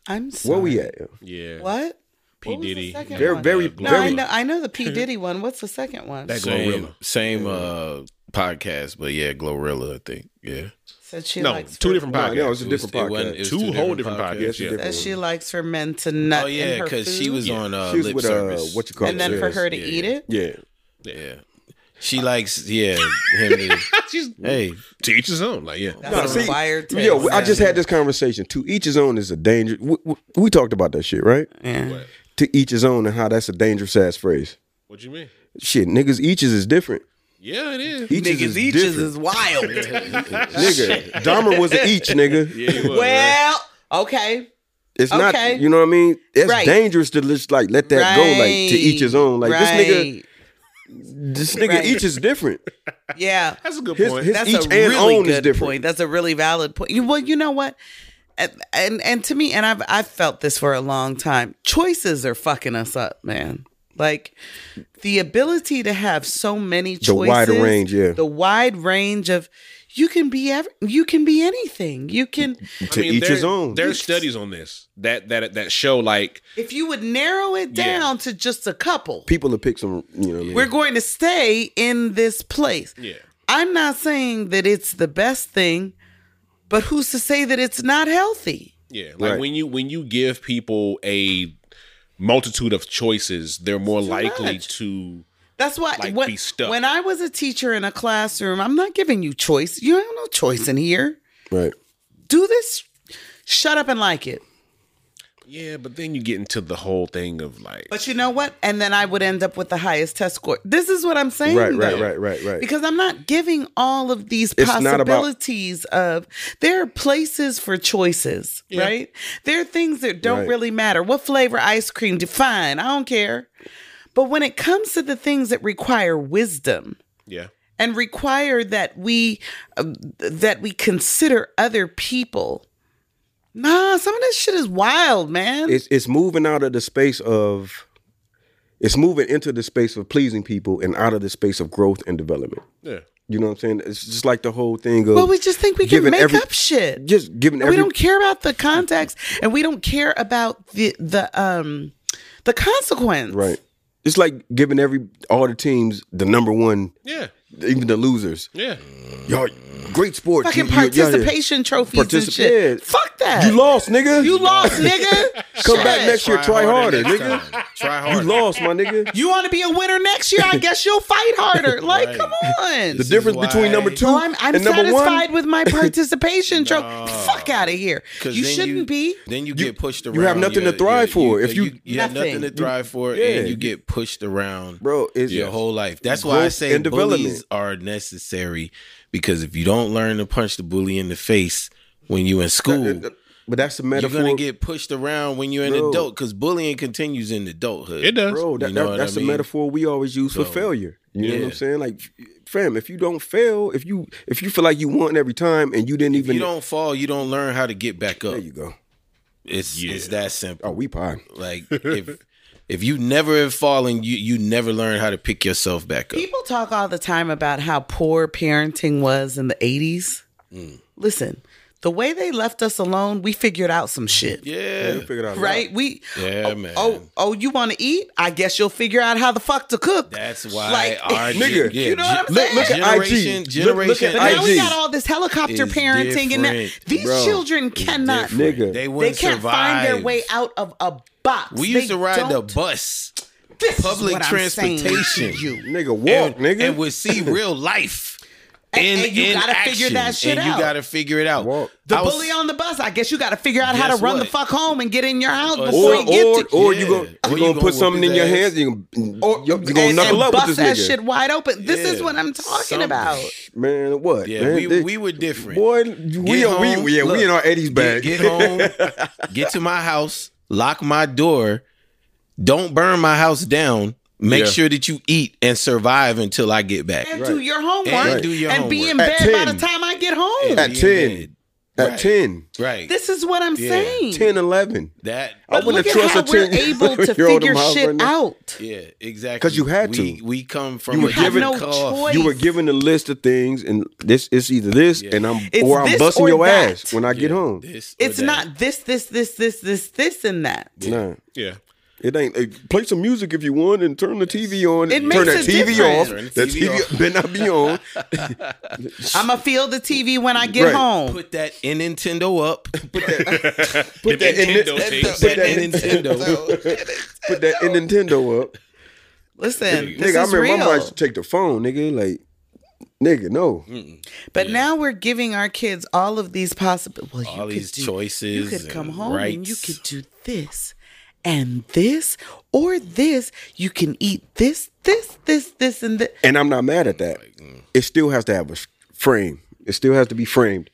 I'm
Where
sorry.
we at?
Yeah.
What?
P Diddy.
second
Very,
one?
very,
No, I
very.
know I know the P. Diddy one. What's the second one?
That
same
Glorilla.
same uh podcast, but yeah, Glorilla, I think. Yeah,
Said she
No,
likes
two
for-
different podcasts.
No, no, it's a
It was-
different
it wasn't-
podcast.
it was
Two whole different podcasts,
yeah.
that she likes for men to nut.
Oh yeah,
because
because she was on uh,
She was
lip
with uh,
service.
what you call it?
and then for
yes.
her to
yeah,
eat
yeah.
it.
Yeah,
yeah, she likes yeah him. To,
She's
hey,
to each his own. Like, yeah.
That's a wired taste.
Yo, I just had this conversation. To each his own is a danger. We, we, we talked about that shit, right?
Yeah.
To each his own, and how that's a dangerous ass phrase.
What you mean?
Shit, niggas, eaches is different.
Yeah, it is.
Eaches is different.
wild.
nigga. Dahmer was an each, nigga.
Yeah, he was, right?
well, okay.
It's
Okay.
not, you know what I mean? It's
Right.
dangerous to just like let that go, like to each his own. Like this
Right.
nigga, this nigga
Right.
each is different.
Yeah.
That's a good
His,
point.
his
That's
each
a
and
really
own
good
is different.
point. That's a really valid point. You- Well, you know what? And, and and to me, and I've I've felt this for a long time. Choices are fucking us up, man. Like the ability to have so many choices,
The wider range, yeah.
the wide range of you can be ev- you can be anything. You can
To each
there-
his own.
There's studies on this that that that show like
if you would narrow it
Yeah.
down to just a couple.
People to pick some, you know. What I mean?
We're going to stay in this place.
yeah.
I'm not saying that it's the best thing, but who's to say that it's not healthy?
Yeah, like
Right.
when you when you give people a multitude of choices, they're more likely
much.
to
That's why
like,
when,
be stuck.
when I was a teacher in a classroom, I'm not giving you choice. You have no choice in here.
right.
Do this, shut up and like it.
Yeah, but then you get into the whole thing of like
But you know what? And then I would end up with the highest test score. This is what I'm saying.
Right, right,
though.
right, right, right.
Because I'm not giving all of these
It's not about-
possibilities of there are places for choices, right? There are things that don't
Right.
really matter. What flavor ice cream? Define. I don't care. But when it comes to the things that require wisdom,
yeah.
and require that we um, that we consider other people. Nah, some of this shit is wild, man.
it's it's moving out of the space of it's moving into the space of pleasing people and out of the space of growth and development.
Yeah.
You know what I'm saying? It's just like the whole thing of
well, we just think we can
giving
make
every-
up shit.
just giving
we
every
don't care about the context, and we don't care about the the um the consequence.
right. It's like giving every all the teams the number one,
Yeah.
even the losers.
Yeah.
Y'all, great sport.
Fucking
You- you- y'all here.
participation trophies
Particip-
and shit.
yeah.
Fuck that.
You lost, nigga.
You lost, nigga.
Come back
Shit.
next year. Try harder, nigga.
Try
You
harder.
lost, my nigga.
You want to be a winner next year? I guess you'll fight harder. Like, come on.
The difference between number two
Well, Oh, I'm, I'm
and number
satisfied
one,
with my participation trophy. Fuck out of here.
'Cause
You
then
shouldn't be.
Then you, get pushed around.
have nothing to thrive for. If you-
you, have
Nothing.
nothing to thrive for,
Yeah.
and you get pushed around,
bro. It's
your whole life. That's why I
growth
say
and development.
bullies are necessary because if you don't learn to punch the bully in the face when you in school,
But that's a
you're
metaphor.
gonna get pushed around when you're an
Bro.
adult because bullying continues in adulthood.
It does.
bro. That,
You know
that-
what I
that's
mean?
a metaphor we always use for
So,
failure. You know what I'm
yeah.
saying? Like, fam, if you don't fail, if you if you feel like you won every time and you didn't
If
even,
you don't fall, you don't learn how to get back up.
there you go.
It's it's that simple.
Oh, we pie.
Like if if you never have fallen, you you never learn how to pick yourself back up.
People talk all the time about how poor parenting was in the 80s.
Mm.
Listen, the way they left us alone, we figured out some shit.
Yeah,
You figured out,
Right? We
yeah, man.
Oh, oh, you want to eat? I guess you'll figure out how the fuck to cook.
That's why
Like-
our
Nigga,
yeah,
you know what
gen-
I'm saying? Look- look
at IG.
generation,
Look- look
generation.
at
but now we
IG.
got all this helicopter
It's
parenting, and that,
different,
these
bro.
children
It's
cannot.
different.
Nigga.
They
They
wouldn't
can't find
survive.
their way out of a box.
We used
They
to ride the
don't-
bus
This is
public
what I'm saying to
transportation.
you.
Nigga,
and,
walk, nigga.
and would see real life.
And-
in,
and you
in
gotta figure
action.
that shit
and
out.
You gotta figure it out.
Walk.
The
I was-
bully on the bus. I guess you got to figure out how
Guess
to run
what?
the fuck home and get in your house before
or
you get
or,
to.
or
Yeah.
you gonna you
Or you
gonna,
gonna
put something
whoop
in your
his
hands.
ass.
You gonna, you
and-
gonna
and
knuckle up
bust
with
that
this
shit
nigga,
wide open. This is
Yeah.
what I'm talking
Something.
about.
man. What?
Yeah,
man?
we,
This-
we were different.
boy. We
Get
are we
home,
yeah
look,
we in our eighties bag.
Get, get home, get to my house, lock my door, don't burn my house down. Make
Yeah.
sure that you eat and survive until I get back.
And do your homework.
And do your
and be in
homework.
bed
At
by
10.
the time I get home.
At
Be in
10.
bed.
At
Right.
10,
Right.
this Oh, is what I'm saying.
10, 11.
that
But
wouldn't
look at
have trust
how
a
we're
10
able to
year old in
figure
my house
shit
right now.
out.
yeah, exactly.
'Cause you had to.
We, we come from
You
a
were
different
given-
no
cloth.
choice.
You were given a list of things, and this it's either this, and I'm
It's
or I'm
this
busting
or
your
that.
ass when I get home.
This or
It's
that.
not this, this, this, this, this, this, and that.
Nah,
Yeah.
it ain't. hey, play some music if you want, and turn the TV on.
It
turn
makes
that
a
TV
difference.
off.
Turn the
That
TV
TV better not be on.
I'ma feel the TV when I get
Right.
home.
Put that in Nintendo up.
Put that. Put that in.
Nintendo
the-
tapes.
Put that in.
Nintendo.
Put that in Nintendo up.
Listen, this
nigga, I
is
remember
real.
my mom used to take the phone, nigga. Like, nigga, no.
But now we're giving our kids all of these possible. Well, you
All
could
these
do- You
choices
could come
and
home and you
rights.
could do this and this or this. You can eat this, this, this, this, and this.
mm.
And I'm not mad at that. It still has to have a s- frame. It still has to be framed.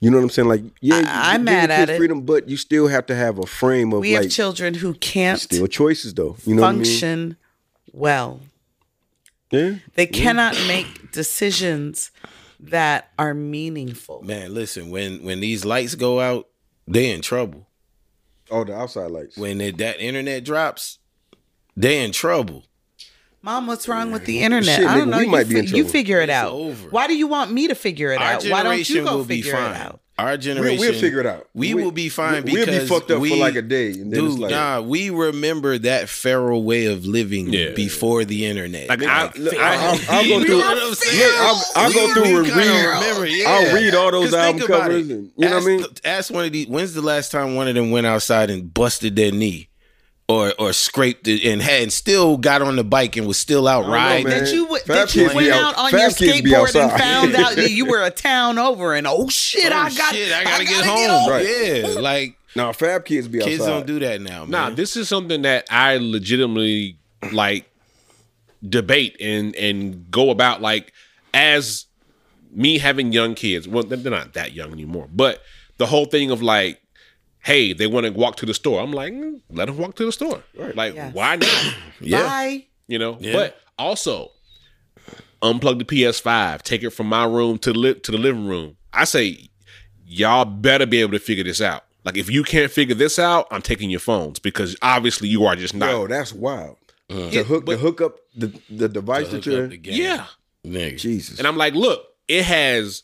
You know what I'm saying? Like, yeah, you-
I'm
you
mad
give the
at
kids
it.
freedom, but you still have to have a frame of
We
like
have children who can't
still choices, though. You know
function well.
what I mean? Yeah.
They cannot make decisions that are meaningful.
Man, listen, when when these lights go out, they in trouble.
Oh, the outside lights.
When it, that internet drops, they in trouble.
Mom, what's wrong with the internet?
Shit,
I don't
nigga,
know.
we
you,
might be in
fi- you
trouble.
figure it
It's
out.
over.
Why do you want me to figure it
Our
out? Why don't you
generation
go
will be
figure it
fine.
out?
Our
We'll,
generation,
we'll figure it out.
We, will be fine
we'll-
because
we'll be fucked up
we,
for like a day, and then
dude,
it's like,
nah, we remember that feral way of living
Yeah.
before the internet.
Like, I, look, I,
I'll, I'll go through.
know what I'm saying?
Look, I'll, I'll
We-
go through
we
and
kinda
read.
remember,
I'll
yeah.
read all those
'Cause
album
think about
covers,
it.
and you know what I
Ask
mean.
th- ask one of these. When's the last time one of them went outside and busted their knee, or or scraped it and had and still got on the bike and was still out
don't know,
riding?
man.
That you, w-
Fab
that you
kids be
went
out-
out on
fab
your
kids be
skateboard and
outside.
found out that you were a town over and oh shit,
Oh,
I got
shit, I gotta, get, home. Yeah, like
Now, Fab Kids be
kids
outside.
don't do that now. Man.
Nah, this is something that I legitimately like debate and and go about like as me having young kids. Well, they're they're not that young anymore, but the whole thing of like, hey, they want to walk to the store. I'm like, mm, let them walk to the store. Like,
Yes.
why not?
Bye.
You know, but also unplug the PS5, take it from my room to li- to the living room. I say, y'all better be able to figure this out. Like, if you can't figure this out, I'm taking your phones because obviously you are just not.
Yo, that's wild.
Uh-huh.
to hook the hook up the the device that you're.
the game.
yeah,
Nigga.
Jesus,
and I'm like, look, it has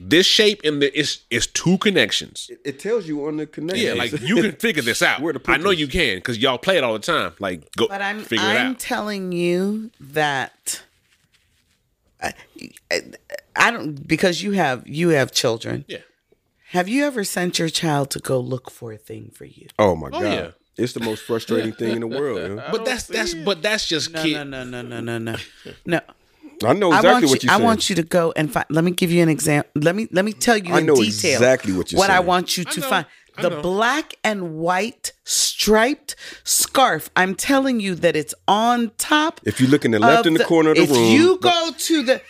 this shape and the it's it's two connections.
it, it tells you on the connection.
Yeah, like you can figure this out.
Where to put
I know
this.
you can because y'all play it all the time. Like, go
But I'm
figure it
I'm
out.
telling you that uh, I, I don't because you have you have children.
Yeah.
Have you ever sent your child to go look for a thing for you?
oh my god,
yeah.
it's the most frustrating thing in the world. yo.
but that's that's but that's just
No,
kid.
no, no, no, no, no, no. No.
I know
I want
exactly
you,
what you're
I
saying.
want you to go and find. Let me give you an example. Let me let me tell you
I
in
know
detail
exactly what you're
I
saying.
want you to
know.
find.
I
The
know.
black and white striped scarf. I'm telling you that it's on top.
If you look in the left
of
in the corner of the
if
room,
you
the-
go to the,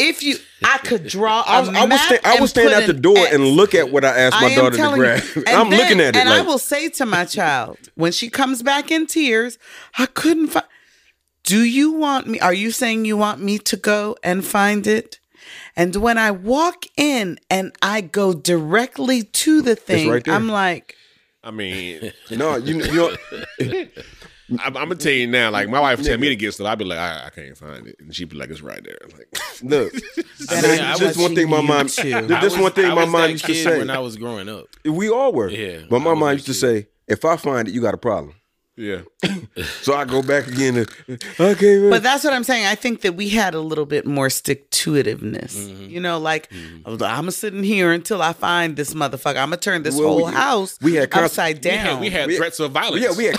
if you, I could draw.
I
I
was, I was, sta- I was standing at the door and look at what I asked my
am
daughter to
telling
grab.
you.
And I'm
then-
looking at it.
And
like,
I will say to my child when she comes back in tears, I couldn't find. Do you want me? Are you saying you want me to go and find it? And when I walk in and I go directly to the thing,
right there.
I'm like,
I mean,
no, you, you know,
I'm, I'm gonna tell you now. Like my wife tell me to get stuff, I'd be like, I, I can't find it, and she'd be like, it's right there. I'm like,
look.
I
That's
mean, I
just
was-
one thing my mom. This
I
one
was-
thing
I
my
was
mom
that
used to
kid
say.
when I was growing up.
we all were.
Yeah,
But my
I was
mom
that
used to
kid.
say, "If I find it, you got a problem."
yeah,
So I go back again. To, okay, man.
But that's what I'm saying. I think that we had a little bit more stick to itiveness. You know, like I'm gonna sit in here until I find this motherfucker. I'm gonna turn this
Well,
whole
we-
house
we had cons-
upside
we had,
down.
we had
We-
threats of violence.
yeah, we had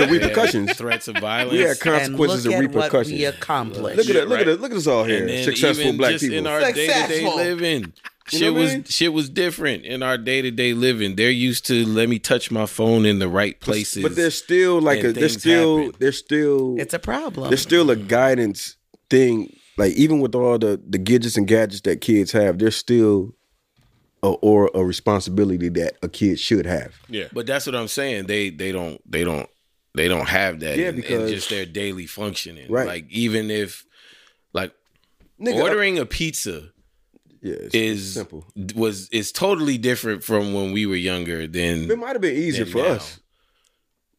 and repercussions.
Threats of violence.
We had
and
consequences
look
and
at what
repercussions.
we accomplished.
Look at that! Look
right?
at that! Look at us all here,
And then
successful
even
black
just
people.
in our day to day
Successful.
living. Shit
know what I
was
mean?
shit was different in our day to day living. They're used to let me touch my phone in the right places.
but there's still like
and
a there's
things
still
happen.
there's still
It's a problem.
there's still a guidance thing. Like even with all the the gadgets and gadgets that kids have, there's still a, or a responsibility that a kid should have.
yeah,
But that's what I'm saying. They they don't they don't they don't have that
Yeah,
in, in
because-
just their daily functioning.
Right.
Like even if like
Nigga,
ordering a pizza
yeah, it's-
is
simple.
was is totally different from when we were younger than
It might have been easier
than
for
now.
us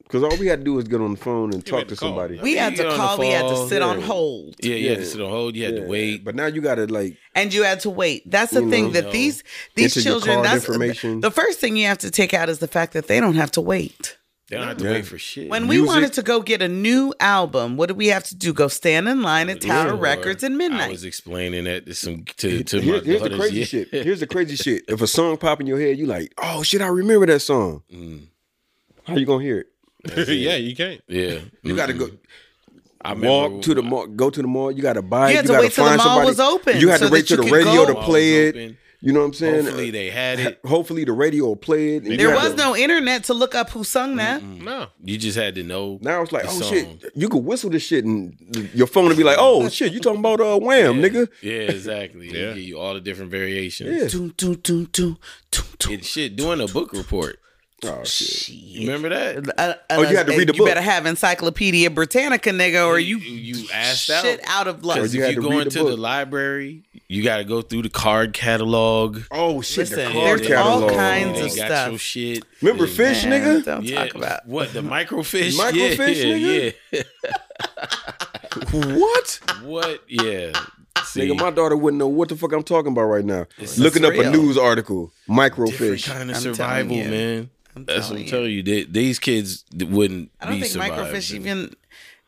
because all we had to do was get on the phone and
had
talk
to
to
call.
somebody.
we had
You
to
get on the
call. we had to
phone,
sit on
yeah.
hold,
Yeah, you had to
Yeah.
sit on hold, you had
Yeah,
to wait.
but now you got to like
and you had to wait. That's the thing that these these
Enter your
children.
card
That's
information.
the first thing you have to take out is the fact that they don't have to wait.
they don't have to
Yeah.
wait for shit.
When we
Music-
wanted to go get a new album, what did we have to do? Go stand in line at Tower Records
I
at
was
midnight.
explaining that to some to, to
Here-
my
here's the
daughters,
crazy
yeah.
shit. Here's the crazy shit. If a song pop in your head, you like, oh shit, I remember that song.
Mm.
How you gonna hear it?
yeah, you can't.
Yeah,
You gotta go
I remember-
walk to the mall, go to the mall. You gotta buy.
You
it.
had
you
to
gotta
wait till the
find
mall
somebody.
was open
You had
so
to wait
that you
till the
could
radio
go.
to
Mall was
play it. uh,
open.
You know what I'm saying?
Hopefully they had it.
Hopefully the radio will play it. and you
There
have
was
to-
no internet to look up who sung that.
No.
You just had to know.
Now it's like,
the
oh
song.
shit, you could whistle this shit and your phone would be like, oh shit, you talking about uh wham, nigga?
Yeah, exactly. They
Yeah.
give you all the different variations.
Yeah.
Doom, doom, doom, doom, doom, doom.
And shit, doing a book report.
Oh shit.
You remember that?
Uh,
Oh, you had to
uh,
read the
you
book.
better have Encyclopedia Britannica, nigga, or you
you asked out.
shit out of luck.
Because
you
if
had
you
to
go
read the
into the,
book.
library, you got to go through the card catalog.
Oh shit,
Listen,
the card
there's all
catalog.
kinds
They
of
got
stuff.
your shit.
Remember
They-
fish,
Man,
nigga?
Don't
Yeah,
talk about.
what the microfish?
Microfish,
yeah,
nigga? What?
yeah. What? Yeah. See,
Nigga, my daughter wouldn't know what the fuck I'm talking about right now. Looking up
surreal.
a news article,
different
microfish.
kind of
I'm
survival,
telling you.
man. That's what
telling
I'm
you.
telling you. They, these kids wouldn't
I don't
be
think
surviving.
microfish even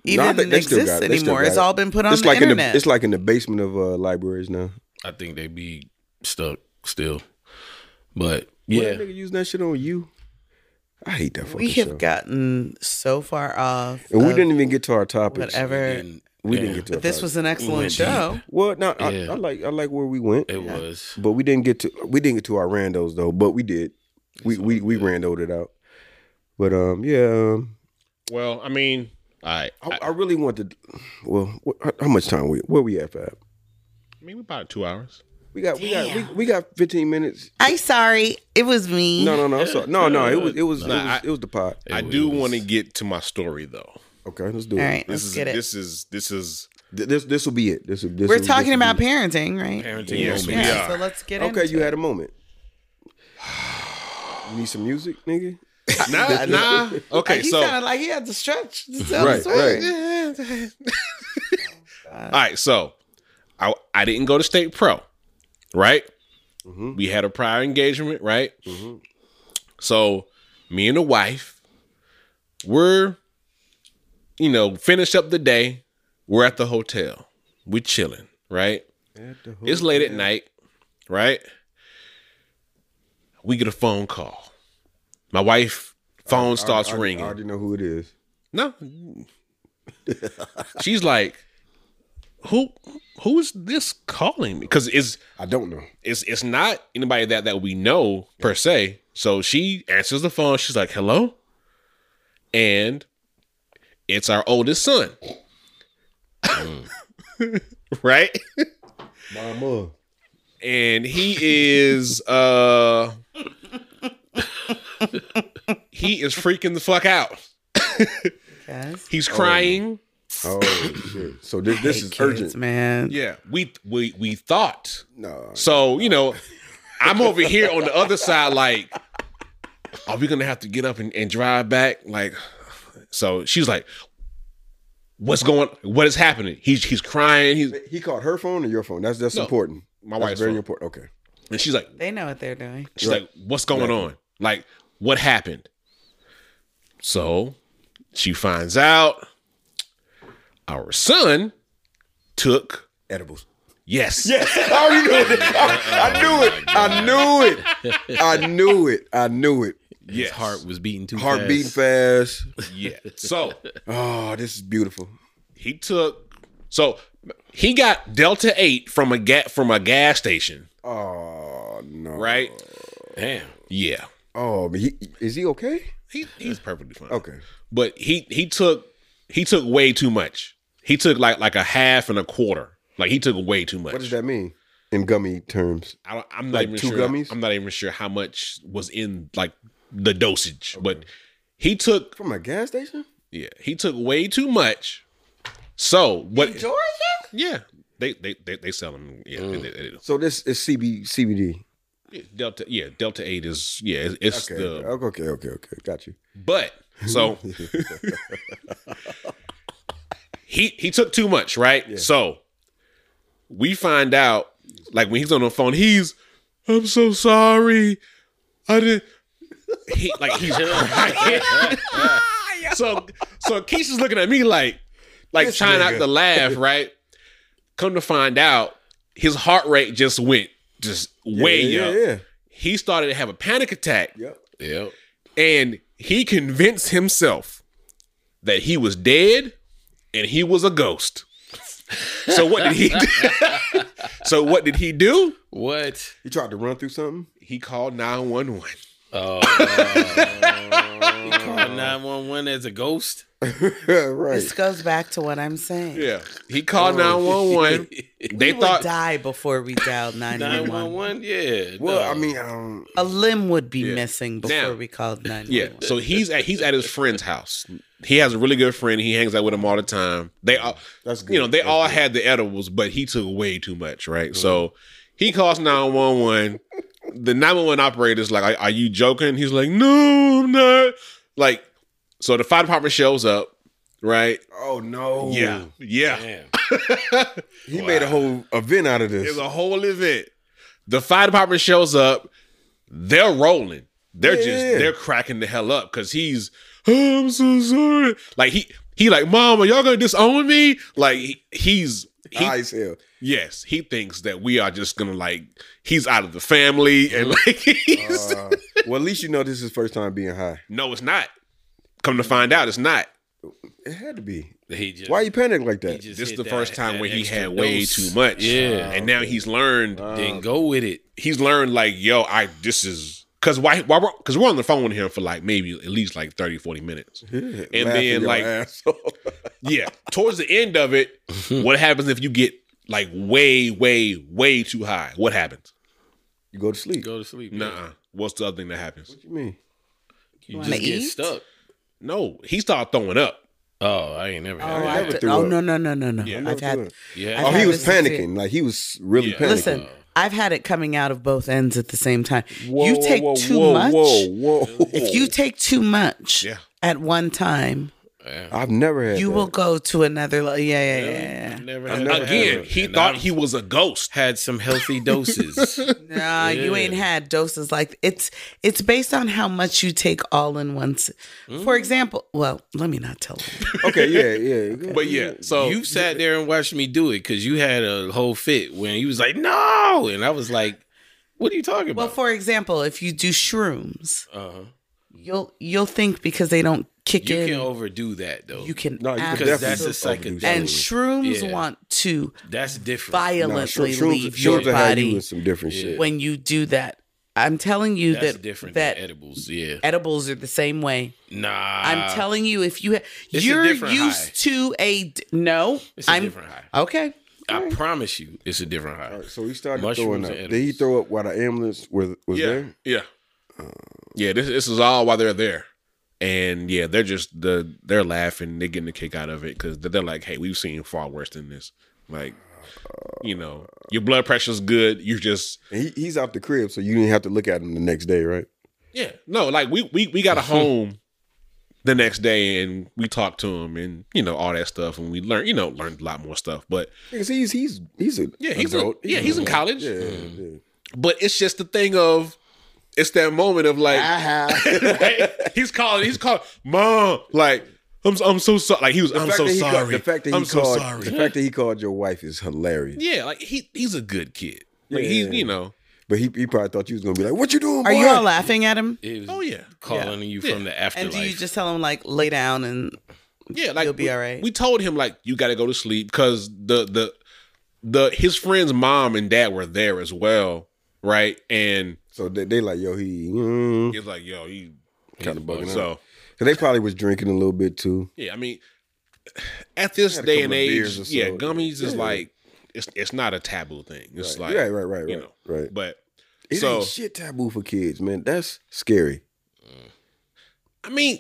No, I
even
think they still
exists
got it. They still
anymore.
got
It's
it.
all been put on
it's
the
like
internet.
in the it's like in the basement of uh, libraries now.
I think they'd be stuck still. But
Yeah.
yeah,
Nigga using that shit on you. I hate that fucking
we have
show.
gotten so far off.
and we
Uh,
of
didn't even get to our topics.
whatever.
We didn't get to our
But this
topics.
was an excellent
went
show.
Well, no, I,
Yeah.
I like I like where we went.
it was.
But we didn't get to we didn't get to our randos though, but we did. We we we randoed it out. But um yeah, um,
Well, I mean, all right.
Oh,
I,
I, I really wanted. Well, what, how- how much time we where we at, Fab?
I mean, we about two hours.
We got we got we, we got fifteen minutes.
I'm sorry, it was me.
No no no I'm sorry. no no it was it was it was,
I-
it was the pot.
I do want to get to my story though.
Okay, let's do
All
it.
right,
This
let's
is
get it.
this is this is
Th- This this will be it. This will this
We're
will-
talking
this will
about
be
parenting, right?
Parenting
Yes,
moment.
we
yeah.
are.
So let's get
it. Okay,
into
you
it.
had a moment. You need some music, nigga.
nah nah. Okay,
Like, he
so
sounded like he had to stretch. To tell
Right,
the story.
right.
all right, so I I didn't go to state pro, right? We had a prior engagement, right? So me and the wife, we're you know finished up the day. We're at the hotel. We're chilling, right? It's late at night, right? We get a phone call. My wife phone starts
I,
ringing.
I already know who it is.
No. She's like, who who is this calling me? Because it's
I don't know.
it's it's not anybody that that we know per se. So she answers the phone. She's like, hello? And it's our oldest son. right?
Mama.
and he is uh he is freaking the fuck out.
Guys,
He's crying.
Oh shit! So this this is urgent.
kids, man.
Yeah, we we we thought.
No,
So, you know, I'm over here on the other side like are we going to have to get up and, and drive back like so she's like what's going what is happening? He's he's crying. He's
he called her phone or your phone. That's that's
No,
important.
my
That's
wife's
very
phone.
important. Okay.
and she's like
They know what they're doing.
She's like, "What's going on? Like, what happened?" So she finds out our son took
Edibles.
yes,
I already knew it. I, I knew it. I knew it. I knew it. I knew it.
yes,
His heart was beating too
Heart
fast.
beating fast.
yeah. So
Oh, this is beautiful.
he took. So he got Delta Eight from a ga- from a gas station,
Oh no.
right?
Damn.
Yeah,
Oh, but he, is he okay?
he, he's perfectly fine.
Okay.
but he he took he took way too much. He took like like a half and a quarter. Like he took way too much.
What does that mean in gummy terms?
I don't, I'm not
Like
even
two
sure.
gummies?
I'm not even sure how much was in like the dosage, but he took
From a gas station?
yeah he took way too much. So what?
Georgia?
yeah, they they they, they sell them. Yeah,
Mm.
they- they do.
So this is CB CBD.
Yeah, Delta. Yeah, Delta Eight is yeah it's, it's
Okay.
the
Okay. Okay. Okay. okay. Got you.
but so he he took too much, right? So we find out like when he's on the phone, he's I'm so sorry, I didn't. He, like he's crying. so so Keisha's looking at me like like
This
trying
nigga.
not to laugh, right? Come to find out, his heart rate just went just way
yeah,
up.
yeah, yeah.
He started to have a panic attack
Yep.
Yep.
and he convinced himself that he was dead and he was a ghost. So what did he? Do? so what did he do?
What?
You tried to run through something?
He called nine one one.
Oh, nine one one as a ghost.
Yeah, right.
This goes back to what I'm saying.
Yeah, he called nine one one. They
We would
thought
die before we dialed
Nine one
911.
one. Yeah.
Well,
no.
I mean, um,
A limb would be missing before
Now-
we called 911.
Yeah. So he's at he's at his friend's house. He has a really good friend. He hangs out with him all the time. They all
That's
You
good. Mm-hmm.
know, they
That's
all had the edibles, but he took way too much, right? So he calls 911. The 911 operator's like, are, are you joking? He's like, No, I'm not. Like, so the fire department shows up, right?
oh no,
Yeah. Yeah.
Damn.
he made a whole event out of this.
It's a whole event. The fire department shows up. They're rolling. They're just
Yeah.
they're cracking the hell up because he's "Oh, I'm so sorry. Like he he like mom, are y'all gonna disown me? Like he- he's he,
High as hell.
yes he thinks that we are just gonna like he's out of the family and like he's,
Mm-hmm. Uh, well, at least you know this is his first time being high.
no it's not. Come to find out, it's not.
It had to be.
He just,
Why you panic like that?
just
This
hit
is the
that-
first time
that
where he
extra
had way
dose.
too much.
Yeah.
and now he's learned
Didn't go with it.
he's learned like yo i this is because why why we're because we're on the phone with him for like maybe at least like 30 40 minutes and
Laughing
then
your
like
ass off.
yeah towards the end of it what happens if you get like way way way too high what happens
you go to sleep.
Go to sleep.
Nuh-uh. what's the other thing that happens
What you mean?
You
Wanna
just get
eat?
stuck.
no he started throwing up
Oh, I ain't never had
Oh,
that.
I d-
threw
oh
up.
no, no, no, no, no.
Yeah.
I've had.
Oh,
Yeah.
I've
he
had
was
this experience.
panicking. Like he was really
Yeah.
panicking.
Listen, I've had it coming out of both ends at the same time.
Whoa,
you take
whoa,
too
whoa,
much.
Whoa, whoa,
If you take too much
Yeah.
at one time,
I've never had.
you
that.
will go to another. le- Yeah, yeah, yeah.
I've never
I've
had
never
that.
again he
And
thought
I've
he was a ghost
had some healthy doses.
yeah. Nah, you ain't had doses like it's. It's based on how much you take all in once. For
Mm.
example, well, let me not tell. You.
Okay, yeah, yeah.
but yeah so
you sat there and watched me do it because you had a whole fit when he was like, "No," and I was like, "What are you talking
Well,
about?"
for example, if you do shrooms,
uh-huh.
you'll you'll think because they don't kick
You
in,
can overdo that though.
you can.
No, you can
because
definitely
that's a
absolutely.
psychedelic.
overdo
and shrooms
Yeah.
want to
that's different.
violently leave
sure
your
You
body
with some different shit.
when you do that. I'm telling you
That's
that
different
that
than edibles. Yeah.
edibles are the same way.
Nah.
I'm telling you, if you ha-
Ah. it's a
you're
different
used
high.
to a d- no,
It's a
I'm
different high.
okay.
I promise you, it's a different high.
All right, so he started
Mushrooms
throwing
and
up. Did he
edibles.
throw up while the ambulance was was
yeah
there?
yeah yeah this, this is all while they're there and yeah they're just the they're laughing they're getting a kick out of it because they're like hey we've seen far worse than this like you know your blood pressure's good you just
And he, he's out the crib, so you didn't have to look at him the next day, right?
yeah no like we we, we got a home the next day and we talked to him and you know all that stuff and we learned you know learned a lot more stuff but
Because he's he's he's a
Yeah, he's a-
adult.
yeah, he's in college.
Yeah, yeah.
but it's just the thing of it's that moment of like right? he's calling he's calling mom like I'm I'm so sorry like he was
The
I'm
fact
so
that he called-
sorry
the fact that he
I'm so
called
sorry
the fact that he called your wife is hilarious.
yeah like he he's a good kid like he's
Yeah.
you know
But he, he probably thought you was gonna be like, "What you doing?
Are
boy?
you all laughing at him?
It was
oh yeah
calling you from the
And
afterlife.
do you just tell him like lay down and
yeah like
You'll be
we,
all right.
we told him like you got to go to sleep because the the the his friend's mom and dad were there as well right and
So they, they like, "Yo, he." Mm.
he's like yo he
Kinda bugging
so
So they probably was drinking a little bit too.
yeah I mean at this
Had a
day
couple
and
of
age
beers or
yeah
so.
gummies is
Yeah.
like it's it's not a taboo thing it's
Right.
like
Yeah, right, right, right,
you know
right.
but
It
so
ain't shit taboo for kids, man. That's scary.
I mean,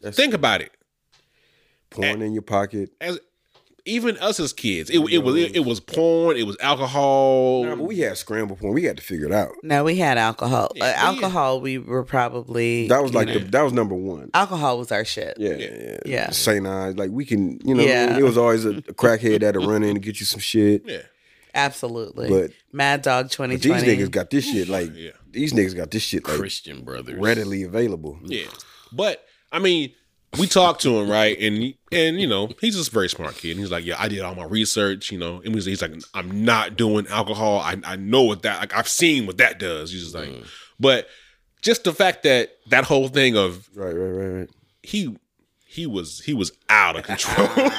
That's-
think about it.
Porn in your pocket.
As even us as kids, it, it was it, was porn, it was alcohol.
Nah, but we had scramble porn. We had to figure it out.
no, we had alcohol.
Yeah,
uh,
we-
alcohol, we were probably
That was like
you
the,
know,
that was number one.
alcohol was our shit.
Yeah, yeah,
Yeah.
Saint eyes, like we can, you know, what I
Yeah.
mean? it was always a, a crackhead that'd run in and get you some shit.
yeah,
Absolutely.
But-
Mad Dog
But
2020.
these niggas got this shit like
Yeah.
these niggas got this shit like
Christian brothers.
readily available.
yeah. But I mean, we talked to him right, and and you know, he's just a very smart kid. And he's like, yeah, I did all my research, you know. And he's, he's like, I'm not doing alcohol. I I know what that like I've seen what that does. He's just like,
Mm.
but just the fact that that whole thing of
Right, right, right, right.
he he was he was out of control.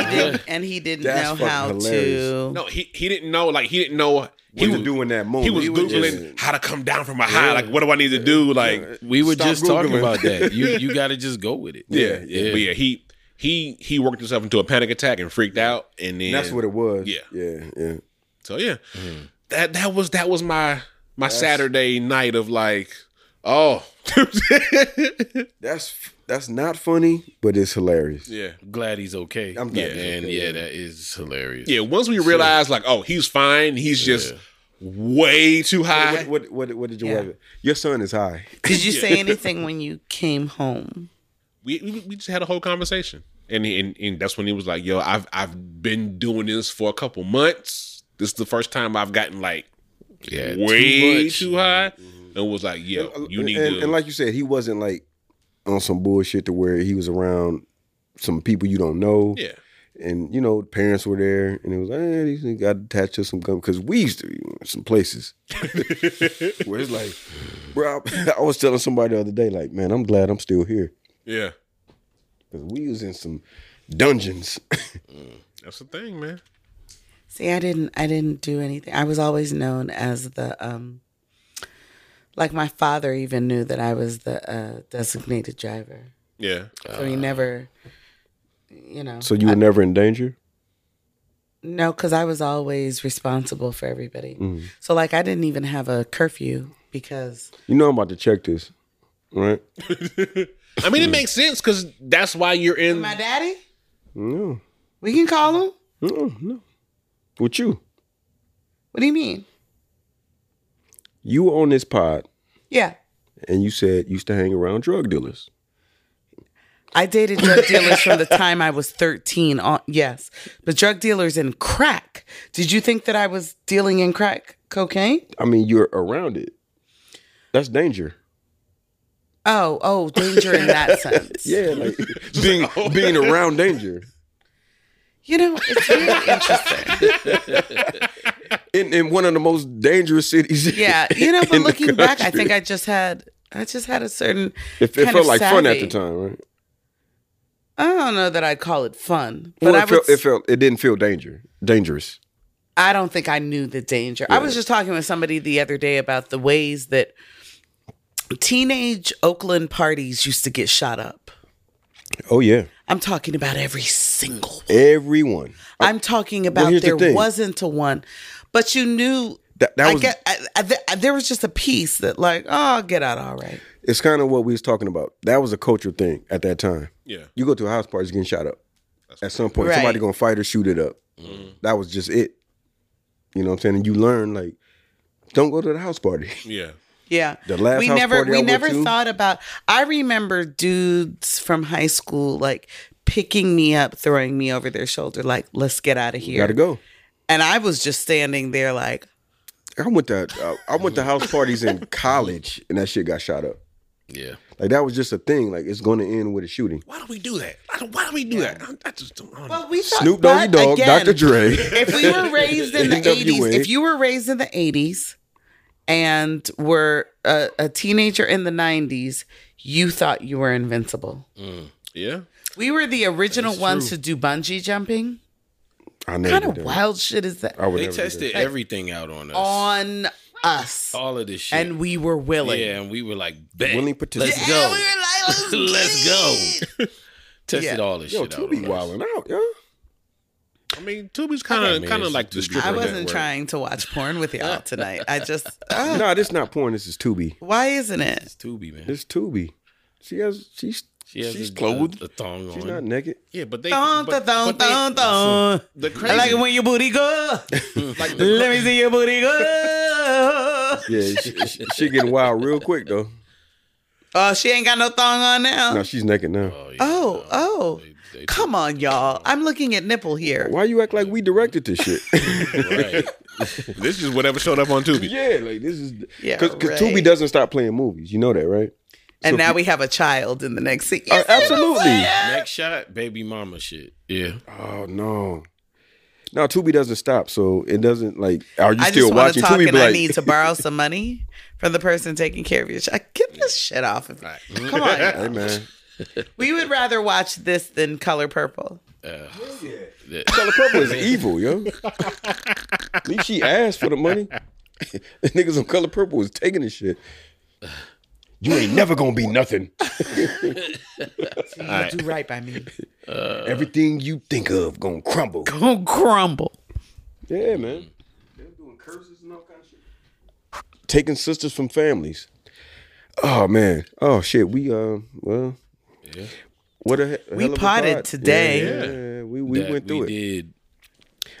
He didn't, and he didn't
That's
know
fucking
how
hilarious.
to.
no, he he didn't know like he didn't know he
What to
was
do in that moment.
He was
He was
googling
just-
how to come down from a high. Like what do I need to do? Like
We were
Stop
just
Googling.
talking about that. You you got to just go with it.
yeah, yeah, But yeah, he he he worked himself into a panic attack and freaked out, and then
That's what Mm-hmm. it was.
Yeah.
yeah, yeah.
So yeah, that that was that was my my Saturday night of like, oh
That's that's not funny, but it's hilarious.
yeah.
Glad he's okay.
I'm glad he's
and
okay,
yeah,
yeah.
that is hilarious.
Yeah, once we realized like, oh, he's fine. He's just way too high.
What, what what what did you
Yeah.
have? Your son is high.
Did you say anything when you came home?
we, we we just had a whole conversation, and, he, and and that's when he was like, "Yo, I've I've been doing this for a couple months. This is the first time I've gotten like
yeah
way too,
much.
high." And was like, "Yo, you need
and,
to."
and like you said, he wasn't like on some bullshit to where he was around some people you don't know.
yeah,
and you know, parents were there, and it was like, eh, these niggas got attached to some gum because we used to be in some places where it's like, bro, I, I was telling somebody the other day, like, man, I'm glad I'm still here
yeah,
because we was in some dungeons.
that's the thing, man.
See, I didn't. I didn't do anything. I was always known as the um. Like my father even knew that I was the uh, designated driver,
Yeah,
so he never, you know,
Uh, so you were never in danger.
no, because I was always responsible for everybody.
Mm.
So like I didn't even have a curfew because
You know, I'm about to check this, right?
I mean,
Mm.
it makes sense because that's why you're in.
my daddy.
No,
We can call him.
no, no. With you,
What do you mean?
you were on this pod,
Yeah,
and you said you used to hang around drug dealers.
I dated drug dealers from the time I was 13 on yes. But drug dealers and crack. Did you think that I was dealing in crack cocaine?
I mean, you're around it. That's danger.
Oh, oh, danger in that sense.
Yeah, like being being around danger.
You know, it's really interesting.
in, in one of the most dangerous cities.
Yeah. You know, but
in the
looking back, I
country.
think I just had I just had a certain
it, it
kind
felt
of
like fun at the
savvy.
time, right?
I don't know that I'd call it fun. But
But
I
it, felt,
would
it felt it didn't feel danger dangerous.
I don't think I knew the danger. I was just talking with somebody the other day about the ways that teenage Oakland parties used to get shot up.
Oh yeah,
I'm talking about every single
everyone.
I'm talking about
Oh, here's the
there
thing.
wasn't a one, but you knew
That- that
I
was-
get, I, I, th- there was just a piece that like, oh, I'll get out all right.
It's kind of what we was talking about. That was a culture thing at that time.
Yeah.
you go to a house party, you're getting shot up. At some point,
Right.
somebody gonna fight or shoot it up. That was just it. You know what I'm saying? And you learn like, don't go to the house party.
Yeah,
Yeah,
The last
we
house
never
party I
we
went
never
to-
thought about. I remember dudes from high school like picking me up, throwing me over their shoulder, like, let's get out of here.
Gotta go.
And I was just standing there like,
I went to uh, I went to house parties in college, and that shit got shot up.
Yeah.
Like that was just a thing. Like it's going to end with a shooting.
why do we do that? I don't- Why do we do that? I, I just don't. I don't know.
well, we thought
Snoop Doggy
but
Dogg,
again,
Dr. Dre.
if we were raised in the
NWA.
80s, if you were raised in the 80s and were a, a teenager in the 90s, you thought you were invincible.
yeah,
We were the original ones to do bungee jumping.
I
What
never
kind of
did.
wild shit is that
I would
They
never do that.
tested everything out on us.
on us?
all of this shit.
And we were willing.
yeah, and we were like, bet.
Willing
let's
participants.
go.
Let's,
Let's go. Tested
Yeah.
all this
Yo,
shit out.
Tubi
on us.
wilding out, yo.
I mean, Tubi's kind of
mean,
kind of
it's
like the
just-
stripper.
I wasn't
network.
trying to watch porn with y'all tonight. I just,
No,
ah,
this not porn. This is Tubi.
why isn't it?
It's Tubi, man.
It's Tubi. She has. She's.
She has
she's
a,
clothed.
A, a thong
she's
on.
not naked.
Yeah, but they.
Thong,
but-
thong,
but they-
thong, thong.
The
I
crazy,
like it when your booty go. Let me see your booty go.
Yeah, she, she, she getting wild real quick though.
Oh, she ain't got no thong on now.
No, she's naked now.
Oh, yeah.
oh, oh.
they-
Come on, y'all. I'm looking at nipple here.
Why you act like we directed this shit?
Right.
this is whatever showed up on Tubi.
yeah, like this is
Yeah,
because
right.
Tubi doesn't stop playing movies. You know that, right?
And now we have a child in the next scene.
Uh, absolutely.
Next shot, baby mama shit. Yeah.
Oh no. No, Tubi doesn't stop, so it doesn't like. Are you
I
still
just want to
watching
talk
Tubi?
and
be
I
like,
need to borrow some money from the person taking care of your child. Get this shit off of me. Come on.
hey man,
We would rather watch this than Color Purple.
Color Purple is evil, yo. At least she asked for the money. Niggas on Color Purple was taking this shit. You ain't never gonna be nothing.
You do right by me.
Everything you think of gonna crumble.
Don't crumble.
Yeah, man. Taking sisters from families. Oh man. Oh shit. We uh well. What a he-
We
hell of a
potted
pod.
today.
Yeah, yeah, yeah. we we
that
went
we
through it.
did.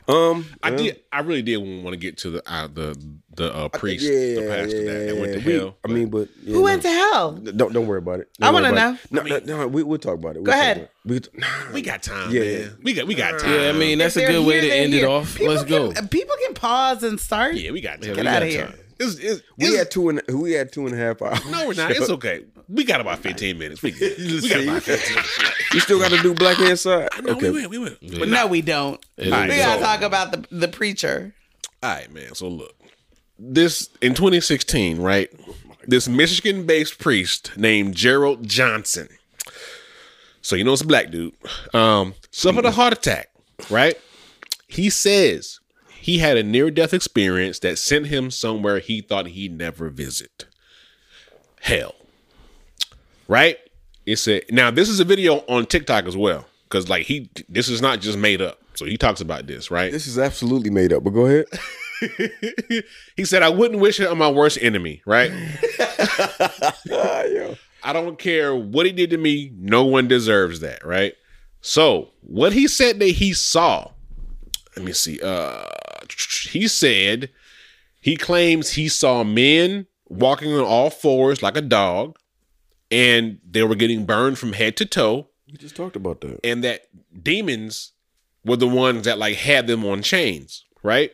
Um,
I did. I really did want to get to the uh, the the uh, priest, the pastor that, that went to
we-
hell.
I mean, but yeah,
Who went to hell?
Don't don't worry about it. Don't
I
worry
wanna
about it. No, no, no, we we'll talk about it. Go
ahead.
We
we got time.
Yeah.
man. we got we got time.
Yeah, I mean that's a
They're
good way
here,
to
they're
end it
here.
off.
People
Let's go.
can- People can pause and start.
yeah, we got time.
we
Get out of here.
It's, it's,
we
it's-
had two and we had two and a half hours.
no, we're not. It's okay. We got about fifteen minutes. We good. we got about fifteen.
You still got to do black hand side.
No, we win. We win. But
No, we don't.
It
All
We
is.
right.
gotta
So-
talk about the the preacher.
All right, man. So look, this in 2016, right? This Michigan-based priest named Gerald Johnson. So you know it's a black dude. Um, suffered a heart attack, right? He says he had a near-death experience that sent him somewhere he thought he'd never visit. Hell, right? It said. Now this is a video on TikTok as well, because like he, this is not just made up. So he talks about this, right?
This is absolutely made up. But go ahead.
he said, I wouldn't wish it on my worst enemy, right? I don't care what he did to me. No one deserves that, right? So, what he said that he saw, let me see. Uh, he said he claims he saw men walking on all fours like a dog, and they were getting burned from head to toe
We just talked about that.
and that demons were the ones that like had them on chains, right?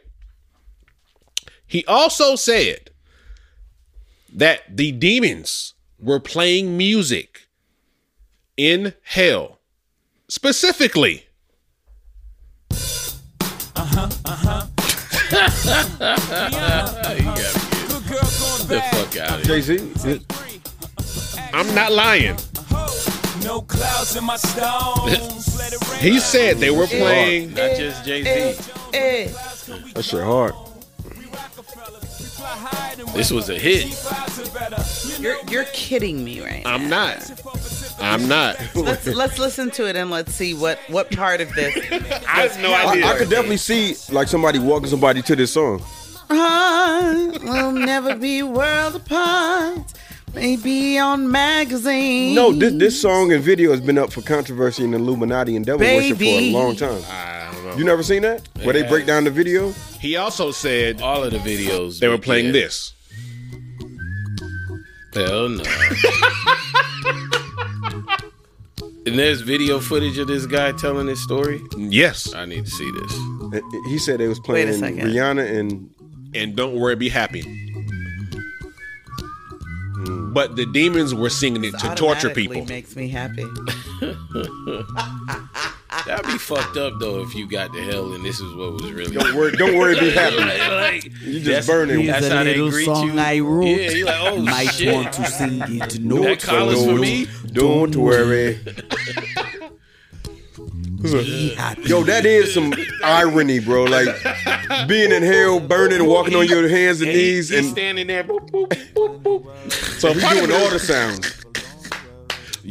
He also said that the demons were playing music in hell, specifically.
the fuck out of here.
Jay Z.
I'm not lying.
No clouds in my stones. Let it rain.
He said they were playing.
Not just Jay Z.
Eh, eh.
That shit hard.
This was a hit.
You're you're kidding me right now.
I'm not. I'm not.
Let's let's listen to it and let's see what what part of this.
I have no
I, I
idea.
could definitely see like somebody walking somebody to this song.
Heart will never be world apart. Maybe on magazine.
No, this this song and video has been up for controversy and Illuminati and devil worship for a
Baby.
long time.
I don't know.
You never seen that? Where they break down the video?
He also said
All of the videos.
they were playing
yeah.
this.
Hell no. and there's video footage of this guy telling his story.
Yes.
I need to see this.
Uh, He said they was
a
playing
second.
Rihanna and
and don't worry, be happy. But the demons were singing it to torture
Automatically
people.
makes me happy.
That'd be fucked up though if you got to hell and this is what was really.
don't worry, don't worry, be happy.
like,
You just burning.
that's how they greet you.
wrote.
yeah, you like, oh shit.
to sing it.
that collar's for
Don't-
me.
Don't worry. Yo, that is some irony, bro. Like being in hell, burning, walking on your hands and knees,
He's
and
standing there. boop, boop, boop.
so you doing all the sounds.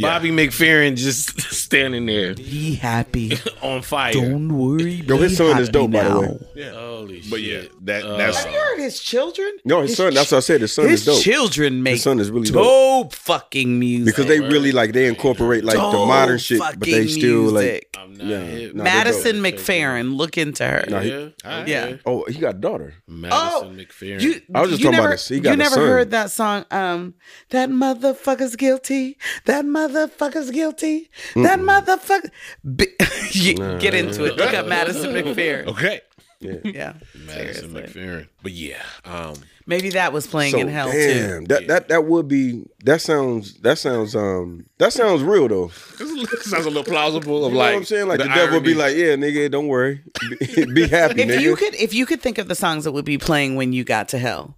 Bobby McFerrin just standing there
Be happy.
on fire.
worry.
Yo, his son is dope, by the way.
Holy shit.
But yeah, Uh, that that's
Heard his children.
No, his son. That's what I said. His son
His
is dope
children make
son is really
dope, fucking music.
because they really like they incorporate like the
Dope
modern shit, but they
fucking
still like.
music.
I'm not
Yeah,
hip.
nah, they
Madison
dope.
McFerrin, look into her.
Nah, he-
Yeah. alright.
yeah.
oh, he got a daughter.
Madison McFerrin.
You,
I was just talking
you
about
never,
this. He got
you
a
never
son.
heard that song, um, That Motherfucker's Guilty. That Motherfucker's Guilty. That Motherfucker. B- You- Get into it. Look up Madison McFerrin.
okay.
Yeah.
Madison
seriously.
McFerrin.
But yeah, um,
Maybe that was playing
So
in hell too.
damn, that that that would be that sounds that sounds um that sounds real though.
this sounds a little plausible. Of
You know
like,
what I'm saying? Like the, devil would be
irony.
like, yeah, nigga, don't worry, be, be happy,
If
nigga.
you could if you could think of the songs that would be playing when you got to hell.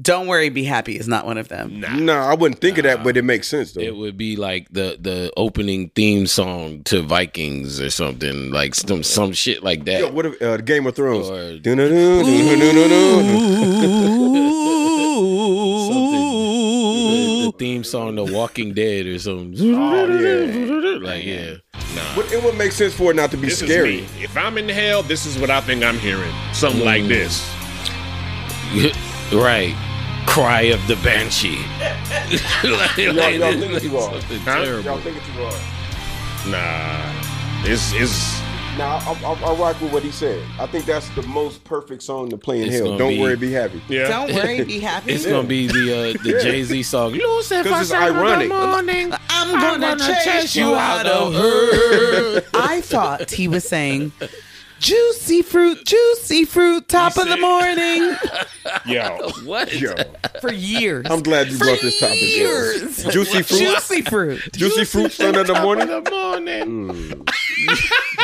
Don't worry, be happy is not one of them.
No, I wouldn't think of that, but it makes sense though.
It would be like the the opening theme song to Vikings or something like some some shit like that.
Yo, what if uh, Game of Thrones?
Or-
Dun-dun-dun, dun-dun-dun-dun-dun.
Something. The, the theme song to Walking Dead or something. Like yeah.
But it would make sense for it not to be
This
scary.
is me. If I'm in hell, this is what I think I'm hearing. Something like this.
right. Cry of the Banshee. Like- like,
y'all think
like
you are.
something
Huh?
terrible.
Y'all think it's too hard.
Nah, it's it's
Now I, I, I rock with what he said. I think that's the most perfect song to play in
It's
hell.
gonna
Don't
be-
worry, be happy.
yeah.
Don't worry, be happy.
It's gonna be the uh, the Jay Z song. Lucifer,
Because it's
son of the
ironic.
morning,
I'm gonna, chase, you out of her.
her.
I thought he was saying juicy fruit, juicy fruit, top of the morning
Yo,
what?
Yo,
for years.
I'm glad you brought this topic.
years.
up. Juicy fruit, juicy,
juicy fruit.
fruit, sun in the morning.
Top of the morning.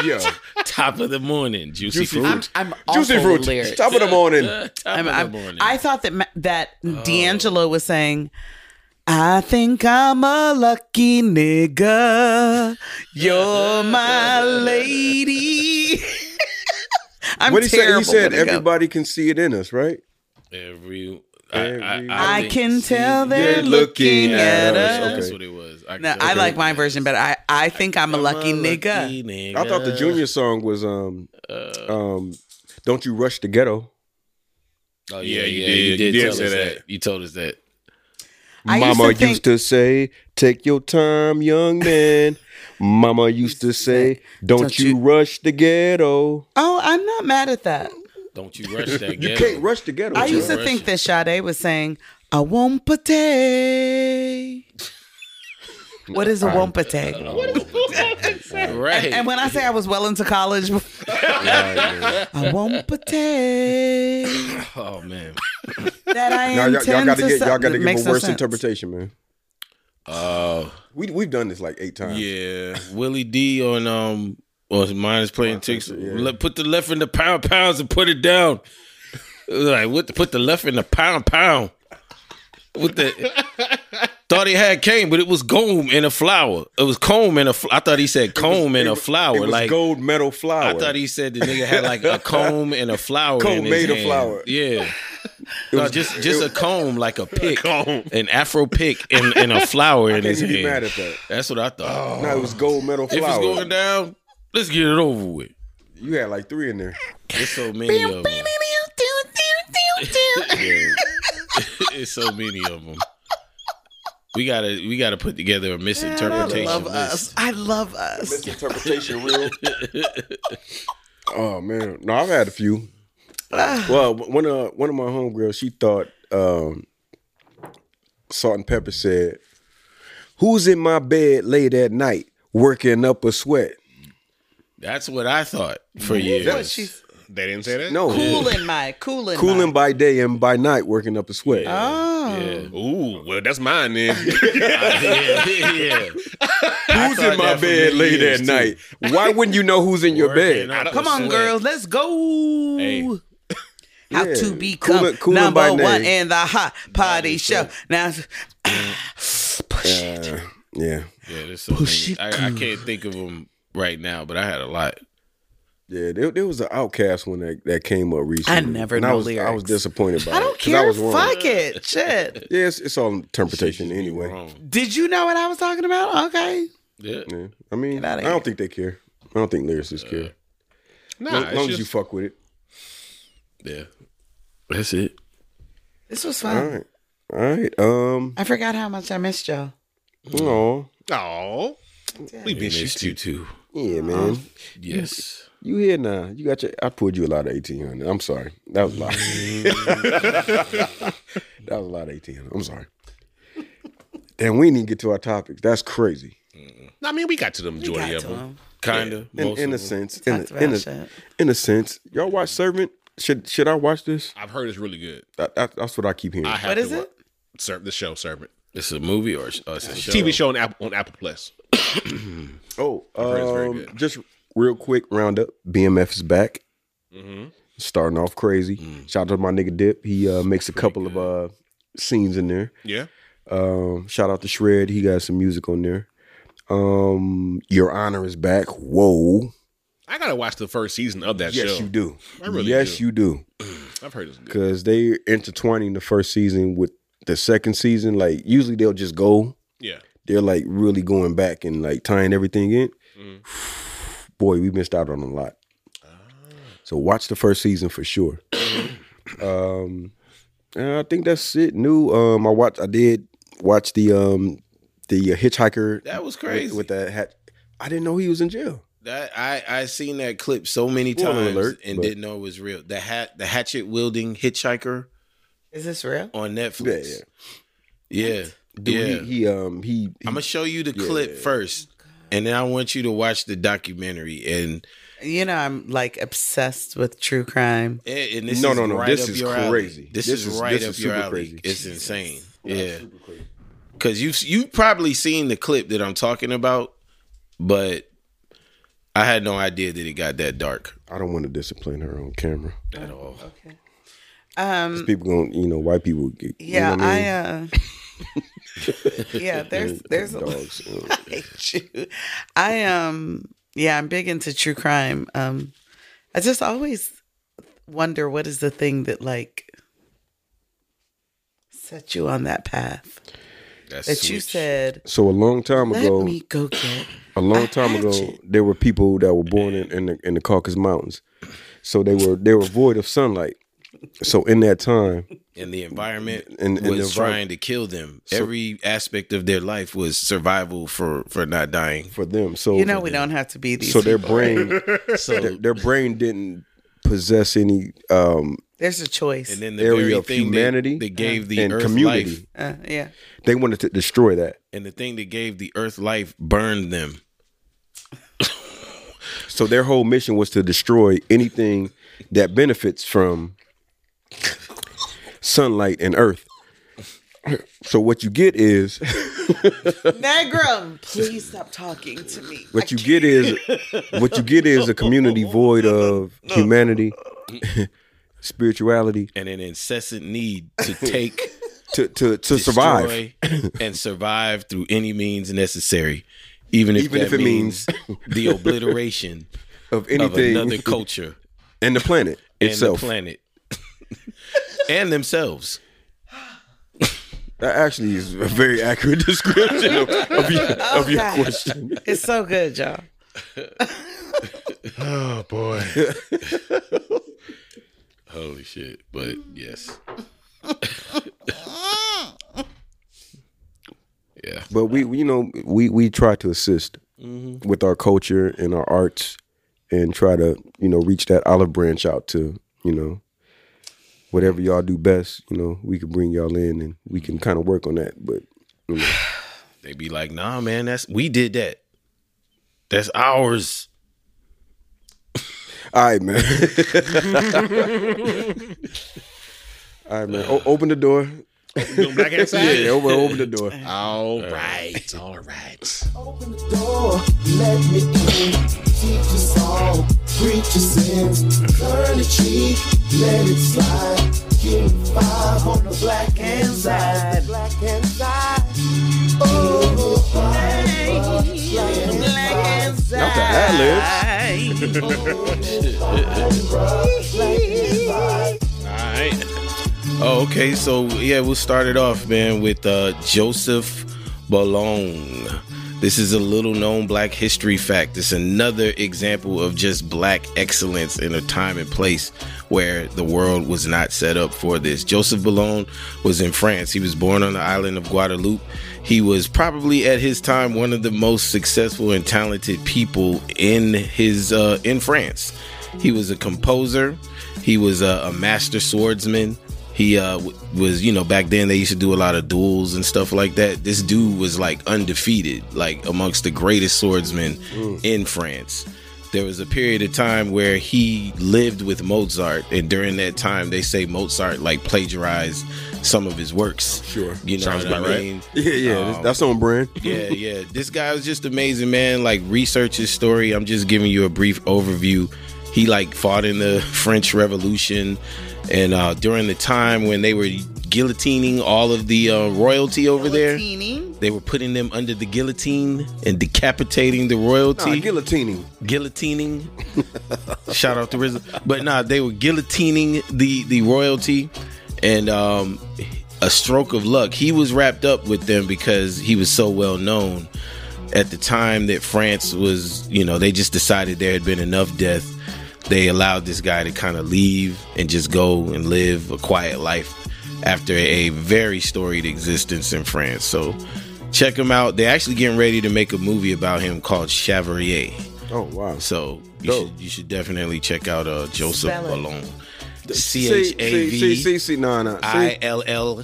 Yo,
Top of the morning. Juicy,
Juicy
fruit.
fruit.
I'm,
I'm, I'm
juicy
awful
fruit,
with lyrics.
top of the morning.
top
I'm,
of
I'm,
the morning.
I thought that ma- that
Oh.
D'Angelo was saying, "I think I'm a lucky nigga. You're my lady." I'm
What he said?
terrible.
He said
when it goes.
everybody can see it in us, right?
Every. I, I,
Every-
I
I
think-
can tell
They're
they're
looking
looking
at
at
us.
us.
That's
Okay.
what it was. can
No,
tell
I like
you.
my version better. I, I think I'm a lucky nigga.
Lucky nigga.
I thought the junior song was um
Uh.
um don't you rush the ghetto.
Oh yeah,
Yeah, you
yeah,
did.
you did,
You did
tell us
say
that.
that.
You told us that.
I used
Mama
to think-
used to say, "Take your time, young man." Mama used to say, "Don't,
Don't
you,
you-
rush the ghetto."
Oh, I'm not mad at that.
Don't you rush that.
You
ghetto.
can't rush the ghetto.
I
Jay.
used to think that Sade was saying, "I won't pate." What is a won't pate?
Right.
And when I say I was well into college, I won't pretend
oh man.
that I
Now, y'all,
intend
y'all gotta
to
get y'all
something.
gotta
It
give
makes
a
no
worse
sense.
interpretation, man.
Oh
We we've done this like eight times.
yeah. Willie D on um on mine is playing ticks.
yeah.
Le- Put the left in the pound pounds and put it down. Like what? The, put the left in the pound pound. With the thought he had cane, but it was comb and a flower. It was comb and a. Fl- I thought he said comb
It
and a
was-
flower.
It was
like
gold medal flower.
I thought he said the nigga had like a comb and a flower.
Comb
in his
made a
hand.
flower.
Yeah. No, just just a comb, like a pick,
comb.
an Afro pick, and, and a flower in his
Can't
hand.
be mad at that.
That's what I thought.
No, it was gold medal
if it's
flower.
going down, let's get it over with.
you had like three in there.
There's so many of them. It's so many of them. We gotta we gotta put together a misinterpretation
Love us.
list.
I love us.
Misinterpretation real. oh man, no, I've had a few. well, one of one of my homegirls, she thought um, Salt and Pepper said, "Who's in my bed late at night working up a sweat?"
That's what I thought for years.
She's
they didn't say that.
No,
cooling my cooling.
cooling
my- Oh,
by day and by night working up a sweat.
yeah.
Ooh, well, that's mine then.
yeah, yeah.
Who's
thought
in my
that for
bed
many
late
years,
at night? Why wouldn't you know who's in your bed?
Working up
Come
a
on,
sweat.
girls, let's go. How
Yeah.
to become
Cooling- cooling by
number one
name.
in the hot party show. Now, push it.
Uh, yeah,
Yeah, there's so many. I, I can't think of them right now, but I had a lot.
yeah. There, there was an outcast one that, that came up recently.
I never
and I
know
was, I was
lyrics.
disappointed by
I
it,
don't
'cause I
care.
was wrong.
Fuck it. Shit.
Yeah, it's, it's all interpretation anyway.
Wrong.
Did you know what I was talking about? Okay.
Yeah.
Yeah. I mean, I
outta
don't think they care. I don't think lyricists care.
Uh, Nah,
as long
it's
as you
just-
fuck with it.
Yeah. That's it.
This was
All
fun.
right. All right. Um.
I forgot how much I missed y'all.
Mm.
Oh.
Aw, we miss you
It's
too.
two two.
Mm.
Yeah, man.
Yes.
You here now? You got your? I pulled you a lot of eighteen hundred. I'm sorry. That was a lot.
Mm.
that was a lot of eighteen hundred. I'm sorry. Damn, we didn't even get to our topics. That's crazy.
I mean, we got to the majority
Got
of
to
them.
'em.
Kinda.
In,
Most
in a
of 'em.
sense, in
Talked
a, in,
about
a,
shit.
in a sense, y'all watch Servant. Should should I watch this?
I've heard it's really good.
That, that, that's what I keep hearing.
I have
What
to
is
wa-
it?
Serve the show, Servant.
It's a movie or it's, oh, it's a show.
TV show on Apple on Apple Plus.
Oh,
heard it's very
um,
good. Mm-hmm.
just real quick roundup. BMF is back. starting off crazy.
Mm.
Shout out to my nigga Dip. He uh, makes a couple of uh, scenes in there.
Yeah.
Um, shout out to Shred. He got some music on there. Um, Your Honor is back. Whoa.
I gotta watch the first season of that
Yes,
show.
you do.
I really
yes,
do.
you do.
I've heard it's good.
Because they're intertwining the first season with the second season. Like, usually they'll just go.
Yeah.
They're like really going back and like tying everything in.
Mm-hmm.
Boy, we missed out on a lot.
Ah.
So watch the first season for sure. um, and I think that's it. New. Um, I watched. I did watch the um the uh, Hitchhiker
That was crazy.
with, with that hat. I didn't know he was in jail.
That I I seen that clip so many
Spoiler
times
alert,
and
but-
didn't know it was real. The hat, the hatchet wielding hitchhiker
Is this real?
on Netflix. Yeah, yeah.
Dude, He, he um he, he
I'm gonna show you the
Yeah.
clip first, and then I want you to watch the documentary. And
You know, I'm like obsessed with true crime.
and, and this
No,
is
no, no,
right
this
up
is
your alley.
crazy.
This,
This
is,
is-
right
this
up
is
your
super
alley.
crazy.
It's insane. Yeah, because you've you probably seen the clip that I'm talking about, but I had no idea that it got that dark.
I don't want to discipline her on camera.
Um,
People going to you know white people get you
yeah,
know what
I,
mean?
uh, yeah, there's, there's a lot
dogs. uh,
you. I um yeah, I'm big into true crime. Um I just always wonder what is the thing that like set you on that path
That's
that you
sweet.
said
so a long time
let
ago,
me go get
a long time
hatchet.
ago, there were people that were born in, in the in the Caucasus Mountains, so they were they were void of sunlight. So in that time,
and the environment
And- and
was
the environment-
trying to kill them. Every aspect of their life was survival for for not dying.
for them, so
you know we don't have to be these
so their
people.
brain their,
So
their brain didn't possess any um
there's a choice.
and then the
Area
very
of
thing
humanity
that, that gave the
and
earth
community.
life,
uh, yeah.
They wanted to destroy that.
and the thing that gave the earth life burned them.
So their whole mission was to destroy anything that benefits from sunlight and earth. So what you get is
Negrum, please stop talking to me.
what you get is what you get is a community void of humanity, spirituality
And an incessant need to take,
to to to survive.
survive, and survive through any means necessary, even if
Even
that
if it
means,
means-
the obliteration
Of
of another
anything
culture
and the planet
and
itself.
the planet and themselves.
That actually is a very accurate description of, of your, of your
God.
question.
It's so good, y'all.
Oh boy. Holy shit. But yes. yeah.
But we, we- you know, we we try to assist with our culture and our arts, and try to you know reach that olive branch out to you know whatever y'all do best. You know, we can bring y'all in and we can kind of work on that. But
They be like, nah, man, that's we did that. That's ours.
all right, man. all right, man. O- open the door.
Going back outside.
Yeah, open, open the door.
All right. All right.
Open the door, let me in. Teach us all, preach your sins. Turn the cheek, let it slide. Give five on the black hand side. Black hand side. Oh, five, black hand side.
Not the ad
All right.
Oh, okay. So yeah, we'll start it off, man, with uh Joseph Ballone. This is a little known black history fact. It's another example of just black excellence in a time and place where the world was not set up for this. Joseph Ballone was in France. He was born on the island of Guadeloupe. He was probably at his time one of the most successful and talented people in his uh, in France. He was a composer. He was a, a master swordsman. He uh, w- was, you know, back then they used to do a lot of duels and stuff like that. This dude was like undefeated, like amongst the greatest swordsmen
Mm.
in France. There was a period of time where he lived with Mozart, and during that time, they say Mozart like plagiarized some of his works.
Sure.
you know
Sounds
what I
about right.
mean.
Yeah, yeah.
um,
that's on brand.
Yeah, yeah. This guy was just amazing, man. Like research his story. I'm just giving you a brief overview. He like fought in the French Revolution, and uh, during the time when they were guillotining all of the uh, royalty over there,
Guillotining?
they were putting them under the guillotine and decapitating the royalty
Nah, guillotining.
guillotining. Shout out to RZA. But nah, they were guillotining the the royalty, and um, a stroke of luck. He was wrapped up with them because he was so well known at the time that France was. You know, they just decided there had been enough death. They allowed this guy to kind of leave and just go and live a quiet life after a very storied existence in France. So check him out. They're actually getting ready to make a movie about him called Chavalier.
Oh wow.
So you
Dope.
should you should definitely check out uh Joseph
Spell it.
Malone. C
See,
H A
see, see, see,
V
see, nah, nah. See,
I L L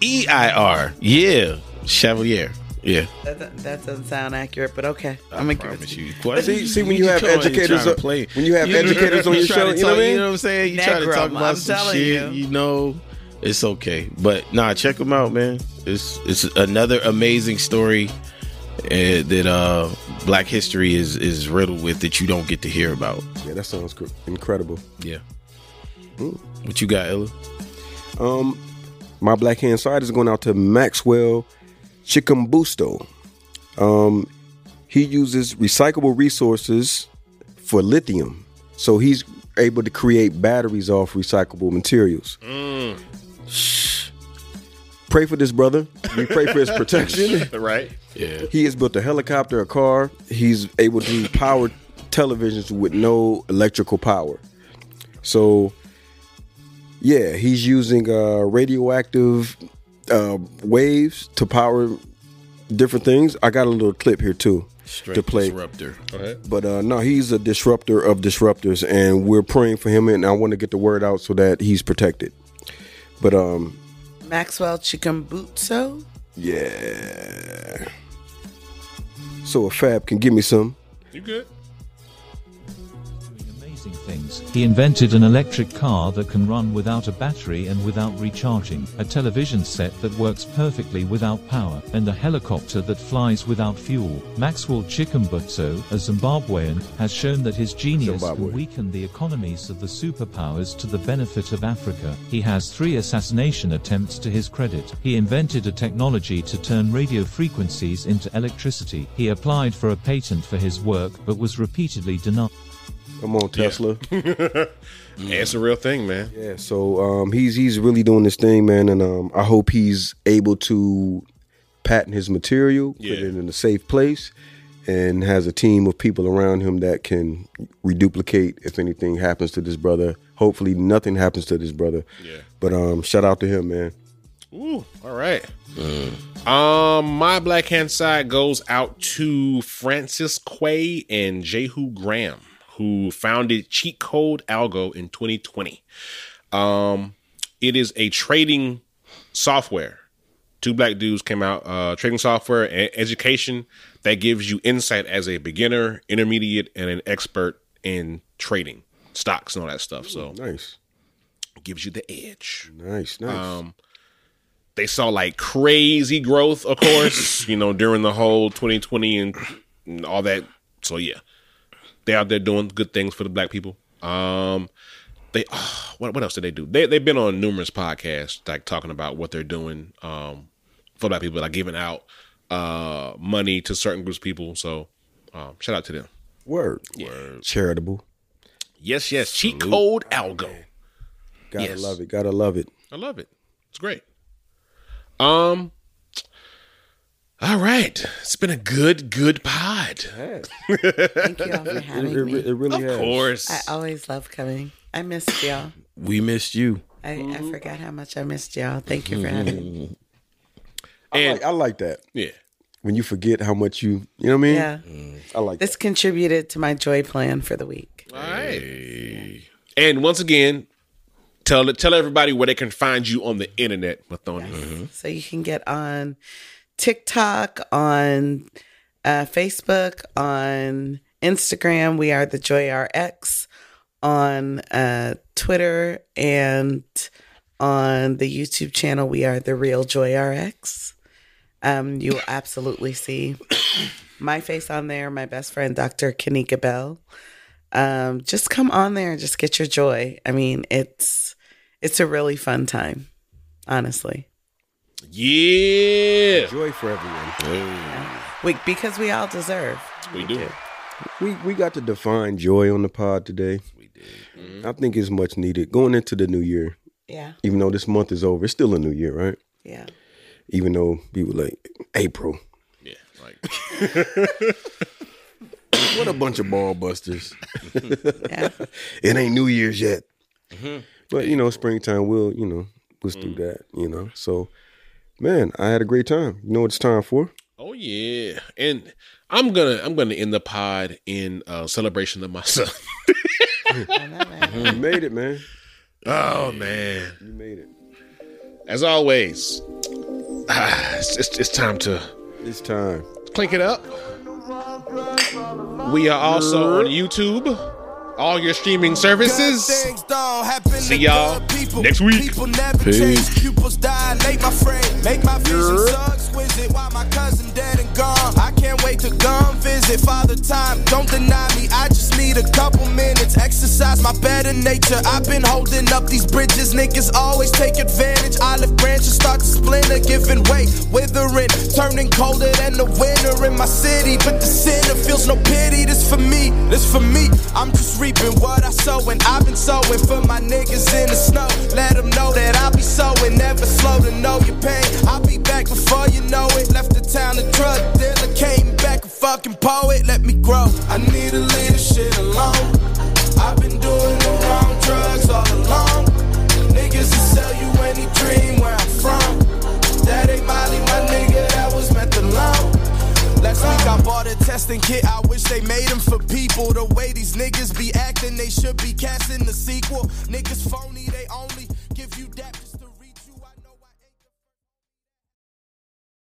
E I R. Yeah. Chevalier. Yeah.
That, that doesn't sound accurate, but okay.
I
I'm gonna give
promise
it.
you. What?
See- see, when you have
try-
educators
trying to
on- when you have educators on your
try to
show, you know what I
talk-
mean?
You know what I'm saying? You try to
Negro,
talk about
I'm
some
telling
shit,
you.
you know. It's okay. But nah, check him out, man. It's it's another amazing story uh, that uh black history is is riddled with that you don't get to hear about.
yeah, that sounds cr- incredible.
Yeah. What you got, Ella?
Um, my black hand side is going out to Maxwell Chicambusto. Um, he uses recyclable resources for lithium, so he's able to create batteries off recyclable materials. Pray for this brother. We pray for his protection.
right?
Yeah.
He has built a helicopter, a car. He's able to power televisions with no electrical power. So, yeah, he's using uh, radioactive uh, waves to power different things. I got a little clip here too to play.
Disruptor.
But uh, no, he's a disruptor of disruptors, and we're praying for him. And I want to get the word out so that he's protected. But um,
Maxwell Chikambutso.
yeah. So a fab can give me some.
You good?
Amazing things. He invented an electric car that can run without a battery and without recharging, a television set that works perfectly without power, and a helicopter that flies without fuel. Maxwell Chikumbutso, a Zimbabwean, has shown that his genius
Zimbabwe.
can weaken the economies of the superpowers to the benefit of Africa. He has three assassination attempts to his credit. He invented a technology to turn radio frequencies into electricity. He applied for a patent for his work but was repeatedly denied.
Come on, Tesla. Yeah.
It's a real thing, man.
so um, he's he's really doing this thing, man, and um, I hope he's able to patent his material, put
Yeah.
it in a safe place, and has a team of people around him that can reduplicate if anything happens to this brother. Hopefully, nothing happens to this brother.
Yeah.
But um, shout out to him, man.
Ooh, all right. Um, my black hand side goes out to Francis Quay and Jehu Graham, who founded Cheat Code Algo in 2020. Um, it is a trading software. Two black dudes came out uh, trading software and education that gives you insight as a beginner, intermediate, and an expert in trading stocks and all that stuff. So
Nice,
gives you the edge
nice, nice.
Um, they saw like crazy growth, of course, you know, during the whole 2020 and, and all that. So yeah, they out there doing good things for the black people. Um, they what what else did they do? They they've been on numerous podcasts like talking about what they're doing um for black people, like giving out uh money to certain groups of people. So um, shout out to them.
Word, word, charitable.
Yes, yes, cheat code algo.
Gotta
Yes.
love it. Gotta love it.
I love it. It's great. Um. All right, it's been a good, good pod.
Thank you all for
It,
having
it,
me.
it really has.
Of course,
I always love coming. I missed y'all.
We missed you.
I, I forgot how much I missed y'all. Thank you for having me.
I
and
like, I like that
yeah,
when you forget how much you. You know what I mean?
Yeah.
I like
This contributed to my joy plan for the week.
all right. And once again, tell tell everybody where they can find you on the internet, Mathoni.
So you can get on TikTok, on uh, Facebook, on Instagram. We are the Joy RX on uh, Twitter and on the YouTube channel. We are the Real Joy RX. Um, you will absolutely see my face on there. My best friend, Dr. Kanika Bell. um, just come on there and just get your joy. I mean, it's it's a really fun time, honestly.
Yeah.
Joy for everyone.
We, because we all deserve.
We do.
We we got to define joy on the pod today. We did. Mm-hmm. I think it's much needed going into the new year.
Yeah.
Even though this month is over, it's still a new year, right?
Yeah.
Even though people like April.
Yeah. Like
What a bunch of ball busters.
Yeah.
it ain't New Year's yet. Mm-hmm. But you know, springtime will, you know, was through that, you know. So man, I had a great time. You know what it's time for?
Oh yeah. And I'm gonna I'm gonna end the pod in uh celebration of my son.
You made it, man.
oh man.
You made it.
As always, ah, it's, it's it's time to
It's time.
clink it up. We are also on YouTube, all your streaming services. See y'all next week.
People never change, pupils dilate, my friend. Make my vision so exquisite while my cousin dead and gone. I can't wait to come visit. Father time, don't deny me. I just need a couple minutes. Exercise my better nature. I've been holding up these bridges. Niggas always take advantage. Olive branches start to splinter, giving way, withering, turning colder than the winter in my city. But the sinner feels no pity. This for me, this for me. I'm just reaping what I sow, and I've been sowing for my niggas in the snow. Let them know that I'll be sowing, never slow to know your pain. I'll be back before you know it. Left the town a drug dealer, came back a fucking poet. Let me grow. I need to leave this shit alone. I've been doing the wrong drugs all along. Niggas will sell you any dream where I'm from. That ain't Molly, my nigga, that was methadone. Last week I bought a testing kit. I wish they made them for people. The way these niggas be acting, they should be casting the sequel. Niggas phony, they only.